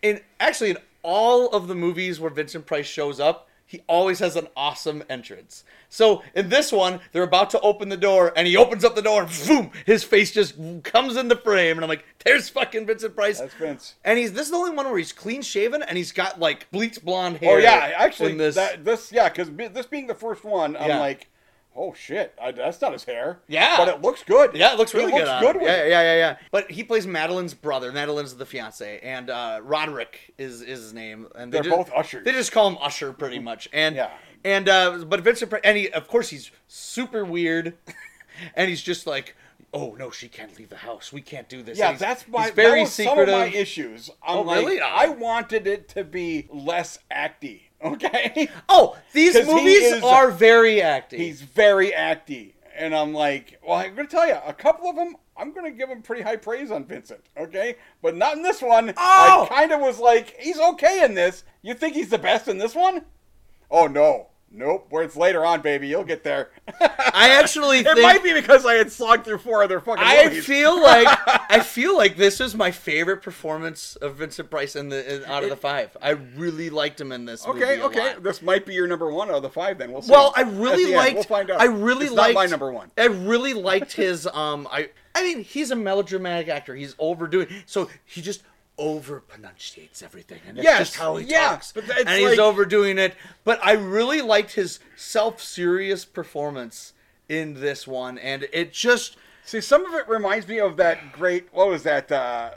S2: in actually in all of the movies where Vincent Price shows up, he always has an awesome entrance. So in this one, they're about to open the door, and he opens up the door, and boom, his face just comes into frame, and I'm like, "There's fucking Vincent Price."
S3: That's Vince.
S2: And he's this is the only one where he's clean shaven and he's got like bleached blonde hair.
S3: Oh yeah, actually,
S2: in
S3: this. That, this yeah, because this being the first one, I'm
S2: Yeah.
S3: like, oh shit, I, that's not his hair.
S2: Yeah.
S3: but it looks good.
S2: Yeah, it looks really
S3: it looks
S2: good. on
S3: good.
S2: him.
S3: with
S2: yeah,
S3: it.
S2: yeah, yeah, yeah. But he plays Madeline's brother. Madeline's the fiance, and uh, Roderick is, is his name. And they
S3: They're
S2: just-
S3: both ushers. Mm-hmm.
S2: They just call him Usher, pretty much. And
S3: Yeah.
S2: and uh, but Vincent, Pri- and he, of course, he's super weird, and he's just like, oh no, she can't leave the house. We can't do this.
S3: Yeah,
S2: And he's-
S3: that's my
S2: he's very
S3: that was
S2: secretive.
S3: some of my issues. I'm
S2: Oh,
S3: like,
S2: really?
S3: I wanted it to be less acty. Okay,
S2: Oh, these
S3: 'Cause he
S2: movies
S3: is-
S2: are very acting.
S3: he's very acty, and I'm like, well, I'm gonna tell you, a couple of them, I'm gonna give him pretty high praise on Vincent. Okay, but not in this one.
S2: Oh!
S3: I kind of was like, he's okay in this. You think he's the best in this one? Oh no, nope. Where it's later on, baby, you'll get there.
S2: I actually
S3: it
S2: think
S3: might be because I had slogged through four other fucking
S2: I
S3: movies.
S2: feel like I feel like this is my favorite performance of Vincent Price in the in, out of the five. I really liked him in this.
S3: Okay,
S2: movie a
S3: okay.
S2: lot.
S3: This might be your number one out of the five. Then we'll see.
S2: Well, I
S3: At the
S2: really
S3: end,
S2: liked.
S3: We'll find out.
S2: I really
S3: it's
S2: liked
S3: not my number one.
S2: I really liked his. Um, I I mean, he's a melodramatic actor. He's overdoing, so he just over pronunciates everything, and that's
S3: Yes,
S2: just how he
S3: yeah,
S2: talks.
S3: but it's
S2: and he's
S3: like-
S2: overdoing it. But I really liked his self-serious performance in this one, and it just.
S3: See, some of it reminds me of that great. What was that? Uh,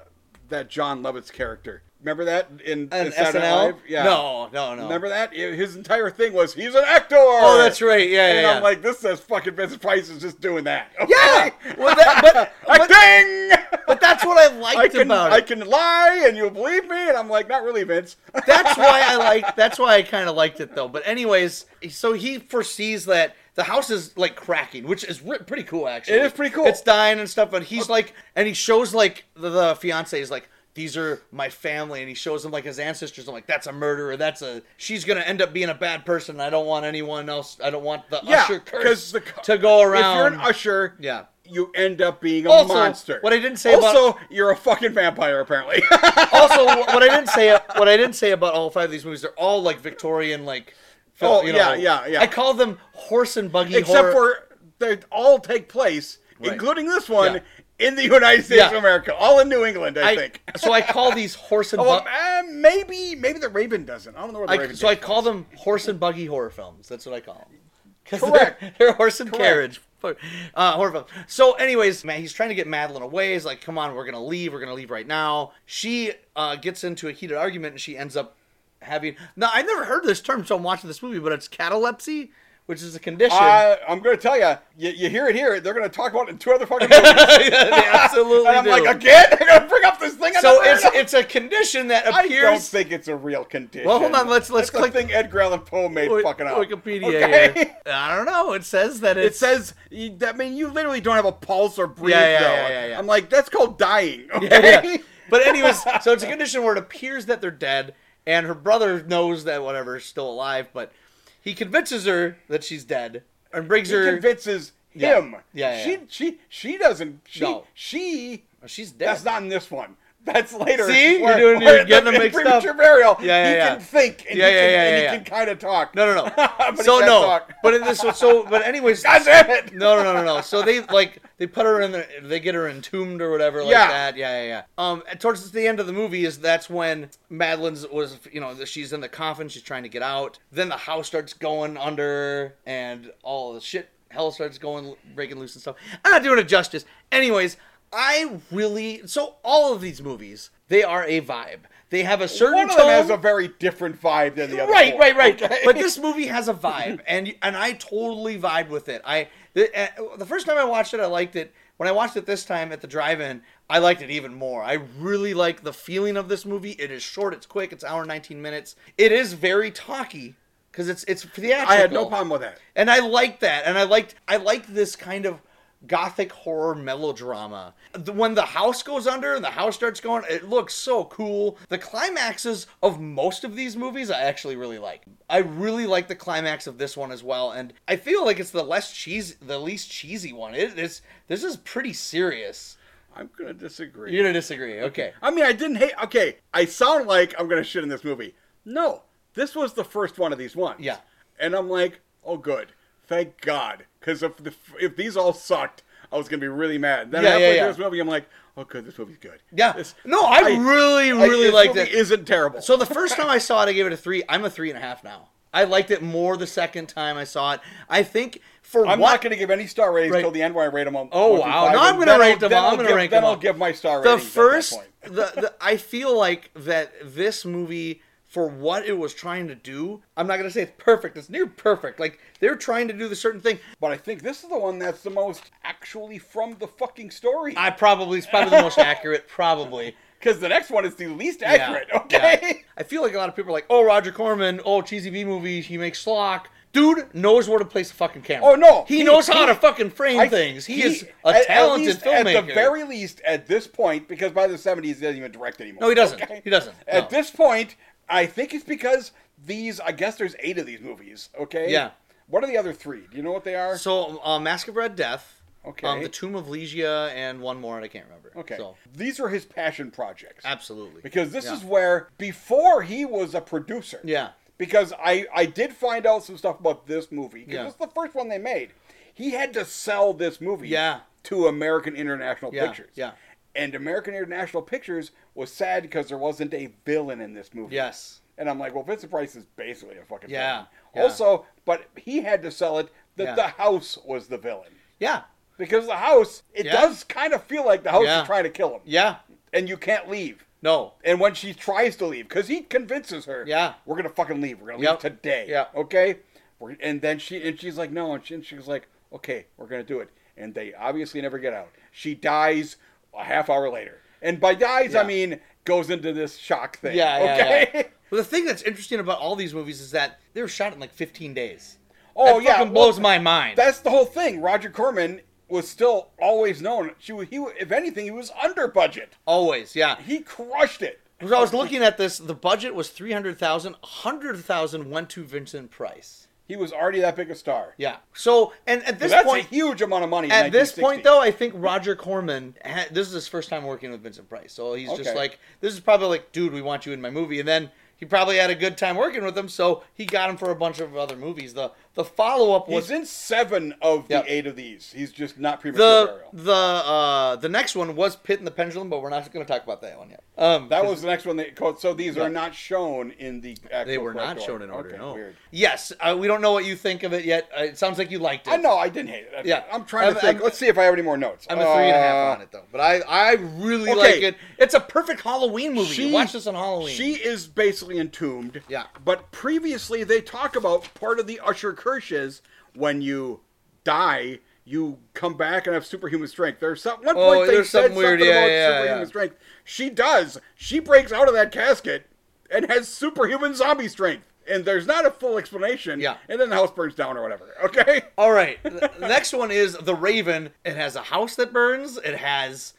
S3: that John Lovitz character. Remember that in,
S2: An
S3: in Saturday Night
S2: SNL?
S3: Live? Yeah.
S2: No, no, no.
S3: Remember that? I- His entire thing was he's an actor. Oh,
S2: Oh, that's right. Yeah,
S3: And
S2: yeah.
S3: I'm like, this says fucking Vincent Price is just doing that. Okay?
S2: yeah. Well, that, but, but,
S3: acting.
S2: but that's what I
S3: I
S2: liked
S3: can
S2: about
S3: I
S2: it.
S3: can lie and you'll believe me. And I'm like, not really, Vince.
S2: That's why I like. That's why I kind of liked it though. But anyways, so he foresees that the house is like cracking, which is re- pretty cool actually.
S3: It is pretty cool.
S2: It's dying and stuff, but he's like, and he shows like the, the fiance is like. These are my family, and he shows them like his ancestors. I'm like, that's a murderer. That's a she's gonna end up being a bad person. and I don't want anyone else. I don't want the
S3: Yeah,
S2: usher curse
S3: 'cause the-
S2: to go around.
S3: If you're an usher,
S2: Yeah.
S3: you end up being a
S2: Also,
S3: monster.
S2: what I didn't say about-
S3: also, you're a fucking vampire apparently.
S2: also, what I didn't say, what I didn't say about all five of these movies, they're all like Victorian, like.
S3: Oh, yeah, yeah, yeah.
S2: I call them horse and buggy.
S3: Except
S2: horror-
S3: for they all take place,
S2: Right.
S3: including this one,
S2: Yeah.
S3: in the United States
S2: Yeah.
S3: of America, all in New England, I,
S2: I,
S3: think.
S2: so I call these horse and.
S3: Oh,
S2: buggy.
S3: uh, maybe maybe the Raven doesn't. I don't know where the Raven.
S2: so I
S3: takes
S2: call
S3: place.
S2: them horse and buggy horror films. That's what I call them. 'Cause
S3: Correct.
S2: They're, they're horse and
S3: Correct.
S2: carriage. Fuck. Uh, horror film. So, anyways, man, he's trying to get Madeline away. He's like, "Come on, we're gonna leave. We're gonna leave right now." She uh, gets into a heated argument, and she ends up having. Now, I never heard this term, so I'm watching this movie, but it's catalepsy, which is a condition.
S3: Uh, I'm going to tell you, you, you hear it here. They're going to talk about it in two other fucking movies.
S2: Yeah, they absolutely
S3: and I'm
S2: do.
S3: like, again? They're going to bring up this thing. I
S2: so
S3: never heard
S2: it's
S3: of?
S2: it's a condition that
S3: I
S2: appears.
S3: don't think it's a real condition.
S2: Well, hold on, let's- let's
S3: That's
S2: click-
S3: the thing Edgar Allan Poe made
S2: Wi-
S3: fucking up.
S2: Wikipedia.
S3: Okay?
S2: here. I don't know. It says that
S3: It
S2: it's,
S3: says, you- I mean, you literally don't have a pulse or breathe.
S2: Yeah, yeah,
S3: though.
S2: yeah, yeah, yeah.
S3: I'm like, that's called dying.
S2: Yeah,
S3: Okay?
S2: yeah. But anyways, so it's a condition where it appears that they're dead, and her brother knows that whatever is still alive, but he convinces her that she's dead and brings
S3: He
S2: her.
S3: convinces
S2: Yeah.
S3: him.
S2: Yeah, yeah,
S3: she,
S2: yeah.
S3: she, she doesn't. She,
S2: No.
S3: she.
S2: Oh, she's dead.
S3: That's not in this one. That's later.
S2: See? You're doing- you're getting them
S3: in
S2: mixed up.
S3: premature burial.
S2: Yeah, yeah,
S3: he
S2: yeah.
S3: can think and
S2: Yeah,
S3: he
S2: yeah,
S3: can,
S2: yeah,
S3: and
S2: yeah,
S3: he
S2: yeah.
S3: can kind of talk.
S2: No, no,
S3: But
S2: no.
S3: he
S2: so
S3: can't
S2: no.
S3: talk.
S2: But in this, so but anyways.
S3: God damn it!
S2: No, no, no, no, no. So they like they put her in the, they get her entombed or whatever like
S3: Yeah.
S2: that. Yeah, yeah, yeah. Um, and towards the end of the movie is that's when Madeline's was you know she's in the coffin, she's trying to get out. Then the house starts going under and all the shit hell starts going breaking loose and stuff. I'm not doing it justice. Anyways, I really so all of these movies they are a vibe. They have a certain
S3: One of
S2: tone.
S3: them has a very different vibe than the other.
S2: Right,
S3: four.
S2: right, right.
S3: Okay?
S2: But this movie has a vibe, and and I totally vibed with it. I the, uh, the first time I watched it, I liked it. When I watched it this time at the drive-in, I liked it even more. I really like the feeling of this movie. It is short, it's quick, it's hour and nineteen minutes. It is very talky because it's it's theatrical.
S3: I had no problem with that.
S2: And I liked that. And I liked I liked this kind of gothic horror melodrama. The- When the house goes under and the house starts going, it looks so cool. The climaxes of most of these movies I actually really like. I really like the climax of this one as well, and I feel like it's the less cheesy, the least cheesy one. It is this is pretty serious.
S3: I'm gonna disagree.
S2: You're gonna disagree, okay?
S3: I mean, I didn't hate. Okay, I sound like I'm gonna shit in this movie. No, this was the first one of these ones.
S2: Yeah.
S3: and I'm like, oh, good, thank God, because if the if these all sucked, I was gonna be really mad. Then
S2: Yeah,
S3: halfway
S2: yeah,
S3: through
S2: yeah.
S3: this movie, I'm like, oh, good, this movie's good.
S2: Yeah.
S3: This-
S2: no, I, really, really
S3: this
S2: liked
S3: movie
S2: it.
S3: Isn't terrible.
S2: So the first time I saw it, I gave it a three. I'm a three and a half now. I liked it more the second time I saw it. I think for
S3: I'm
S2: what
S3: not going to give any star ratings
S2: Right.
S3: till the end where I rate them. On
S2: Oh,
S3: one through
S2: wow.
S3: five,
S2: Now
S3: and
S2: I'm gonna
S3: then
S2: rate
S3: I'll-
S2: them
S3: Then
S2: up. I'm
S3: I'll
S2: gonna
S3: give-
S2: rate
S3: then
S2: them
S3: I'll
S2: up.
S3: give my star
S2: the
S3: ratings. at that
S2: first
S3: point.
S2: the, the I feel like that this movie for what it was trying to do. I'm not gonna say it's perfect. It's near perfect. Like they're trying to do the certain thing.
S3: But I think this is the one that's the most actually from the fucking story.
S2: I probably it's probably the most accurate. Probably.
S3: Because the next one is the least
S2: Yeah,
S3: accurate, okay?
S2: yeah. I feel like a lot of people are like, oh, Roger Corman, oh, cheesy B movie, he makes schlock. Dude knows where to place the fucking camera.
S3: Oh, no.
S2: He,
S3: He-
S2: knows how
S3: he-
S2: to fucking frame
S3: I-
S2: things. He, is a
S3: at- at
S2: talented
S3: least-
S2: filmmaker.
S3: At the very least, at this point, because by the 70s, he doesn't even direct anymore.
S2: No, he doesn't. He doesn't.
S3: At
S2: No.
S3: this point, I think it's because these, I guess there's eight of these movies, okay?
S2: Yeah.
S3: What are the other three? Do you know what they are?
S2: So, uh, Mask of Red Death, um,
S3: Okay.
S2: The Tomb of Legia, and one more, and I can't remember.
S3: okay.
S2: So,
S3: These are his passion projects.
S2: absolutely.
S3: Because this
S2: Yeah.
S3: is where, before he was a producer.
S2: Yeah.
S3: because I, I did find out some stuff about this movie because
S2: Yeah.
S3: it's the first one they made. He had to sell this movie
S2: Yeah.
S3: to American International
S2: Yeah,
S3: Pictures.
S2: yeah.
S3: And American International Pictures was sad because there wasn't a villain in this movie.
S2: Yes.
S3: And I'm like, well, Vincent Price is basically a fucking
S2: Yeah,
S3: villain.
S2: yeah.
S3: Also, but he had to sell it that
S2: Yeah.
S3: the house was the villain.
S2: Yeah.
S3: Because the house, it
S2: Yeah.
S3: does kind of feel like the house
S2: Yeah.
S3: is trying to kill him.
S2: Yeah.
S3: And you can't leave.
S2: No.
S3: And when she tries to leave, because he convinces her,
S2: Yeah.
S3: we're gonna fucking leave. We're gonna
S2: Yep.
S3: leave today.
S2: Yeah.
S3: okay. We're, and then she and she's like, no, and, she, and she's like, okay, we're gonna do it. And they obviously never get out. She dies a half hour later, and by dies
S2: Yeah.
S3: I mean goes into this shock thing.
S2: Yeah, yeah,
S3: okay.
S2: yeah. Well, the thing that's interesting about all these movies is that they were shot in like 15 days.
S3: Oh,
S2: that
S3: yeah,
S2: fucking
S3: well,
S2: blows my mind.
S3: That's the whole thing. Roger Corman was still always known. She was- he if anything he was under budget.
S2: Always, yeah.
S3: He crushed it.
S2: Because I was
S3: Oh,
S2: looking at this, the budget was 300,000, 100,000 went to Vincent Price.
S3: He was already that big a star.
S2: Yeah. So, and at this
S3: That's
S2: point,
S3: a huge amount of money. in
S2: at this
S3: 1960.
S2: point though, I think Roger Corman had, this is his first time working with Vincent Price. So he's just
S3: Okay.
S2: like, this is probably like, dude, we want you in my movie. And then he probably had a good time working with him, so he got him for a bunch of other movies. The the follow-up was
S3: He's in seven of the
S2: Yep.
S3: eight of these. He's just not premature
S2: the
S3: burial.
S2: the uh the next one was Pit and the Pendulum, but we're not going to talk about that one yet. Um
S3: That was the next one they called. So these
S2: Yeah.
S3: are not shown in the. Actual
S2: they were
S3: correct
S2: not shown in order.
S3: Okay,
S2: no.
S3: Weird.
S2: Yes, uh, we don't know what you think of it yet. Uh, it sounds like you liked it.
S3: I know. I didn't hate it. I-
S2: Yeah.
S3: I'm trying to
S2: I'm-
S3: think.
S2: I'm-
S3: Let's see if I have any more notes.
S2: I'm a three and a half
S3: Uh,
S2: on it though, but I I really
S3: okay.
S2: like it. It's a perfect Halloween movie.
S3: She-
S2: Watch this on Halloween.
S3: She is basically obviously entombed.
S2: Yeah.
S3: But previously, they talk about part of the Usher curse is when you die, you come back and have superhuman strength. There's some one
S2: Oh,
S3: point they
S2: there's
S3: said
S2: something
S3: something
S2: weird. Yeah,
S3: about
S2: yeah,
S3: superhuman
S2: yeah.
S3: strength. She does. She breaks out of that casket and has superhuman zombie strength. And there's not a full explanation.
S2: Yeah.
S3: And then the house burns down or whatever. Okay.
S2: All right. The next one is The Raven. It has a house that burns, it has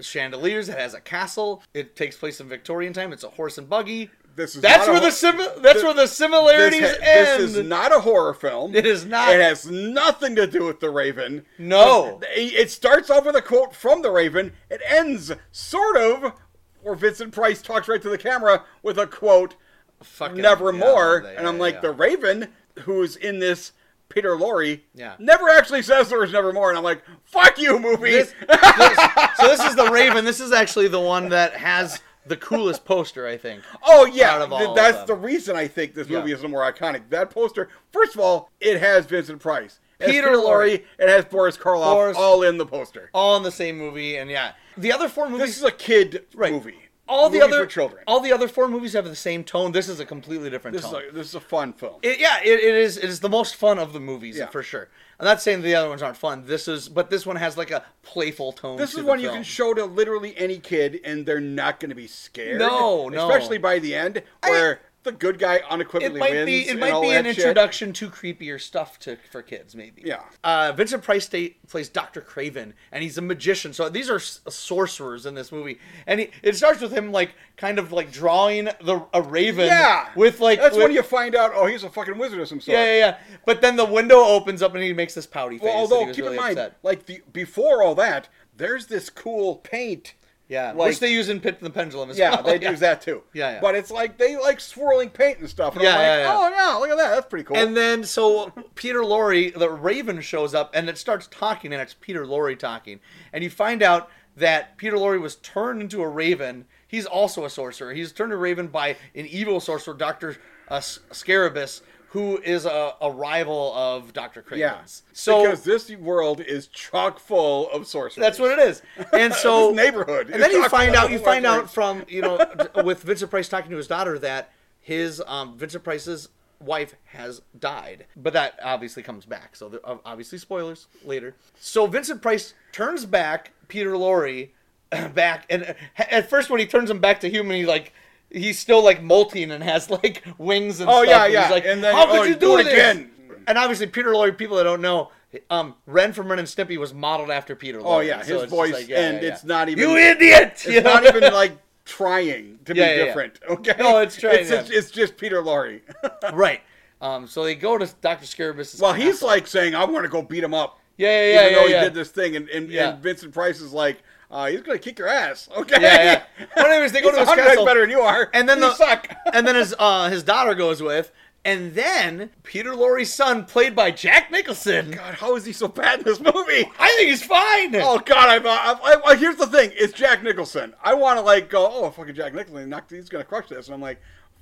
S2: chandeliers, it has a castle. It takes place in Victorian time. It's a horse and buggy.
S3: This is
S2: That's
S3: not a
S2: where the
S3: hor-
S2: simi- that's
S3: thi-
S2: where the similarities
S3: this, ha-
S2: end.
S3: this is not a horror film.
S2: It is not.
S3: It has nothing to do with the Raven.
S2: No.
S3: It it starts off with a quote from the Raven. It ends sort of, where Vincent Price talks right to the camera with a quote,
S2: Fucking-
S3: "Nevermore,"
S2: yeah, they-
S3: and I'm
S2: yeah,
S3: like,
S2: yeah.
S3: the Raven, who's in this. Peter Lorre
S2: Yeah.
S3: never actually says there was nevermore, and I'm like, "Fuck you, movie."
S2: This- this- so this is the Raven. This is actually the one that has the coolest poster, I think.
S3: Oh yeah,
S2: out of
S3: th-
S2: all of
S3: that's
S2: them.
S3: the reason I think this
S2: Yeah.
S3: movie is more iconic. That poster, first of all, it has Vincent Price, it has
S2: Peter
S3: Peter Lorre, it has Boris Karloff,
S2: Boris-
S3: all in the poster.
S2: All in the same movie, and yeah, the other four movies.
S3: This is a kid
S2: right.
S3: movie.
S2: all the
S3: Movie
S2: other
S3: for children.
S2: All the other four movies have the same tone. This is a completely different
S3: this is
S2: tone.
S3: a, this is a fun film.
S2: It- yeah, it, it is. It is the most fun of the movies
S3: Yeah.
S2: for sure. I'm not saying the other ones aren't fun. This is, but this one has like a playful tone.
S3: this
S2: to
S3: is
S2: the
S3: one you
S2: film.
S3: can show to literally any kid, and they're not going to be scared.
S2: No, no.
S3: especially by the end where the good guy
S2: It
S3: unequivocally
S2: might
S3: wins.
S2: be. It
S3: and
S2: might
S3: all
S2: be
S3: that
S2: an
S3: shit.
S2: introduction to creepier stuff to for kids, maybe.
S3: Yeah.
S2: Uh, Vincent Price sta- plays Dr. Craven, and he's a magician. So these are s- uh, sorcerers in this movie, and he, it starts with him like kind of like drawing the a raven.
S3: Yeah,
S2: With like
S3: that's
S2: with-
S3: when you find out. Oh, he's a fucking wizard of some sort.
S2: Yeah, yeah, yeah. But then the window opens up, and he makes this pouty face.
S3: Well,
S2: and he
S3: although
S2: was
S3: keep
S2: really
S3: in mind,
S2: upset.
S3: like the before all that, there's this cool paint.
S2: yeah,
S3: like-
S2: which they use in Pit and the Pendulum as
S3: Yeah,
S2: well.
S3: they use that too.
S2: Yeah, yeah.
S3: But it's like they like swirling paint and stuff, and
S2: Yeah,
S3: I'm like,
S2: yeah, yeah.
S3: oh yeah, look at that, that's pretty cool.
S2: And then so Peter Lorre, the Raven shows up and it starts talking, and it's Peter Lorre talking, and you find out that Peter Lorre was turned into a raven. He's also a sorcerer. He's turned to raven by an evil sorcerer, Doctor uh, S- Scarabus, who is a, a rival of Doctor
S3: yeah,
S2: Craven's. So
S3: because this world is chock full of sorcery.
S2: that's what it is. And so
S3: This neighborhood
S2: And
S3: is
S2: then you
S3: chock
S2: find
S3: full
S2: out. You
S3: of
S2: find
S3: sorcery.
S2: out from you know with Vincent Price talking to his daughter that his um, Vincent Price's wife has died, but that obviously comes back. So there, obviously spoilers later. So Vincent Price turns back Peter Lorre back, and uh, at first when he turns him back to human, he like. He's still like molting and has like wings and
S3: Oh,
S2: stuff.
S3: yeah,
S2: and
S3: yeah.
S2: He's like,
S3: And then,
S2: how could
S3: oh,
S2: you
S3: do
S2: do
S3: it
S2: this?
S3: again.
S2: Mm. And obviously, Peter Lorre. People that don't know, um, Ren from Ren and Stimpy was modeled after Peter. Lorre.
S3: Oh
S2: So
S3: yeah, his
S2: it's just
S3: voice,
S2: like, yeah,
S3: and
S2: yeah, yeah.
S3: it's not even
S2: You idiot! You
S3: It's not
S2: know?
S3: even like trying to
S2: Yeah, yeah,
S3: be
S2: yeah.
S3: different. Okay,
S2: No, it's trying,
S3: It's,
S2: yeah.
S3: just, it's just Peter Lorre.
S2: right. Um, so they go to Doctor Scarabus.
S3: well, he's like saying, "I want to go beat him up."
S2: yeah, yeah, yeah,
S3: even though
S2: yeah,
S3: he
S2: yeah.
S3: did this thing, and and,
S2: Yeah.
S3: and Vincent Price is like, uh, he's gonna kick your ass. Okay.
S2: yeah, yeah. But anyways, they go
S3: He's
S2: to his
S3: 100 times
S2: castle,
S3: better than you are,
S2: and then
S3: you
S2: the
S3: suck.
S2: and then his uh, his daughter goes with, and then Peter Lorre's son, played by Jack Nicholson.
S3: God, how is he so bad in this movie?
S2: I think he's fine.
S3: Oh God, I, I, I, I uh, here's the thing: it's Jack Nicholson. I want to like go, oh fucking Jack Nicholson, knock- he's gonna crush this, and I'm like,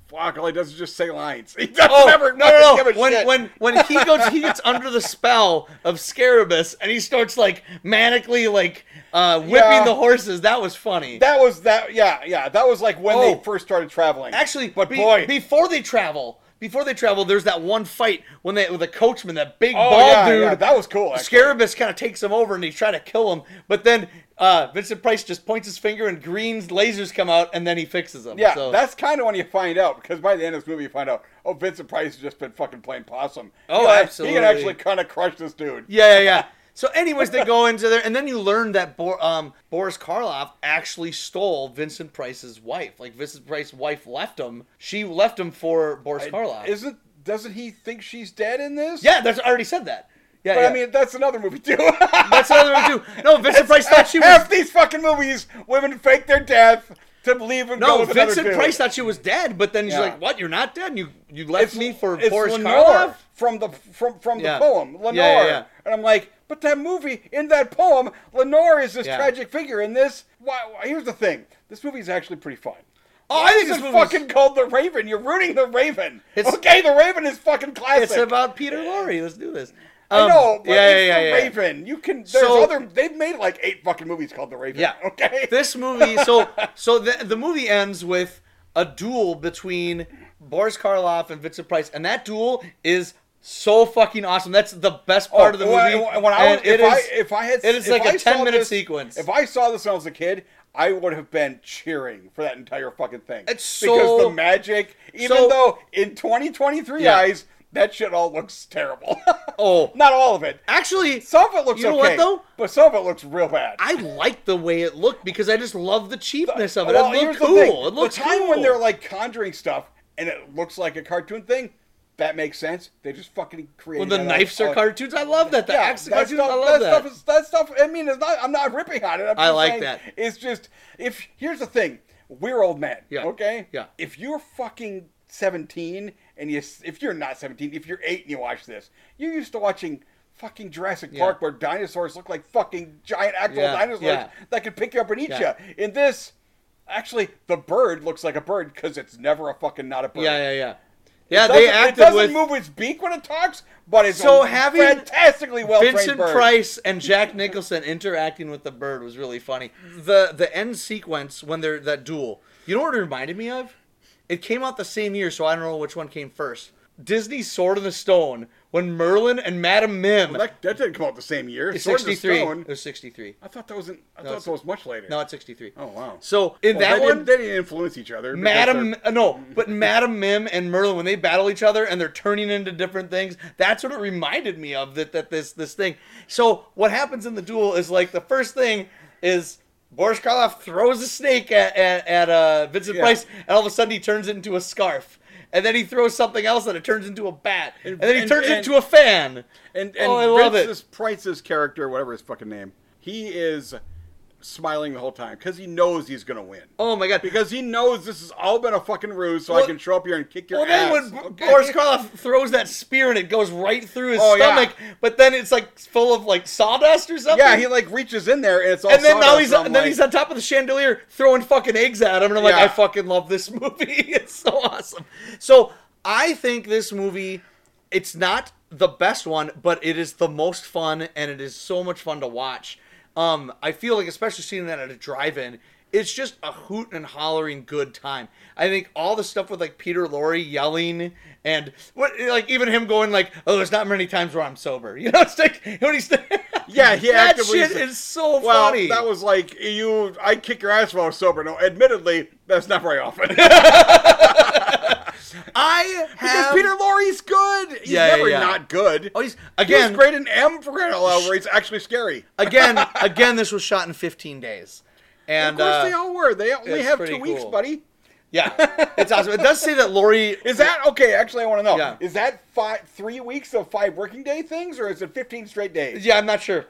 S3: fuck, all he does is just say lines. He doesn't
S2: Oh,
S3: ever
S2: no, no, no!
S3: fucking give a
S2: When
S3: shit.
S2: when when he goes, he gets under the spell of Scarabus, and he starts like manically like uh, whipping
S3: Yeah.
S2: the horses. That was funny.
S3: that was that, yeah, yeah, that was like when
S2: Oh.
S3: they first started traveling.
S2: Actually,
S3: but
S2: be-
S3: boy,
S2: before they travel, before they travel, there's that one fight when they with the coachman, that big
S3: oh
S2: bald
S3: yeah,
S2: dude.
S3: yeah, that was cool. actually.
S2: Scarabus kind of takes him over and they try to kill him, but then uh, Vincent Price just points his finger and green lasers come out and then he fixes him.
S3: Yeah,
S2: so.
S3: that's kind of when you find out because by the end of this movie, you find out oh Vincent Price has just been fucking playing possum.
S2: Oh,
S3: he can- He
S2: absolutely.
S3: can actually kind of crush this dude.
S2: yeah, yeah, yeah. So, anyways, they go into there, and then you learn that Bor- um, Boris Karloff actually stole Vincent Price's wife. Like Vincent Price's wife left him. She left him for Boris Karloff.
S3: Isn't doesn't he think she's dead in this?
S2: yeah, that's I already said that. Yeah,
S3: but
S2: yeah.
S3: I mean that's another movie too.
S2: that's another one too. No, Vincent Price thought she was
S3: Half these fucking movies, women fake their death to believe and go
S2: No,
S3: with another
S2: Vincent
S3: dude.
S2: Price thought she was dead, but then she's
S3: Yeah.
S2: like, "What? You're not dead. You you left me for
S3: it's
S2: Boris
S3: Lenore
S2: Karloff."
S3: from the from from
S2: Yeah.
S3: the poem
S2: Yeah,
S3: Lenore,
S2: yeah, yeah.
S3: and I'm like, but that movie in that poem, Lenore is this
S2: Yeah.
S3: tragic figure in this. Why, why- Here's the thing: this movie is actually pretty fun.
S2: Oh, I
S3: Why
S2: think
S3: is
S2: this
S3: it
S2: movie was-
S3: fucking called The Raven. You're rooting The Raven.
S2: It's-
S3: okay, The Raven is fucking classic.
S2: It's about Peter Lorre. Let's do this.
S3: I
S2: Um,
S3: know, but
S2: yeah,
S3: it's
S2: yeah,
S3: The
S2: yeah, yeah.
S3: Raven. You can. There's
S2: So-
S3: other. They've made like eight fucking movies called The Raven.
S2: Yeah.
S3: Okay.
S2: This movie. So so the the movie ends with a duel between Boris Karloff and Vincent Price, and that duel is so fucking awesome. That's the best part of the
S3: Oh, when-
S2: movie.
S3: when I was,
S2: and
S3: if,
S2: it
S3: I,
S2: is-
S3: if I had,
S2: it is
S3: if
S2: like
S3: a
S2: a 10 minute
S3: this,
S2: sequence.
S3: If I saw this when I was a kid, I would have been cheering for that entire fucking thing.
S2: It's
S3: because
S2: so-
S3: the magic, even
S2: so-
S3: though in 2023
S2: Yeah.
S3: eyes, that shit all looks terrible.
S2: oh,
S3: Not all of it.
S2: actually,
S3: Some of it looks
S2: You know what,
S3: okay,
S2: though?
S3: but some of it looks real bad.
S2: I like the way it looked because I just love the cheapness of it.
S3: Well,
S2: it
S3: here's
S2: looked
S3: the
S2: cool.
S3: thing.
S2: It looked
S3: the time
S2: cool.
S3: when they're like conjuring stuff and it looks like a cartoon thing. That makes sense. They just fucking create.
S2: when the knives are cartoons, I love that. The
S3: yeah,
S2: axe are
S3: that
S2: cartoons,
S3: stuff,
S2: I love that.
S3: Stuff is, that stuff. I mean, it's not. I'm not ripping on it. I'm
S2: I
S3: just
S2: like
S3: saying,
S2: that.
S3: It's just if here's the thing. We're old men.
S2: Yeah.
S3: Okay.
S2: Yeah.
S3: If you're fucking 17 and you, s- if you're not 17, if you're eight and you watch this, you're used to watching. Fucking Jurassic
S2: Yeah.
S3: Park, where dinosaurs look like fucking giant actual
S2: Yeah,
S3: dinosaurs
S2: yeah.
S3: that could pick you up and eat
S2: Yeah.
S3: you. In this, actually, the bird looks like a bird because it's never a fucking not a bird.
S2: yeah, yeah, yeah. Yeah,
S3: Doesn't-
S2: they
S3: it
S2: acted
S3: doesn't
S2: with
S3: move its beak when it talks, but it's
S2: So
S3: a
S2: having
S3: fantastically well
S2: Vincent
S3: trained bird.
S2: Price and Jack Nicholson interacting with the bird was really funny. The the end sequence when they're that duel. You know what it reminded me of? It came out the same year, so I don't know which one came first. Disney's Sword in the Stone when Merlin and Madame Mim.
S3: Well, that, that didn't come out the same year. Sword in the
S2: 63.
S3: Stone-
S2: It was 63.
S3: I thought that was in, I
S2: No,
S3: thought that was much later.
S2: No, it's 63.
S3: oh wow.
S2: So in
S3: Well,
S2: that
S3: they
S2: one,
S3: didn't, they didn't influence each other. because
S2: Madam,
S3: they're-
S2: uh, no, but Madam Mim and Merlin when they battle each other and they're turning into different things. That's what it reminded me of that that this this thing. So what happens in the duel is like the first thing is Boris Karloff throws a snake at at, at uh, Vincent
S3: Yeah.
S2: Price, and all of a sudden he turns it into a scarf. And then he throws something else, and it turns into a bat. And, then he
S3: and-
S2: turns
S3: and-
S2: it into a fan.
S3: and and
S2: oh, I love it.
S3: Vince's Price's character, whatever his fucking name, he is smiling the whole time because he knows he's gonna win.
S2: Oh my god!
S3: Because he knows this has all been a fucking ruse, so I
S2: Well-
S3: can show up here and kick your
S2: Well, then
S3: ass.
S2: when B-
S3: okay?
S2: Boris Karloff throws that spear and it goes right through his
S3: Oh, yeah.
S2: stomach, but then it's like full of like sawdust or something.
S3: yeah, he like reaches in there and it's all.
S2: and then now
S3: sawdust,
S2: he's
S3: so I'm
S2: and then
S3: like-
S2: he's on top of the chandelier throwing fucking eggs at him, and I'm like,
S3: Yeah.
S2: I fucking love this movie. it's so awesome. So I think this movie, it's not the best one, but it is the most fun, and it is so much fun to watch. Um, I feel like especially seeing that at a drive-in, it's just a hoot and hollering good time. I think all the stuff with like Peter Lorre yelling and what like even him going like, oh, there's not many times where I'm sober. You know, it's like when he's
S3: Yeah, he
S2: that
S3: actively
S2: shit
S3: is-
S2: is so
S3: Well,
S2: funny.
S3: that was like you. I kick your ass while I was sober. No, admittedly, that's not very often.
S2: I
S3: Because
S2: have
S3: Peter Lorre's good. He's
S2: Yeah, yeah,
S3: never
S2: yeah.
S3: not good.
S2: Oh, he's
S3: He was
S2: again,
S3: great in M for crying out loud, where he's actually scary.
S2: again, again. This was shot in 15 days, and
S3: of course,
S2: uh,
S3: they all were. They only
S2: it's
S3: have
S2: pretty
S3: two weeks,
S2: cool.
S3: buddy.
S2: yeah, it's awesome. It does say that Lori
S3: Is that okay? Actually, I want to know.
S2: Yeah.
S3: Is that five, three weeks of five working day things, or is it fifteen straight days?
S2: Yeah, I'm not sure.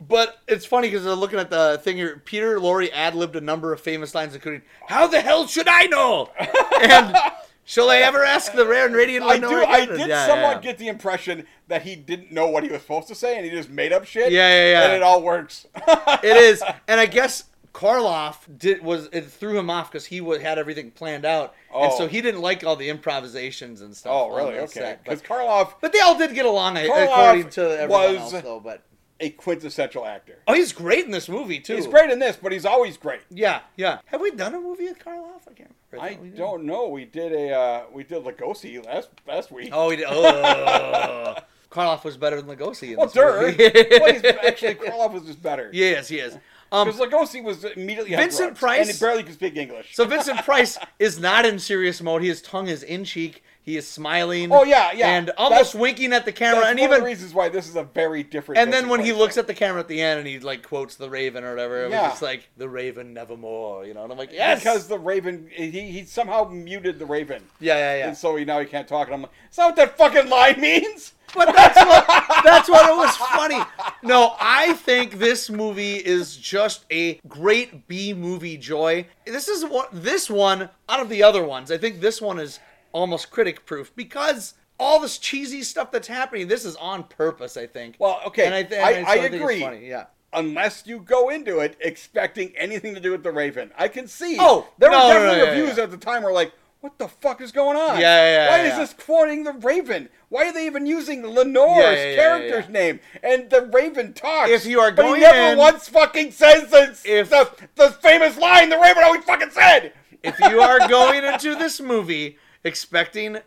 S2: but it's funny because they're looking at the thing here. Peter Lorre ad libbed a number of famous lines, including "How the hell should I know?" and "Shall I ever ask the rare and radiant?"
S3: I
S2: Lord
S3: do.
S2: Lorre
S3: I
S2: Goddard?"
S3: did
S2: Yeah,
S3: somewhat
S2: yeah.
S3: get the impression that he didn't know what he was supposed to say, and he just made up shit.
S2: Yeah, yeah, yeah.
S3: And it all works.
S2: it is, and I guess Karloff did was it threw him off because he wa had everything planned out, and
S3: Oh.
S2: so he didn't like all the improvisations and stuff.
S3: oh,
S2: on
S3: really?
S2: that
S3: Okay.
S2: set, but-
S3: Because Karloff,
S2: But they all did get along, I-
S3: Karloff
S2: according to everyone
S3: was-
S2: else, though. But
S3: a quintessential actor.
S2: oh, he's great in this movie too.
S3: He's great in this, but he's always great.
S2: Yeah, yeah. Have we done a movie with Karloff? I can't remember.
S3: I
S2: thought we did.
S3: don't know. We did a uh, we did Lugosi last last week.
S2: Oh, we did. Oh, Karloff was better than Lugosi in
S3: well,
S2: this
S3: Durr.
S2: movie.
S3: but he's actually Karloff was just better.
S2: yes, yes. Um,
S3: Because Lugosi was immediately on
S2: Vincent
S3: drugs,
S2: Price-
S3: and he barely could speak English.
S2: so Vincent Price is not in serious mode. His tongue is in cheek. He is smiling.
S3: Oh, yeah, yeah.
S2: And
S3: That's-
S2: almost winking at the camera,
S3: That's
S2: and
S3: one of the
S2: even
S3: reasons why this is a very different.
S2: and then
S3: Vincent
S2: when he
S3: Price
S2: looks
S3: film.
S2: at the camera at the end and he like quotes the Raven or whatever, it
S3: Yeah.
S2: was just like the Raven nevermore, you know. And I'm like, yes,
S3: because the Raven, he, he somehow muted the Raven,
S2: yeah, yeah, yeah.
S3: and so he now he can't talk. And I'm like, is that what that fucking line means?
S2: But that's what that's what it was funny. No, I think this movie is just a great B movie joy. This is what this one out of the other ones. I think this one is almost critic proof because all this cheesy stuff that's happening. This is on purpose. I think.
S3: Well, okay,
S2: and I, th-
S3: I,
S2: and so
S3: I
S2: think it's
S3: agree.
S2: funny, Yeah.
S3: unless you go into it expecting anything to do with the Raven. I can see.
S2: Oh,
S3: there
S2: no, no,
S3: were definitely
S2: no, yeah,
S3: reviews
S2: yeah.
S3: at the time were like, "What the fuck is going
S2: Yeah,
S3: on?
S2: yeah, yeah,
S3: Why
S2: yeah.
S3: is this quoting the Raven? Why are they even using Lenore's
S2: Yeah, yeah, yeah,
S3: character's
S2: yeah.
S3: name?" And the Raven talks.
S2: If you are
S3: but he
S2: going
S3: never
S2: in-
S3: once fucking says the,
S2: If-
S3: the the famous line the Raven always fucking said.
S2: if you are going into this movie expecting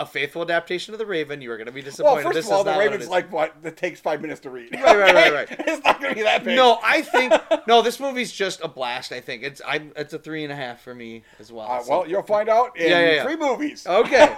S2: a faithful adaptation of the Raven, you are going to be disappointed.
S3: Well, first
S2: This
S3: of all,
S2: is not
S3: the
S2: what it
S3: Raven's
S2: is.
S3: like what? It takes five minutes to read.
S2: Right, right, right, right.
S3: It's not gonna be that big.
S2: No, I think no. This movie's just a blast. I think it's I it's a three and a half for me as well.
S3: Uh,
S2: so.
S3: well, you'll find out in
S2: Yeah, yeah, Oh, yeah.
S3: three movies.
S2: Okay.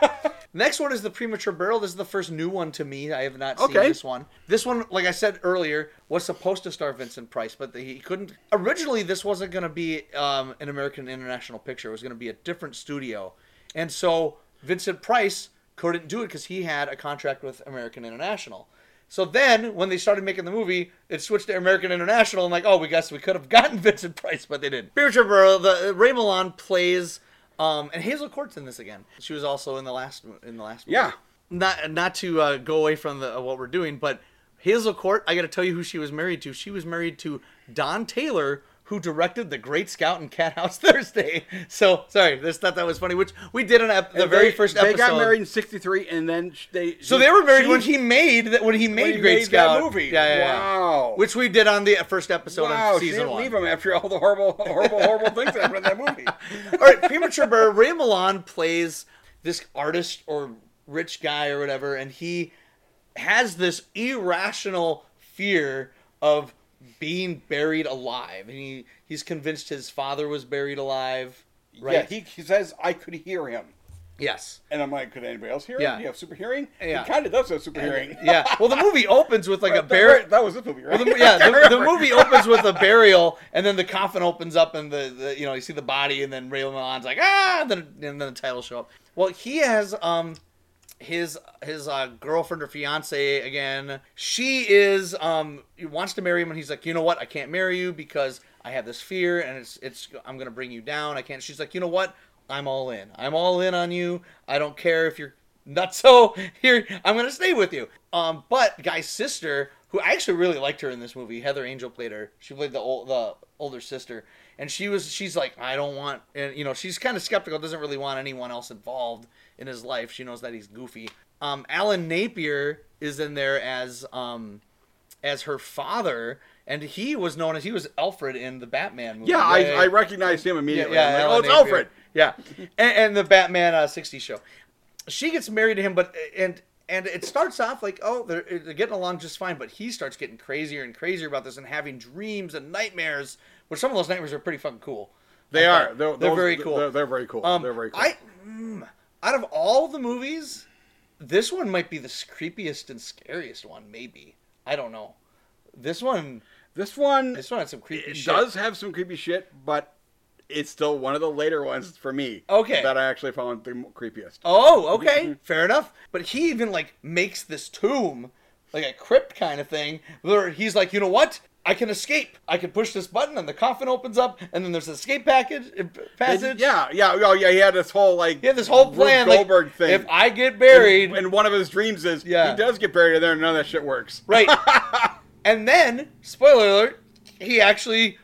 S2: Next one is the premature barrel. This is the first new one to me. I have not seen
S3: Okay.
S2: this one. This one, like I said earlier, was supposed to star Vincent Price, but he couldn't. Originally, this wasn't going to be um, an American International Picture. It was going to be a different studio, and so Vincent Price couldn't do it because he had a contract with American International. So then, when they started making the movie, it switched to American International, and like, oh, we guess we could have gotten Vincent Price, but they didn't. Premature Barrel. The uh, Ray Milland plays. Um, and Hazel Court's in this again. She was also in the last mo- in the last. Movie.
S3: Yeah.
S2: Not not to uh, go away from the, uh, what we're doing, but Hazel Court. I got to tell you who she was married to. She was married to Don Taylor, who directed The Great Scout and Cat House Thursday. So sorry, just thought that was funny. Which we did on ep- the
S3: And
S2: very
S3: they-
S2: first
S3: They
S2: episode.
S3: got married in '63, and then sh- they.
S2: So they were married
S3: she-
S2: when he made that when he made
S3: he
S2: Great
S3: made that
S2: Scout
S3: movie.
S2: Yeah, yeah, yeah.
S3: Wow.
S2: Which we did on the first episode
S3: Wow,
S2: of
S3: she
S2: season
S3: didn't
S2: one.
S3: leave him after all the horrible, horrible, horrible things that happened in that movie.
S2: All right, premature bird. Ray Milan plays this artist or rich guy or whatever, and he has this irrational fear of being buried alive, and he he's convinced his father was buried alive. Right?
S3: Yeah, he, he says I could hear him,
S2: yes.
S3: and I'm like, could anybody else hear
S2: Yeah.
S3: him? Do you have super hearing?
S2: Yeah.
S3: He kind of does have super hearing.
S2: Yeah. Well, the movie opens with like a
S3: That-
S2: bear.
S3: That was this movie, right?
S2: Well, the, yeah,
S3: I
S2: the, the
S3: remember.
S2: movie opens with a burial, and then the coffin opens up, and the, the you know you see the body, and then Ray Milan's like ah, and then, and then the title show up. Well, he has um his his uh, girlfriend or fiance again. She is um he wants to marry him, and he's like, you know what, I can't marry you because I have this fear, and it's it's I'm gonna bring you down. I can't. She's like, you know what, I'm all in. I'm all in on you. I don't care if you're nuts. So here, I'm gonna stay with you. Um, but guy's sister, who I actually really liked her in this movie, Heather Angel played her. She played the old the older sister, and she was she's like, I don't want, and you know, she's kind of skeptical. Doesn't really want anyone else involved in his life. She knows that he's goofy. Um, Alan Napier is in there as um, as her father. And he was known as he was Alfred in the Batman movie.
S3: Yeah, I, I recognized him immediately.
S2: Yeah, yeah,
S3: I'm like, oh,
S2: Alan
S3: it's
S2: Napier.
S3: Alfred.
S2: Yeah, and, and the Batman uh, '60s show. She gets married to him, but and and it starts off like oh they're, they're getting along just fine, but he starts getting crazier and crazier about this and having dreams and nightmares. Which some of those nightmares are pretty fucking cool.
S3: They
S2: I
S3: are.
S2: thought.
S3: They're,
S2: They're
S3: those-
S2: very cool.
S3: They're, they're very cool.
S2: Um,
S3: they're very cool.
S2: I, mm, out of all the movies, this one might be the creepiest and scariest one. Maybe I don't know. This one,
S3: this one
S2: this one had some creepy
S3: it
S2: shit.
S3: does have some creepy shit, but it's still one of the later ones for me.
S2: Okay.
S3: That I actually found the mo- creepiest.
S2: Oh, okay, fair enough. But he even like makes this tomb, like a crypt kind of thing, where he's like, you know what? I can escape. I can push this button, and the coffin opens up, and then there's an escape package uh,
S3: And-
S2: passage.
S3: yeah, yeah, oh yeah. He had this whole like
S2: he had this whole
S3: Rube
S2: plan, like
S3: Goldberg thing.
S2: if I get buried,
S3: and, and one of his dreams is
S2: Yeah.
S3: he does get buried in there, and none of that shit works.
S2: right? and then, spoiler alert, he actually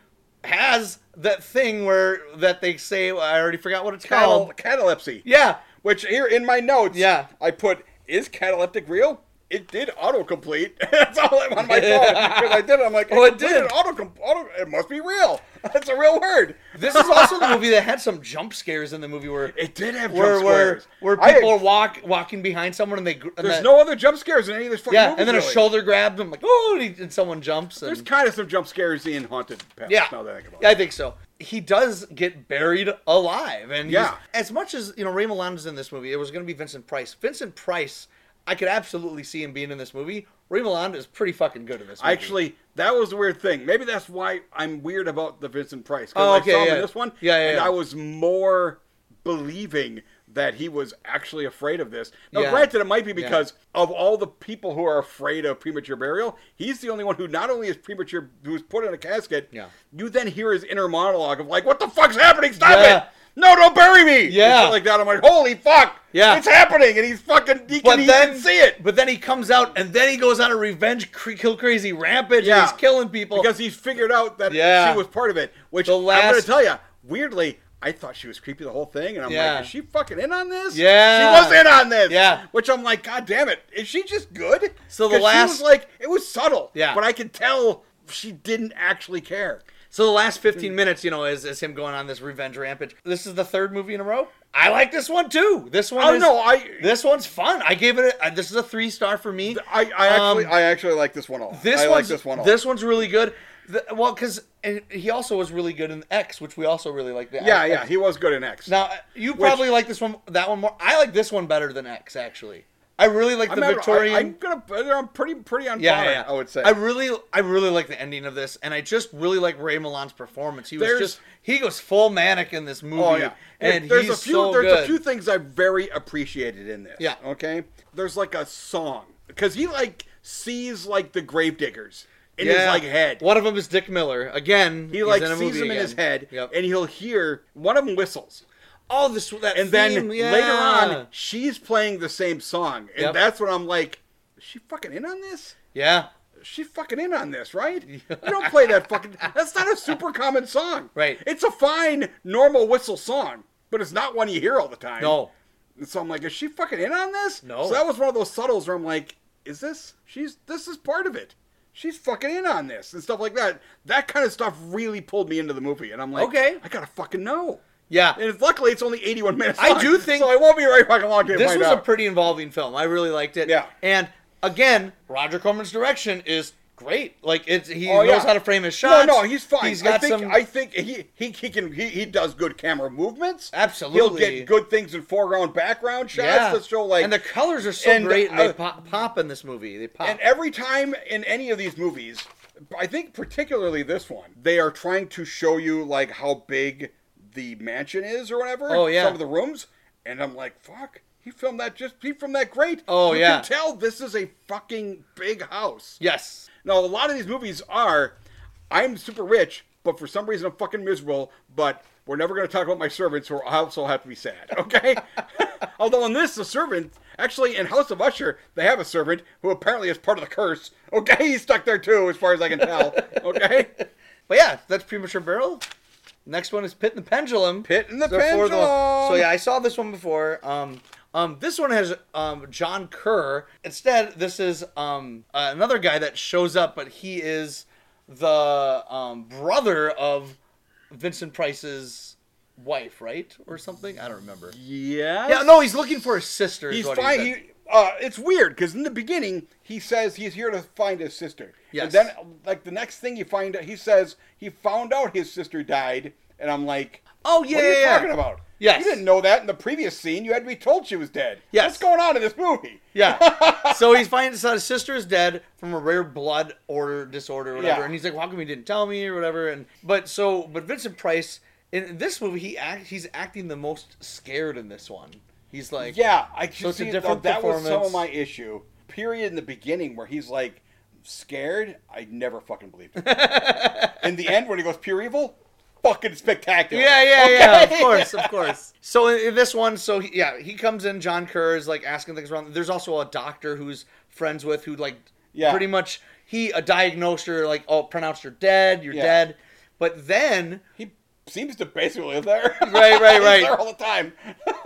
S2: has that thing where that they say I already forgot what it's
S3: Catal-
S2: called.
S3: catalepsy.
S2: Oh. Yeah,
S3: Which here in my notes,
S2: Yeah.
S3: I put is cataleptic real? It did autocomplete. That's all I on my phone because I did. it. I'm like,
S2: Oh,
S3: I
S2: it
S3: completed
S2: did.
S3: autocom- auto. It must be real. That's a real word.
S2: this is also the movie that had some jump scares in the movie where
S3: It did have jump
S2: where where,
S3: scares.
S2: where
S3: I-
S2: people are walk walking behind someone and they gr- and
S3: there's
S2: that-
S3: no other jump scares in any of these fucking
S2: yeah,
S3: movies.
S2: and then
S3: really.
S2: a shoulder grabs them like oh, and, he- and someone jumps. And,
S3: There's kind of some jump scares in haunted past.
S2: yeah,
S3: now that I think about
S2: yeah, I
S3: it.
S2: think so. He does get buried alive, and he's-
S3: Yeah.
S2: as much as you know, Ray Milland is in this movie. It was going to be Vincent Price. Vincent Price, I could absolutely see him being in this movie. Ray Milland is pretty fucking good in this. movie.
S3: I Actually, that was the weird thing. Maybe that's why I'm weird about the Vincent Price. 'cause
S2: Oh,
S3: I saw
S2: okay,
S3: him
S2: yeah.
S3: in this one,
S2: Yeah, yeah,
S3: and
S2: yeah.
S3: I was more believing that he was actually afraid of this. Now,
S2: Yeah.
S3: granted, it might be
S2: Yeah.
S3: because of all the people who are afraid of premature burial, he's the only one who not only is premature, who's put in a casket.
S2: Yeah.
S3: You then hear his inner monologue of like, "What the fuck's happening? Stop
S2: Yeah.
S3: it! No, don't bury me!" And
S2: Yeah.
S3: shit like that. I'm like, "Holy fuck!
S2: Yeah.
S3: it's happening!" And he's fucking. He
S2: But
S3: can,
S2: then-
S3: he can see it.
S2: but then he comes out, and then he goes on a revenge cre- kill crazy rampage.
S3: Yeah.
S2: and he's killing people.
S3: because he's figured out that
S2: Yeah.
S3: she was part of it. Which
S2: The
S3: I'm going
S2: last-
S3: to tell you, weirdly, I thought she was creepy the whole thing, and I'm
S2: Yeah.
S3: like, is she fucking in on this?
S2: Yeah.
S3: she was in on this.
S2: Yeah.
S3: which I'm like, god damn it, is she just good?
S2: So the
S3: 'Cause she
S2: last-
S3: was like, it was subtle.
S2: Yeah.
S3: but I could tell she didn't actually care.
S2: So the last
S3: Mm.
S2: 15 minutes, you know, is, is him going on this revenge rampage. This is the third movie in a row. I like this one too. This one.
S3: Oh
S2: is-
S3: no, I
S2: This one's fun. I gave it. A, uh, this is a three star for me.
S3: I, I actually
S2: Um,
S3: I actually like this one a lot.
S2: This
S3: I like
S2: one's
S3: this one a lot.
S2: this one's really good. The, well, because he also was really good in X, which we also really like. The
S3: yeah,
S2: X-
S3: yeah, he was good in X.
S2: Now you probably like this one, that one more. I like this one better than X actually. I really like
S3: I'm,
S2: the
S3: not- I-
S2: Victorian.
S3: I'm gonna. I'm pretty pretty on
S2: yeah,
S3: par,
S2: yeah, yeah.
S3: I would say.
S2: I really, I really like the ending of this, and I just really like Ray Milan's performance. He was
S3: There's-
S2: just he goes full manic in this movie,
S3: Oh yeah,
S2: and
S3: There- there's
S2: he's
S3: a few.
S2: so
S3: there's
S2: good.
S3: a few things I very appreciated in this.
S2: Yeah.
S3: Okay. There's like a song because he like sees like the gravediggers in his like head.
S2: One of them is Dick Miller again.
S3: He
S2: he's
S3: like
S2: in a
S3: sees
S2: movie
S3: them in his
S2: again.
S3: head,
S2: Yep.
S3: and he'll hear one of them whistles.
S2: oh, this that
S3: and then
S2: theme, yeah.
S3: later on she's playing the same song and
S2: Yep.
S3: that's when i'm like is she fucking in on this
S2: yeah,
S3: Is she fucking in on this right you don't play that fucking that's not a super common song
S2: Right.
S3: it's a fine normal whistle song but it's not one you hear all the time
S2: no,
S3: and so i'm like is she fucking in on this
S2: No.
S3: so that was one of those subtles where i'm like is this she's this is part of it She's fucking in on this and stuff like that. That kind of stuff really pulled me into the movie, and I'm like,
S2: Okay.
S3: I gotta fucking know.
S2: yeah.
S3: And luckily, it's only 81 minutes.
S2: I
S3: long,
S2: do think-
S3: so. I won't be very fucking long to
S2: this
S3: find
S2: was
S3: out.
S2: a pretty involving film. I really liked it.
S3: Yeah.
S2: And again, Roger Corman's direction is great. Like it's he
S3: Oh,
S2: knows
S3: yeah.
S2: how to frame his shots.
S3: No, no, he's fine.
S2: He's got
S3: I think,
S2: some.
S3: I think he, he he can he, he does good camera movements.
S2: Absolutely.
S3: he'll get good things in foreground background shots
S2: yeah.
S3: that show like
S2: and the colors are so
S3: and,
S2: great, and they
S3: uh,
S2: pop, pop in this movie. They pop.
S3: And every time in any of these movies, I think particularly this one, they are trying to show you like how big the mansion is or whatever.
S2: Oh, yeah.
S3: some of the rooms, and I'm like, fuck. He filmed that just he filmed that great.
S2: Oh,
S3: you
S2: yeah.
S3: can tell this is a fucking big house.
S2: yes.
S3: Now, a lot of these movies are, I'm super rich, but for some reason I'm fucking miserable, but we're never going to talk about my servants who are also have to be sad, okay? Although in this, the servant, actually in House of Usher, they have a servant who apparently is part of the curse, okay? He's stuck there too, as far as I can tell, okay?
S2: But yeah, that's premature barrel. Next one is Pit and the Pendulum.
S3: Pit and the
S2: It's our fourth
S3: Pendulum.
S2: one. So yeah, I saw this one before. Um, um, this one has um, John Kerr. Instead, this is um, uh, another guy that shows up, but he is the um, brother of Vincent Price's wife, right, or something? I don't remember.
S3: Yeah.
S2: Yeah, no, he's looking for his sister. is
S3: He's
S2: what he
S3: fine.
S2: said.
S3: He, uh, it's weird because in the beginning he says he's here to find his sister.
S2: Yes.
S3: And then, like the next thing you find, he says he found out his sister died, and I'm like,
S2: Oh yeah,
S3: what are
S2: yeah,
S3: you
S2: yeah.
S3: talking about?
S2: Yes.
S3: You didn't know that in the previous scene. You had to be told she was dead.
S2: Yes.
S3: What's going on in this movie?
S2: Yeah. so he finds out his sister is dead from a rare blood order disorder or whatever,
S3: Yeah.
S2: and he's like, "Well, "How come he didn't tell me or whatever?" And but so but Vincent Price in this movie he act he's acting the most scared in this one. He's like,
S3: Yeah, I can
S2: So it's a
S3: see
S2: different
S3: that, that was some
S2: performance.
S3: of my issue. Period in the beginning where he's like scared, I never fucking believed him. in the end when he goes pure evil, fucking spectacular.
S2: Yeah, yeah, yeah. Of
S3: Okay?
S2: course, of course. So in, in this one, so he, yeah, he comes in. John Kerr is like asking things around. There's also a doctor who's friends with who like
S3: Yeah.
S2: pretty much he a diagnosed her like oh pronounced her dead, you're
S3: Yeah.
S2: dead. But then
S3: He seems to basically live there.
S2: Right, right,
S3: He's
S2: right.
S3: there all the time.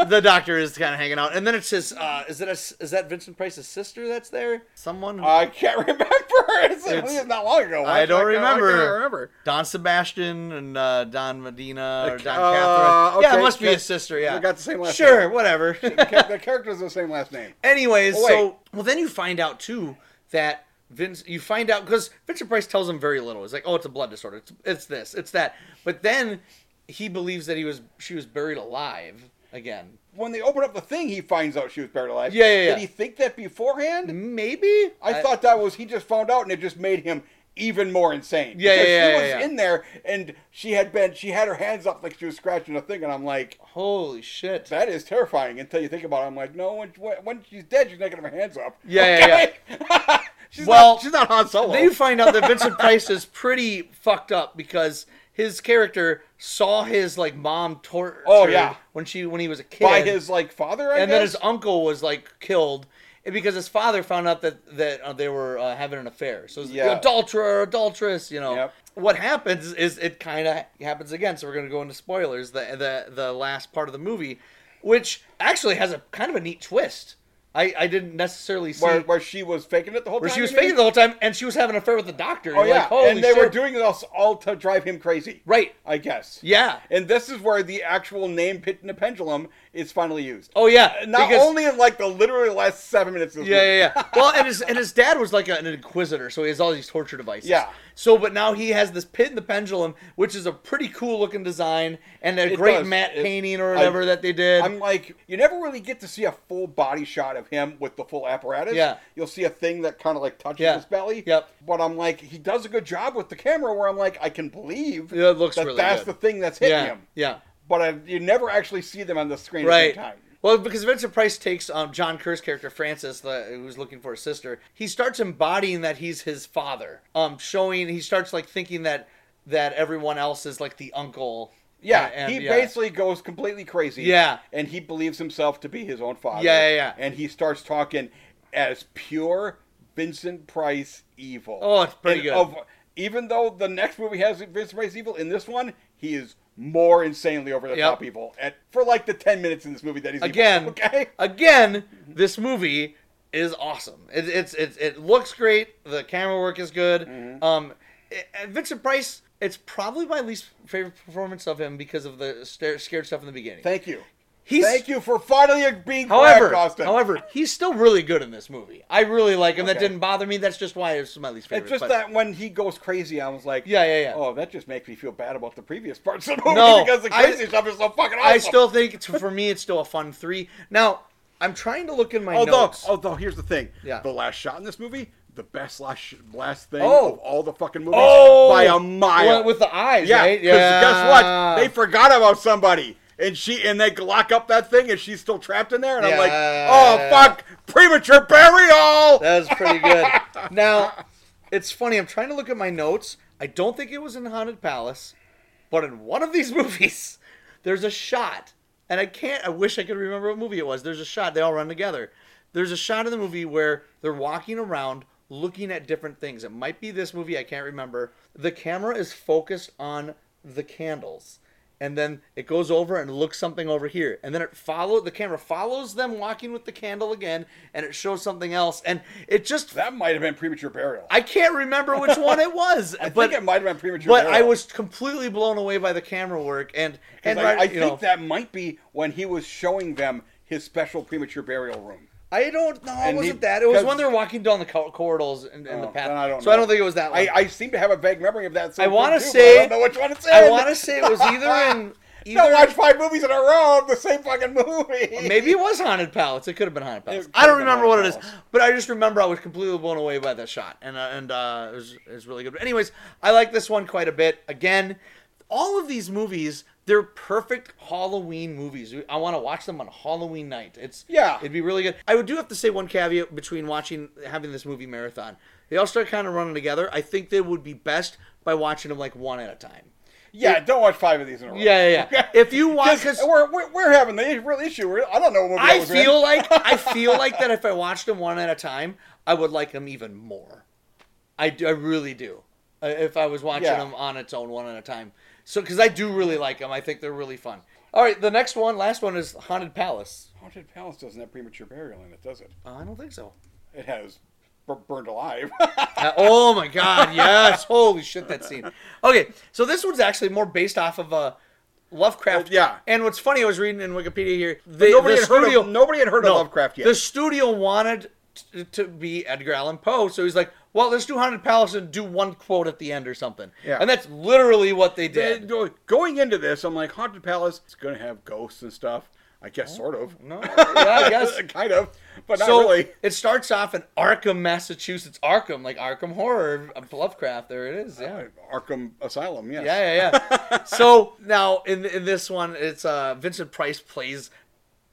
S2: the doctor is kind of hanging out, and then it's his. Uh, is that a, is that Vincent Price's sister that's there? Someone. who-
S3: I can't remember. It's,
S2: It's-
S3: it's not long ago.
S2: I don't remember.
S3: Uh, I can't remember.
S2: Don Sebastian and uh, Don Medina or
S3: ca-
S2: Don
S3: uh,
S2: Catherine. yeah, it
S3: okay,
S2: must be
S3: okay.
S2: his sister. Yeah,
S3: They got the same last
S2: Sure, whatever.
S3: The cha- the characters have the same last name.
S2: Anyways,
S3: Oh, wait.
S2: so well, then you find out too that Vince. You find out because Vincent Price tells him very little. He's like, "Oh, it's a blood disorder. It's, it's this. It's that." But then he believes that he was she was buried alive again.
S3: When they open up the thing, he finds out she was buried alive.
S2: Yeah, yeah, yeah.
S3: Did he think that beforehand?
S2: Maybe
S3: I thought that was he just found out, and it just made him even more insane.
S2: Yeah, yeah,
S3: Because
S2: yeah,
S3: She
S2: yeah,
S3: was
S2: yeah.
S3: in there, and she had been she had her hands up like she was scratching a thing, and I'm like,
S2: Holy shit!
S3: that is terrifying until you think about it. I'm like, no, when, when she's dead, she's not gonna have her hands up.
S2: Yeah, yeah,
S3: yeah. she's
S2: Well,
S3: not, she's not Han Solo.
S2: Then you find out that Vincent Price is pretty fucked up because his character saw his like mom tortured
S3: Oh, yeah.
S2: when she when he was a kid
S3: by his like father, I
S2: and
S3: guess?
S2: then his uncle was like killed and because his father found out that that uh, they were uh, having an affair. So it's the
S3: Yeah.
S2: adulterer, adultress, you know.
S3: Yep.
S2: What happens is it kind of happens again. So we're going to go into spoilers, the the the last part of the movie, which actually has a kind of a neat twist I, I didn't necessarily see
S3: where,
S2: where,
S3: where she was faking it the whole time.
S2: she was
S3: again?
S2: faking the whole time, and she was having an affair with the doctor.
S3: Oh
S2: You're
S3: yeah,
S2: like, Holy
S3: and they
S2: shit.
S3: were doing this all to drive him crazy,
S2: right.
S3: I guess.
S2: Yeah.
S3: And this is where the actual name Pit in the Pendulum is finally used.
S2: Oh yeah.
S3: Not
S2: because-
S3: only in like the literally last seven minutes of this
S2: Yeah,
S3: movie.
S2: yeah, yeah. Well, and his and his dad was like an inquisitor, so he has all these torture devices.
S3: Yeah.
S2: So, but now he has this pit in the pendulum, which is a pretty cool looking design and a
S3: It
S2: great
S3: does.
S2: matte
S3: It-
S2: painting or
S3: I-
S2: whatever that they did.
S3: I'm like, you never really get to see a full body shot of him with the full apparatus.
S2: Yeah.
S3: You'll see a thing that kind of like touches
S2: Yeah.
S3: his belly.
S2: Yep.
S3: But I'm like, he does a good job with the camera where I'm like, I can believe
S2: Yeah, it looks
S3: that
S2: really
S3: that's
S2: good.
S3: the thing that's hitting
S2: yeah,
S3: him.
S2: yeah,
S3: But I, you never actually see them on the screen at
S2: right.
S3: the same time.
S2: Well, because Vincent Price takes um, John Kerr's character Francis, the, who's looking for his sister, he starts embodying that he's his father. Um, showing he starts like thinking that that everyone else is like the uncle.
S3: Yeah,
S2: and-
S3: he
S2: yeah.
S3: basically goes completely crazy.
S2: Yeah.
S3: and he believes himself to be his own father.
S2: Yeah, yeah, yeah.
S3: And he starts talking as pure Vincent Price evil.
S2: Oh, it's pretty
S3: And
S2: good.
S3: even though the next movie has Vincent Price evil, in this one he is more insanely over the
S2: Yep.
S3: top evil. At for like the ten minutes in this movie that he's evil,
S2: again,
S3: okay.
S2: again, this movie is awesome. It, it's it's it looks great. The camera work is good.
S3: Mm-hmm.
S2: Um, it- and Vincent Price. It's probably my least favorite performance of him because of the sta- scared stuff in the beginning.
S3: Thank you.
S2: He's
S3: Thank you for finally being
S2: however,
S3: correct, Austin.
S2: however, he's still really good in this movie. I really like him. That
S3: Okay.
S2: didn't bother me. That's just why it's my least favorite.
S3: It's just
S2: but-
S3: that when he goes crazy, I was like,
S2: Yeah, yeah, yeah.
S3: Oh, that just makes me feel bad about the previous parts of the movie
S2: No,
S3: because the
S2: I-
S3: crazy stuff is so fucking awesome.
S2: I still think it's, for me it's still a fun three. Now I'm trying to look in my
S3: although,
S2: notes.
S3: although here's the thing,
S2: Yeah.
S3: the last shot in this movie, the best last sh- last thing
S2: Oh.
S3: of all the fucking movies
S2: Oh!
S3: by a mile.
S2: Well, with the eyes,
S3: yeah,
S2: right?
S3: 'cause guess what? They forgot about somebody. And she and they lock up that thing, and she's still trapped in there. And I'm like,
S2: Yeah.
S3: "Oh fuck, premature burial!"
S2: That was pretty good. now, it's funny. I'm trying to look at my notes. I don't think it was in Haunted Palace, but in one of these movies, there's a shot, and I can't. I wish I could remember what movie it was. There's a shot. They all run together. There's a shot in the movie where they're walking around looking at different things. It might be this movie. I can't remember. The camera is focused on the candles. And then it goes over and looks something over here, and then it follow the camera follows them walking with the candle again, and it shows something else, and it just
S3: That might have been premature burial.
S2: I can't remember which one it was.
S3: I
S2: but,
S3: think it might have been premature
S2: But
S3: burial.
S2: I was completely blown away by the camera work and and
S3: And I,
S2: right,
S3: I
S2: you
S3: think
S2: know,
S3: that might be when he was showing them his special premature burial room.
S2: I don't know. It
S3: And
S2: wasn't
S3: he-
S2: that. It was
S3: 'cause-
S2: when they were walking down the cor- corridors and, and the
S3: Oh,
S2: path.
S3: then I don't
S2: so I
S3: know.
S2: don't think it was that one.
S3: I, I seem to have a vague memory of that. same
S2: I wanna
S3: thing, too, but
S2: say-
S3: I don't know which one it's in.
S2: I want to say it was either in
S3: You don't
S2: either.
S3: watch five movies in a row of the same fucking movie.
S2: Maybe it was Haunted Palace. It could have been Haunted Palace.
S3: could
S2: I don't
S3: have been
S2: remember what
S3: Haunted
S2: it is,
S3: Palace.
S2: but I just remember I was completely blown away by that shot, and uh, and uh, it, was, it was really good. But anyways, I like this one quite a bit. Again, all of these movies, they're perfect Halloween movies. We- I want to watch them on Halloween night. It's
S3: Yeah.
S2: it'd be really good. I would do have to say one caveat between watching having this movie marathon. They all start kind of running together. I think they would be best by watching them like one at a time.
S3: Yeah, don't watch five of these in a row.
S2: Yeah, yeah. yeah. If you watch,
S3: Because
S2: because
S3: we're, we're, we're having the real issue. We're- I don't know what movie
S2: I
S3: was
S2: feel
S3: in.
S2: like I feel like that if I watched them one at a time, I would like them even more. I, do- I really do. Uh, If I was watching
S3: Yeah.
S2: them on its own one at a time, so because I do really like them, I think they're really fun. All right, the next one, last one is Haunted Palace.
S3: Haunted Palace doesn't have premature burial in it, does it?
S2: Uh, I don't think so.
S3: It has bur- burned alive.
S2: Uh, oh my god, yes! Holy shit, that scene. Okay, so this one's actually more based off of uh, Lovecraft.
S3: Oh, yeah.
S2: And what's funny, I was reading in Wikipedia here. They,
S3: nobody
S2: the
S3: had heard of-
S2: studio-
S3: nobody had heard of Lovecraft yet.
S2: The studio wanted t- to be Edgar Allan Poe, so he's like, "Well, let's do Haunted Palace and do one quote at the end or something."
S3: Yeah.
S2: And that's literally what they
S3: They-
S2: did.
S3: go- going into this, I'm like, Haunted Palace, it's going to have ghosts and stuff. I guess,
S2: Oh.
S3: sort of.
S2: no, yeah, I guess.
S3: kind of, but not
S2: so
S3: really.
S2: it starts off in Arkham, Massachusetts. Arkham, like Arkham Horror, of Lovecraft. There it is. Yeah.
S3: Arkham Asylum, yes.
S2: Yeah, yeah, yeah. so now in in this one, it's uh, Vincent Price plays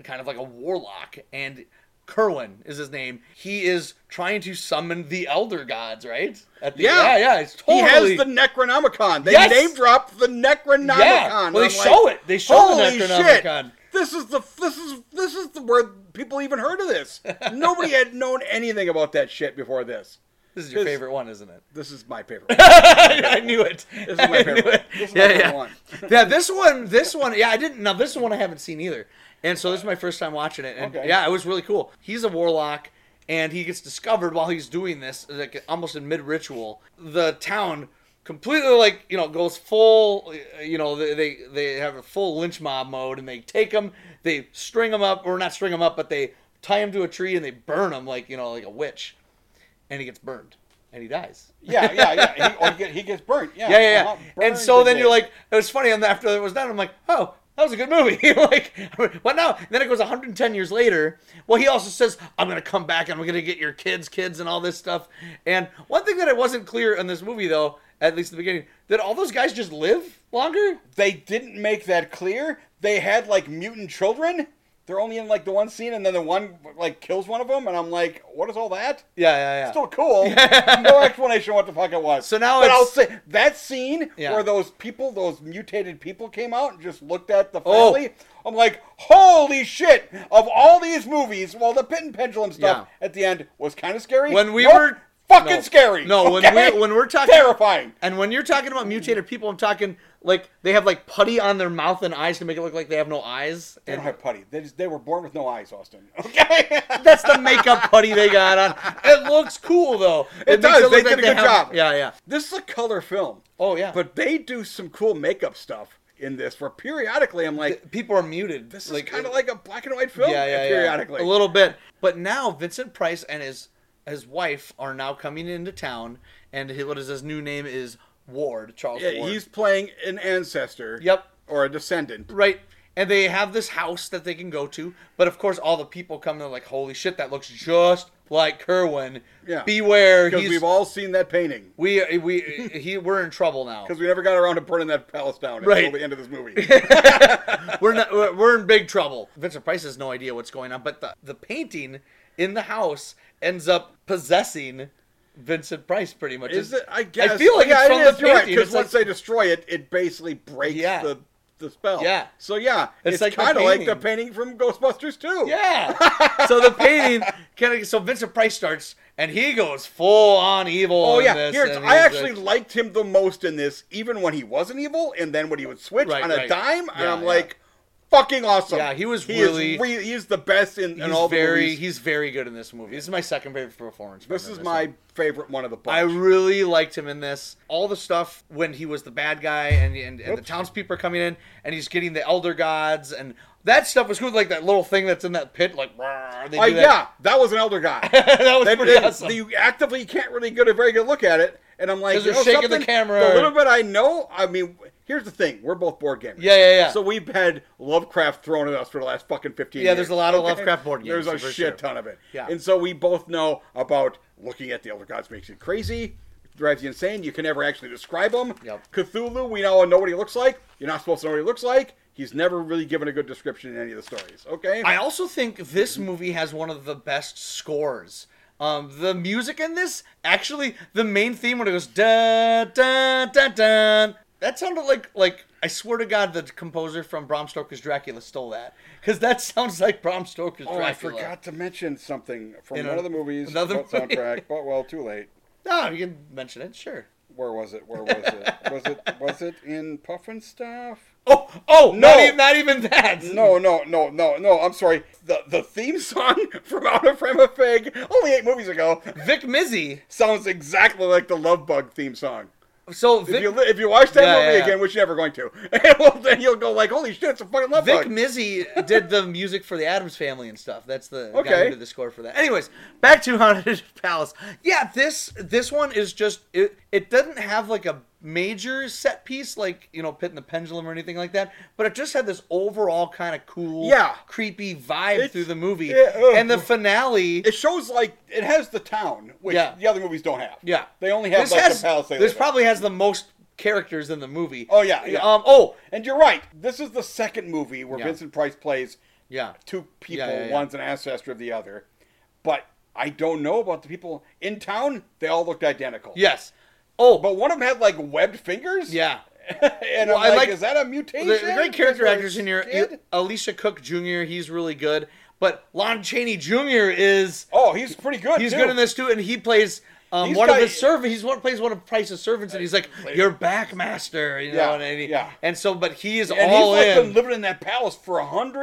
S2: kind of like a warlock, and Kerwin is his name. He is trying to summon the elder gods, right? At the,
S3: Yeah.
S2: yeah, yeah. It's totally.
S3: He has the Necronomicon. They
S2: Yes!
S3: name dropped the Necronomicon.
S2: Yeah. Well, they
S3: I'm
S2: show it. They show the
S3: "Holy shit!
S2: Necronomicon."
S3: This is the this is this is the where people even heard of this. Nobody had known anything about that shit before this.
S2: this is your
S3: his-
S2: favorite one, isn't it?
S3: This is my favorite. one.
S2: I knew it.
S3: This is my
S2: I
S3: favorite
S2: knew
S3: one.
S2: it.
S3: This is my
S2: yeah,
S3: favorite
S2: yeah.
S3: one.
S2: yeah, this one, this one, yeah, I didn't. Now this one I haven't seen either, And so this is my first time watching it, and
S3: Okay.
S2: yeah, it was really cool. He's a warlock, and he gets discovered while he's doing this, like almost in mid ritual. The town completely, like you know, goes full. uh, You know, they- they they have a full lynch mob mode, and they take him, they string him up, or not string him up, but they tie him to a tree and they burn him, like you know, like a witch, and he gets burned, and he dies.
S3: Yeah, yeah, yeah. He, or he, get, he gets burnt. Yeah,
S2: Yeah, yeah,
S3: Uh-huh.
S2: yeah. And
S3: Burns
S2: so
S3: the
S2: then
S3: dick.
S2: you're like, it was funny. And after it was done, I'm like, oh, that was a good movie. like, what now? And then it goes 110 years later. Well, he also says, I'm gonna come back and I'm gonna get your kids, kids, and all this stuff. And one thing that it wasn't clear in this movie, though, at least at the beginning, that all those guys just live longer.
S3: they didn't make that clear. They had like mutant children. They're only in like the one scene, and then the one like kills one of them, and I'm like, what is all that?
S2: Yeah, yeah, yeah.
S3: Still cool. no explanation what the fuck it was.
S2: So now
S3: but
S2: it's-
S3: I'll say that scene
S2: Yeah.
S3: where those people, those mutated people, came out and just looked at the
S2: Oh.
S3: family. I'm like, holy shit! Of all these movies, well, the pit and pendulum stuff
S2: Yeah.
S3: at the end was kind of scary.
S2: When we
S3: Nope,
S2: were-
S3: fucking
S2: no.
S3: scary.
S2: No, when
S3: okay?
S2: we- when we're talking-
S3: terrifying.
S2: And when you're talking about mutated people, I'm talking like they have like putty on their mouth and eyes to make it look like they have no eyes.
S3: They
S2: And
S3: don't have putty. They just they were born with no eyes, Austin. Okay.
S2: That's the makeup putty they got on. It looks cool though. makes
S3: It does. They
S2: look
S3: did
S2: like
S3: a good
S2: have-
S3: job.
S2: Yeah, yeah.
S3: this is a color film.
S2: Oh, yeah.
S3: But they do some cool makeup stuff in this where periodically I'm like,
S2: people are muted.
S3: this is kind of like a black and white film
S2: yeah, yeah, yeah.
S3: periodically.
S2: a little bit. But now Vincent Price and his his wife are now coming into town, and his, what is his new name is Ward Charles
S3: Yeah,
S2: Ward.
S3: he's playing an ancestor.
S2: Yep.
S3: Or a descendant.
S2: right. And they have this house that they can go to, but of course all the people come. They're like, "Holy shit, that looks just like Kerwin."
S3: Yeah.
S2: Beware,
S3: Because
S2: he's
S3: we've all seen that painting.
S2: we we he we're in trouble now.
S3: Because we never got around to burning that palace down
S2: Right.
S3: until the end of this movie.
S2: we're not we're, we're in big trouble. Vincent Price has no idea what's going on, but the the painting in the house ends up possessing Vincent Price pretty much.
S3: is
S2: It's-
S3: it? I guess.
S2: I feel like
S3: yeah,
S2: it's from
S3: it is,
S2: the
S3: you're right,
S2: painting.
S3: Because
S2: It's
S3: once
S2: like-
S3: they destroy it, it basically breaks
S2: Yeah.
S3: the, the spell.
S2: Yeah.
S3: So yeah,
S2: It's
S3: it's,
S2: like the
S3: kind of like the
S2: painting.
S3: painting from Ghostbusters 2.
S2: Yeah. so the painting kind of so Vincent Price starts and he goes full on evil.
S3: Oh
S2: in
S3: yeah,
S2: this,
S3: Here, it's-
S2: and
S3: I
S2: he's
S3: actually
S2: like-
S3: liked him the most in this, even when he wasn't evil, and then when he would switch
S2: Right,
S3: on a
S2: right.
S3: dime, and
S2: Yeah,
S3: I'm
S2: yeah.
S3: like, fucking awesome.
S2: Yeah, he was
S3: he
S2: really-
S3: Is re- he's the best in, in
S2: he's
S3: all the
S2: very
S3: movies.
S2: he's very good in this movie. This is my second favorite performance. from
S3: This
S2: him
S3: is
S2: in
S3: my
S2: one.
S3: favorite one of the bunch.
S2: I really liked him in this. All the stuff when he was the bad guy and and, and the
S3: Oops.
S2: townspeople are coming in and he's getting the elder gods and that stuff was cool. Like that little thing that's in that pit, like brrr, they
S3: Uh,
S2: do that.
S3: yeah, that was an elder guy.
S2: that was
S3: That-
S2: pretty
S3: that-
S2: awesome.
S3: You actively can't really get a very good look at it, and I'm like,
S2: 'Cause
S3: you
S2: they're
S3: know
S2: shaking the
S3: something?
S2: camera
S3: The
S2: or-
S3: little bit I know, I mean, here's the thing: we're both board gamers.
S2: Yeah, yeah, yeah.
S3: So we've had Lovecraft thrown at us for the last fucking fifteen.
S2: Yeah,
S3: years,
S2: there's a lot of Lovecraft board games,
S3: There's
S2: for
S3: a shit
S2: sure.
S3: ton of it.
S2: Yeah.
S3: and so we both know about looking at the Elder Gods makes you crazy. Drives you insane. You can never actually describe them.
S2: Yep.
S3: Cthulhu, we now know what he looks like. You're not supposed to know what he looks like. He's never really given a good description in any of the stories. Okay.
S2: I also think this movie has one of the best scores. Um, the music in this, actually, the main theme when it goes da da da da, that sounded like like I swear to God, the composer from Bram Stoker's Dracula stole that because that sounds like Bram Stoker's
S3: Oh, I
S2: Dracula.
S3: forgot to mention something from
S2: In
S3: one
S2: a-
S3: of the movies.
S2: another
S3: about
S2: movie.
S3: soundtrack, but well, too late.
S2: No, you can mention it, sure.
S3: Where was it? Where was it? was it was it in Puffin Stuff?
S2: Oh, oh, not,
S3: No.
S2: even, not even that.
S3: No, no, no, no, no. I'm sorry. The the theme song from Out of Frame of Fig, only eight movies ago,
S2: Vic Mizzy.
S3: sounds exactly like the Love Bug theme song.
S2: So
S3: If
S2: Vic,
S3: you li- if you watch that
S2: Yeah,
S3: movie
S2: yeah, yeah.
S3: again, which you're never going to, and well, then you'll go like, holy shit, it's a fucking Love
S2: Vic
S3: Bug.
S2: Mizzy did the music for the Adams Family and stuff. That's the guy
S3: Okay.
S2: who did the score for that. Anyways, back to Haunted Palace. Yeah, this this one is just it. It doesn't have like a major set piece like you know Pit and the Pendulum or anything like that, but it just had this overall kind of cool,
S3: Yeah.
S2: creepy vibe
S3: It's-
S2: through the movie.
S3: yeah, ugh.
S2: and the finale,
S3: it shows like it has the town, which
S2: Yeah.
S3: the other movies don't have.
S2: yeah,
S3: they only have
S2: this
S3: like
S2: has,
S3: the palace. They
S2: This
S3: live in.
S2: probably has the most characters in the movie.
S3: Oh, yeah, yeah.
S2: Um. Oh.
S3: And you're right. This is the second movie where
S2: Yeah.
S3: Vincent Price plays
S2: Yeah.
S3: two people.
S2: yeah, yeah.
S3: One's an ancestor of the other. But I don't know about the people in town. They all looked identical.
S2: Yes. Oh.
S3: But one of them had like webbed fingers.
S2: yeah.
S3: and
S2: Well,
S3: I'm
S2: I
S3: like,
S2: like-
S3: is that a mutation?
S2: the, the great character
S3: Because
S2: actors
S3: we're
S2: in here,
S3: kid?
S2: Alicia Cook Jr. He's really good, but Lon Chaney Jr. is
S3: Oh, he's pretty good.
S2: he's
S3: too.
S2: good in this too, and he plays Um,
S4: These
S2: one of
S4: guys-
S2: his servants, he's one plays one of Price's servants, and he's like, "You're back, master." You
S4: Yeah,
S2: know, and, he,
S4: yeah.
S2: and so, but he is
S4: And
S2: all
S4: he's like
S2: in.
S4: been living in that palace for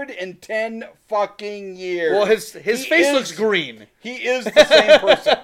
S4: 110 fucking years.
S2: well, his his
S4: He
S2: face
S4: is-
S2: looks green.
S4: He is the same person.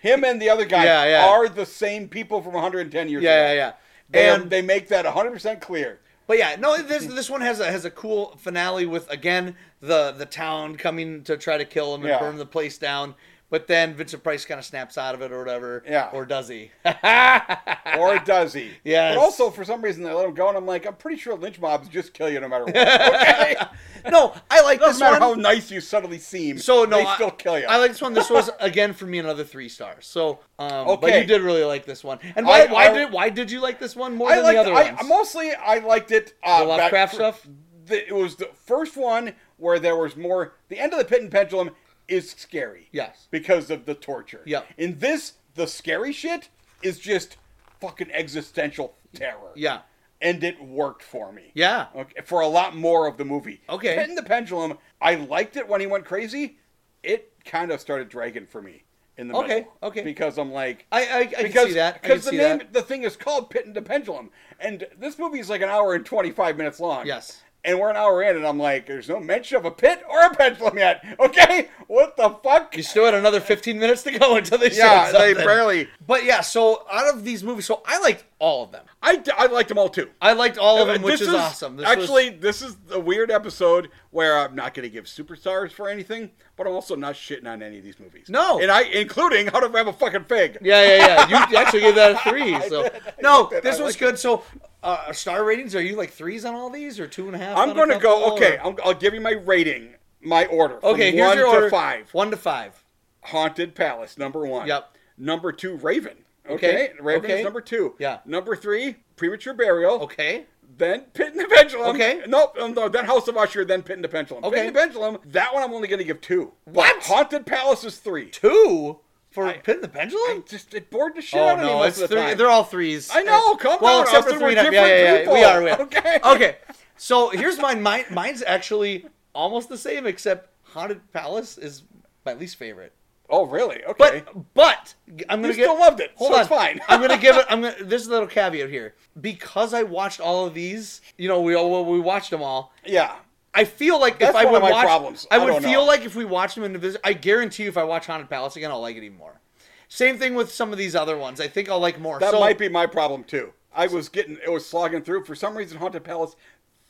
S4: Him and the other guy
S2: Yeah, yeah.
S4: are the same people from 110 years ago.
S2: Yeah, yeah, yeah.
S4: They,
S2: And
S4: they make that 100% clear.
S2: But yeah, no, this this one has a has a cool finale with again the the town coming to try to kill him and
S4: Yeah.
S2: burn the place down. But then Vincent Price kind of snaps out of it or whatever.
S4: Yeah.
S2: Or does he?
S4: Or does he?
S2: Yes.
S4: But also, for some reason, they let him go, and I'm like, I'm pretty sure lynch mobs just kill you no matter what. Okay?
S2: no, I like this
S4: Doesn't matter
S2: one.
S4: how nice you suddenly seem.
S2: so no,
S4: they
S2: I-
S4: still kill you.
S2: I like this one. This was again for me another three stars. So um, but
S4: Okay.
S2: you did really like this one. And why
S4: I-
S2: why
S4: I-
S2: did why did you like this one more
S4: I
S2: than
S4: liked.
S2: the other
S4: I,
S2: ones?
S4: mostly, I liked it. Uh,
S2: The Lovecraft
S4: back-
S2: stuff?
S4: The, it was the first one where there was more. The end of the Pit and Pendulum is scary.
S2: Yes.
S4: Because of the torture.
S2: Yep.
S4: In this, the scary shit is just fucking existential terror.
S2: yeah.
S4: And it worked for me.
S2: Yeah.
S4: Okay, for a lot more of the movie.
S2: Okay.
S4: Pit and the Pendulum. I liked it when he went crazy. It kind of started dragging for me in the
S2: Okay,
S4: middle.
S2: okay.
S4: Because I'm like
S2: I I, I
S4: because
S2: can see that. I can
S4: because the
S2: see
S4: name
S2: that.
S4: the thing is called Pit and the Pendulum, and this movie is like an hour and twenty five minutes long.
S2: Yes.
S4: And we're an hour in, and I'm like, there's no mention of a pit or a pendulum yet. Okay, what the fuck?
S2: You still had another 15 minutes to go until they
S4: Yeah,
S2: showed
S4: they
S2: something.
S4: barely-
S2: But yeah, so out of these movies, so I liked all of them.
S4: I, I liked them all too.
S2: I liked all of them, which
S4: This
S2: is, awesome. This was-
S4: actually, this is a weird episode where I'm not going to give superstars for anything, but I'm also not shitting on any of these movies.
S2: No.
S4: and I including How to Grab a Fucking Fig.
S2: yeah, yeah, yeah. You actually gave that a three. So no,
S4: it.
S2: this
S4: I
S2: was
S4: liked
S2: good. So uh, star ratings? Are you like threes on all these or two and a half?
S4: I'm
S2: on a
S4: going to go.
S2: couple,
S4: Okay,
S2: or-
S4: I'm, I'll give you my rating, my order. from
S2: Okay, here's
S4: one
S2: your
S4: to
S2: order.
S4: five.
S2: One to five.
S4: Haunted Palace, number one.
S2: Yep.
S4: Number two, Raven.
S2: Okay,
S4: Okay. Raven
S2: okay.
S4: is number two.
S2: Yeah.
S4: Number three, Premature Burial.
S2: Okay.
S4: Then Pit and the Pendulum.
S2: Okay.
S4: Nope. um, No, then House of Usher, then Pit and the Pendulum.
S2: Okay.
S4: Pit and the Pendulum, that one I'm only going to give two. But
S2: What?
S4: Haunted Palace is three.
S2: Two for
S4: I-
S2: Pin the Pendulum.
S4: I just, it bored the shit
S2: Oh
S4: out of me
S2: no,
S4: most
S2: it's
S4: of the
S2: three.
S4: time.
S2: They're all threes.
S4: I know, come
S2: well,
S4: on,
S2: except for
S4: Austin,
S2: three
S4: we're
S2: and a half. Yeah,
S4: different
S2: yeah, yeah. We
S4: people.
S2: are. We are.
S4: Okay.
S2: Okay. So here's mine. Mine. Mine's actually almost the same, except Haunted Palace is my least favorite.
S4: Oh, really? Okay.
S2: But but I'm gonna
S4: you
S2: get.
S4: still loved it,
S2: Hold
S4: so
S2: on.
S4: it's fine.
S2: I'm gonna give it. I'm gonna. There's a little caveat here because I watched all of these. You know, we all well, we watched them all.
S4: yeah.
S2: I feel like if
S4: That's
S2: I
S4: one
S2: would
S4: of my
S2: watch,
S4: problems.
S2: I
S4: I
S2: would
S4: don't
S2: feel
S4: know.
S2: like if we watched them individually, I guarantee you, if I watch Haunted Palace again, I'll like it even more. Same thing with some of these other ones. I think I'll like more.
S4: That
S2: so,
S4: might be my problem too. I was getting it was slogging through. For some reason Haunted Palace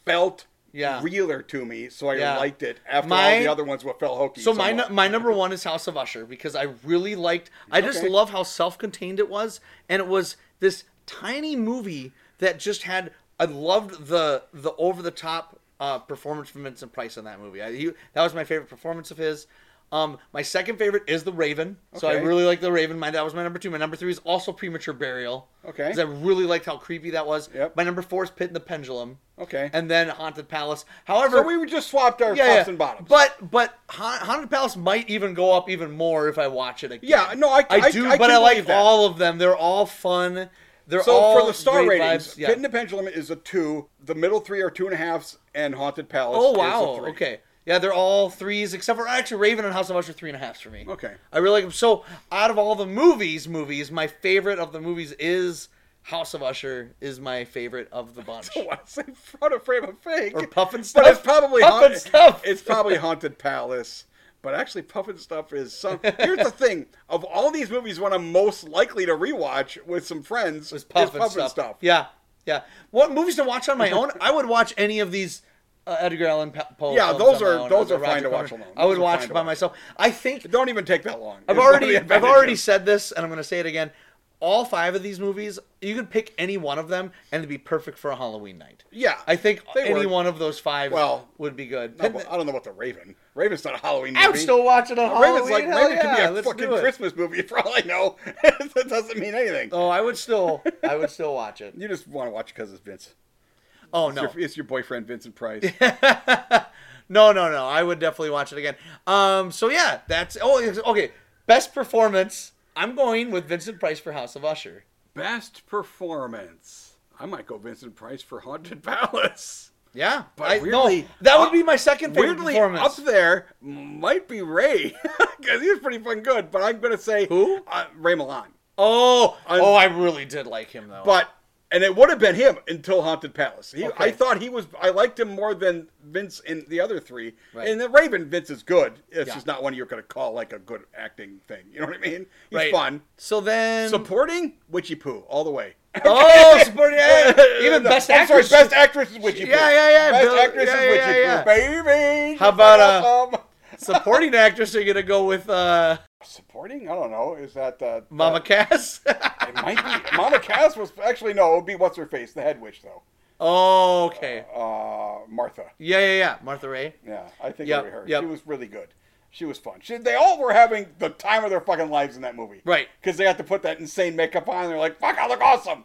S4: felt
S2: Yeah.
S4: realer to me, so I
S2: Yeah.
S4: liked it after
S2: My-
S4: all the other ones were fell hokey.
S2: So my nu-
S4: somewhat.
S2: my number one is House of Usher because I really liked. I just
S4: Okay.
S2: love how self-contained it was, and it was this tiny movie that just had. I loved the the over the top uh, performance from Vincent Price in that movie. I, he, that was my favorite performance of his. Um, my second favorite is The Raven, so I
S4: Okay.
S2: really like The Raven. My that was my number two. My number three is also Premature Burial.
S4: Okay.
S2: because I really liked how creepy that was.
S4: Yep.
S2: My number four is Pit and the Pendulum.
S4: Okay.
S2: and then Haunted Palace. However,
S4: So we were just swapped our
S2: yeah,
S4: tops
S2: yeah.
S4: and bottoms.
S2: But but Ha- Haunted Palace might even go up even more if I watch it again.
S4: Yeah, no, I- I-
S2: do,
S4: I
S2: but
S4: can
S2: I like
S4: believe that.
S2: all of them. They're all fun. They're
S4: so
S2: all
S4: for the star
S2: great
S4: ratings,
S2: vibes. Yeah.
S4: Pit and the Pendulum is a two. The middle three are two and a halfs, and Haunted Palace.
S2: oh
S4: is a
S2: wow,
S4: three.
S2: okay, yeah, they're all threes except for actually Raven and House of Usher three and a halfs for me.
S4: Okay.
S2: I really like them. So out of all the movies, movies, my favorite of the movies is House of Usher. Is my favorite of the bunch.
S4: I want to say Oh, front of frame of fake
S2: Or Puffin
S4: but it's
S2: Stuff?
S4: probably
S2: Puffin
S4: haunted,
S2: Stuff.
S4: It's probably Haunted Palace. But actually, Puffin Stuff is some. Here's the thing: of all these movies, one I'm most likely to rewatch with some friends
S2: was
S4: is
S2: puff
S4: Puffin
S2: and stuff. Yeah, yeah. What movies to watch on my own? I would watch any of these uh, Edgar Allan Pa- Poe.
S4: Yeah,
S2: films
S4: those
S2: on my
S4: are-
S2: own,
S4: those
S2: or
S4: are fine
S2: Roger
S4: to watch
S2: Corman.
S4: alone.
S2: I would
S4: Those are
S2: watch
S4: fine to
S2: by
S4: watch.
S2: myself. I think
S4: Don't even take that long.
S2: I've
S4: It's one of
S2: already
S4: the
S2: I've already
S4: advantages.
S2: said this, and I'm going to say it again. All five of these movies, you could pick any one of them, and it'd be perfect for a Halloween night.
S4: Yeah,
S2: I think
S4: they
S2: any
S4: work.
S2: one of those five
S4: Well,
S2: would be good.
S4: No, but I don't know about the Raven. Raven's not a Halloween movie.
S2: I'm still watching on Halloween.
S4: Raven's like
S2: hell
S4: Raven
S2: yeah,
S4: could be a
S2: let's
S4: fucking
S2: do it.
S4: Christmas movie for all I know. that doesn't mean anything.
S2: Oh, I would still, I would still watch it.
S4: Um, You just want to watch it because it's Vince.
S2: Oh
S4: It's,
S2: no,
S4: your, it's your boyfriend Vincent Price.
S2: No, no, no. I would definitely watch it again. Um, so yeah, that's oh it's- okay. Best performance. I'm going with Vincent Price for House of Usher.
S4: Best performance. I might go Vincent Price for Haunted Palace.
S2: Yeah,
S4: But
S2: I- no,
S4: weirdly-
S2: that would be my second favorite
S4: Weirdly, up
S2: performance.
S4: there might be Ray because he was pretty fucking good. But I'm gonna say
S2: Who?
S4: Uh, Ray Milan.
S2: Oh,
S4: I'm-
S2: oh, I really did like him though.
S4: But and it would have been him until Haunted Palace. He,
S2: Okay.
S4: I thought he was. I liked him more than Vince in the other three.
S2: Right.
S4: And the Raven Vince is good. It's
S2: Yeah.
S4: just not one you're going to call like a good acting thing. You know what I mean? He's
S2: Right.
S4: fun.
S2: so then,
S4: Supporting Witchy Poo all the way.
S2: oh, supporting even best
S4: I'm sorry,
S2: actress.
S4: best actress is Witchy Poo.
S2: Yeah, yeah, yeah,
S4: Best
S2: Bill-
S4: actress
S2: yeah,
S4: is Witchy
S2: yeah, yeah.
S4: Poo, baby.
S2: How about, uh,
S4: Awesome.
S2: supporting actress. Are you gonna go with uh,
S4: supporting? I don't know. Is that uh,
S2: Mama
S4: uh,
S2: Cass?
S4: it might be Mama Cass was actually no. It would be what's her face, the head witch though.
S2: oh, okay.
S4: Uh, Martha.
S2: Yeah, yeah, yeah. Martha Ray.
S4: Yeah, I think
S2: Yep,
S4: it was her.
S2: yep.
S4: She was really good. She was fun. She, they all were having the time of their fucking lives in that movie.
S2: Right.
S4: Because they had to put that insane makeup on. And they're like, fuck, I look awesome.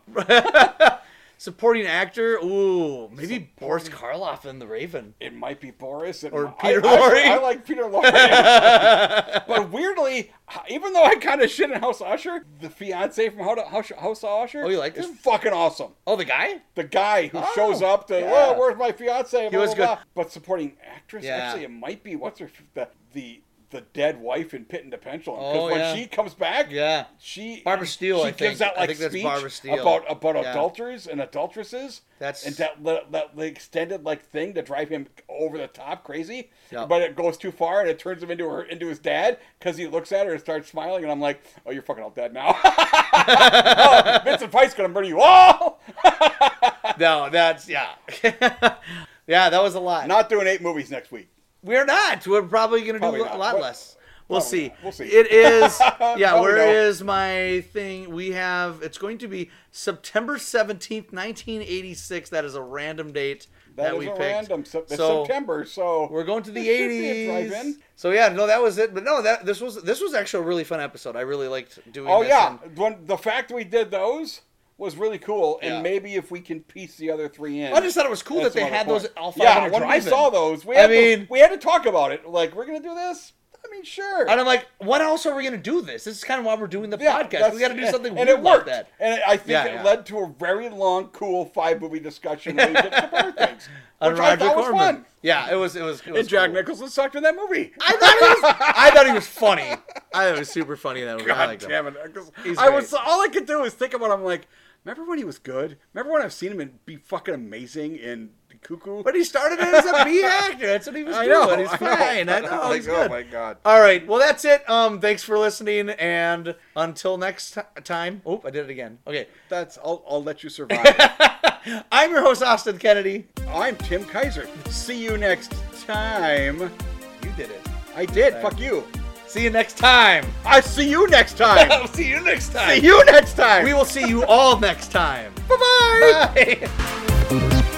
S2: Supporting actor. Ooh, maybe Boris Karloff in The Raven.
S4: It might be Boris. It
S2: Or
S4: mi-
S2: Peter
S4: I, I-
S2: Lorre.
S4: I, like Peter Lorre. but weirdly, even though I kind of shit in House of Usher, the fiance from How to, House, House of Usher
S2: Oh, you liked
S4: is
S2: him?
S4: fucking awesome.
S2: Oh, the guy.
S4: The guy who
S2: Oh,
S4: shows up to,
S2: yeah.
S4: oh, where's my fiance? Blah,
S2: was
S4: blah, blah.
S2: good.
S4: But supporting actress,
S2: Yeah.
S4: actually, it might be what's her f- the the the dead wife in Pit and the Pendulum.
S2: Oh,
S4: Because when
S2: yeah.
S4: she comes back,
S2: Yeah.
S4: she
S2: Barbara Steele,
S4: She
S2: I think.
S4: gives that
S2: I
S4: like
S2: think that's
S4: speech
S2: Barbara Steele.
S4: about about
S2: Yeah.
S4: adulterers and adulteresses.
S2: That's-
S4: and that, that, that the extended like thing to drive him over the top crazy.
S2: Yeah.
S4: But it goes too far and it turns him into her into his dad because he looks at her and starts smiling and I'm like, oh, you're fucking all dead now. oh, Vincent Price gonna murder you all.
S2: No, that's yeah. yeah, that was a lot.
S4: Not doing eight movies next week.
S2: We're not. We're probably going to
S4: Probably
S2: do a
S4: not.
S2: lot
S4: Well,
S2: less. We'll
S4: probably
S2: see.
S4: not. We'll see.
S2: It is. Yeah.
S4: Probably
S2: Where is
S4: not.
S2: my thing? We have. It's going to be September seventeenth, nineteen eighty-six. That is a random date that,
S4: that is
S2: we
S4: a
S2: picked.
S4: random. Sep- it's
S2: So-
S4: September, so
S2: We're going to the
S4: there should be a drive-in.
S2: eighties. So yeah, no, that was it. But no, that this was this was actually a really fun episode. I really liked doing.
S4: Oh
S2: this
S4: yeah,
S2: and-
S4: when the fact we did those was really cool, and
S2: Yeah.
S4: maybe if we can piece the other three in.
S2: I just thought it was cool
S4: that's
S2: that they
S4: another
S2: had
S4: point.
S2: those all
S4: Yeah,
S2: 500
S4: when we
S2: drive-in.
S4: saw those, we
S2: I
S4: had to-
S2: mean-
S4: we had to talk about it. Like, we're gonna do this. I mean, sure.
S2: And I'm like, what else are we going to do this? This is kind of why we're doing the
S4: Yeah,
S2: podcast.
S4: that's-
S2: We got to do something
S4: and
S2: weird
S4: it worked.
S2: like that.
S4: And it, I think
S2: Yeah,
S4: it
S2: yeah.
S4: led to a very long, cool five movie discussion where we did compare things,
S2: On
S4: which I
S2: Roger
S4: thought was
S2: Corman.
S4: fun.
S2: Yeah, it was. It was. It was
S4: And Jack
S2: cool.
S4: Nicholson sucked in that movie.
S2: I thought he was. I thought he was funny. I thought he was super funny. in That movie. I
S4: God
S2: liked him.
S4: damn it! 'Cause
S2: He's
S4: I was
S2: great.
S4: all I could do was think about. I'm like, remember when he was good? Remember when I've seen him and be fucking amazing in Cuckoo?
S2: But he started as a B actor. That's what he was
S4: I
S2: doing.
S4: know,
S2: he's
S4: I know.
S2: fine. I know.
S4: Like,
S2: he's
S4: oh
S2: good.
S4: my God.
S2: All right. Well, that's it. Um, thanks for listening, and until next ti- time. Oh, I did it again. Okay.
S4: That's I'll, I'll let you survive.
S2: I'm your host, Austin Kennedy.
S4: I'm Tim Kaiser. See you next time.
S2: You did it.
S4: I did.
S2: Right.
S4: Fuck you.
S2: See you next time.
S4: I see you next time.
S2: I'll see you next time.
S4: see you next time.
S2: We will see you all next time.
S4: Bye-bye.
S2: Bye.
S5: Brutus.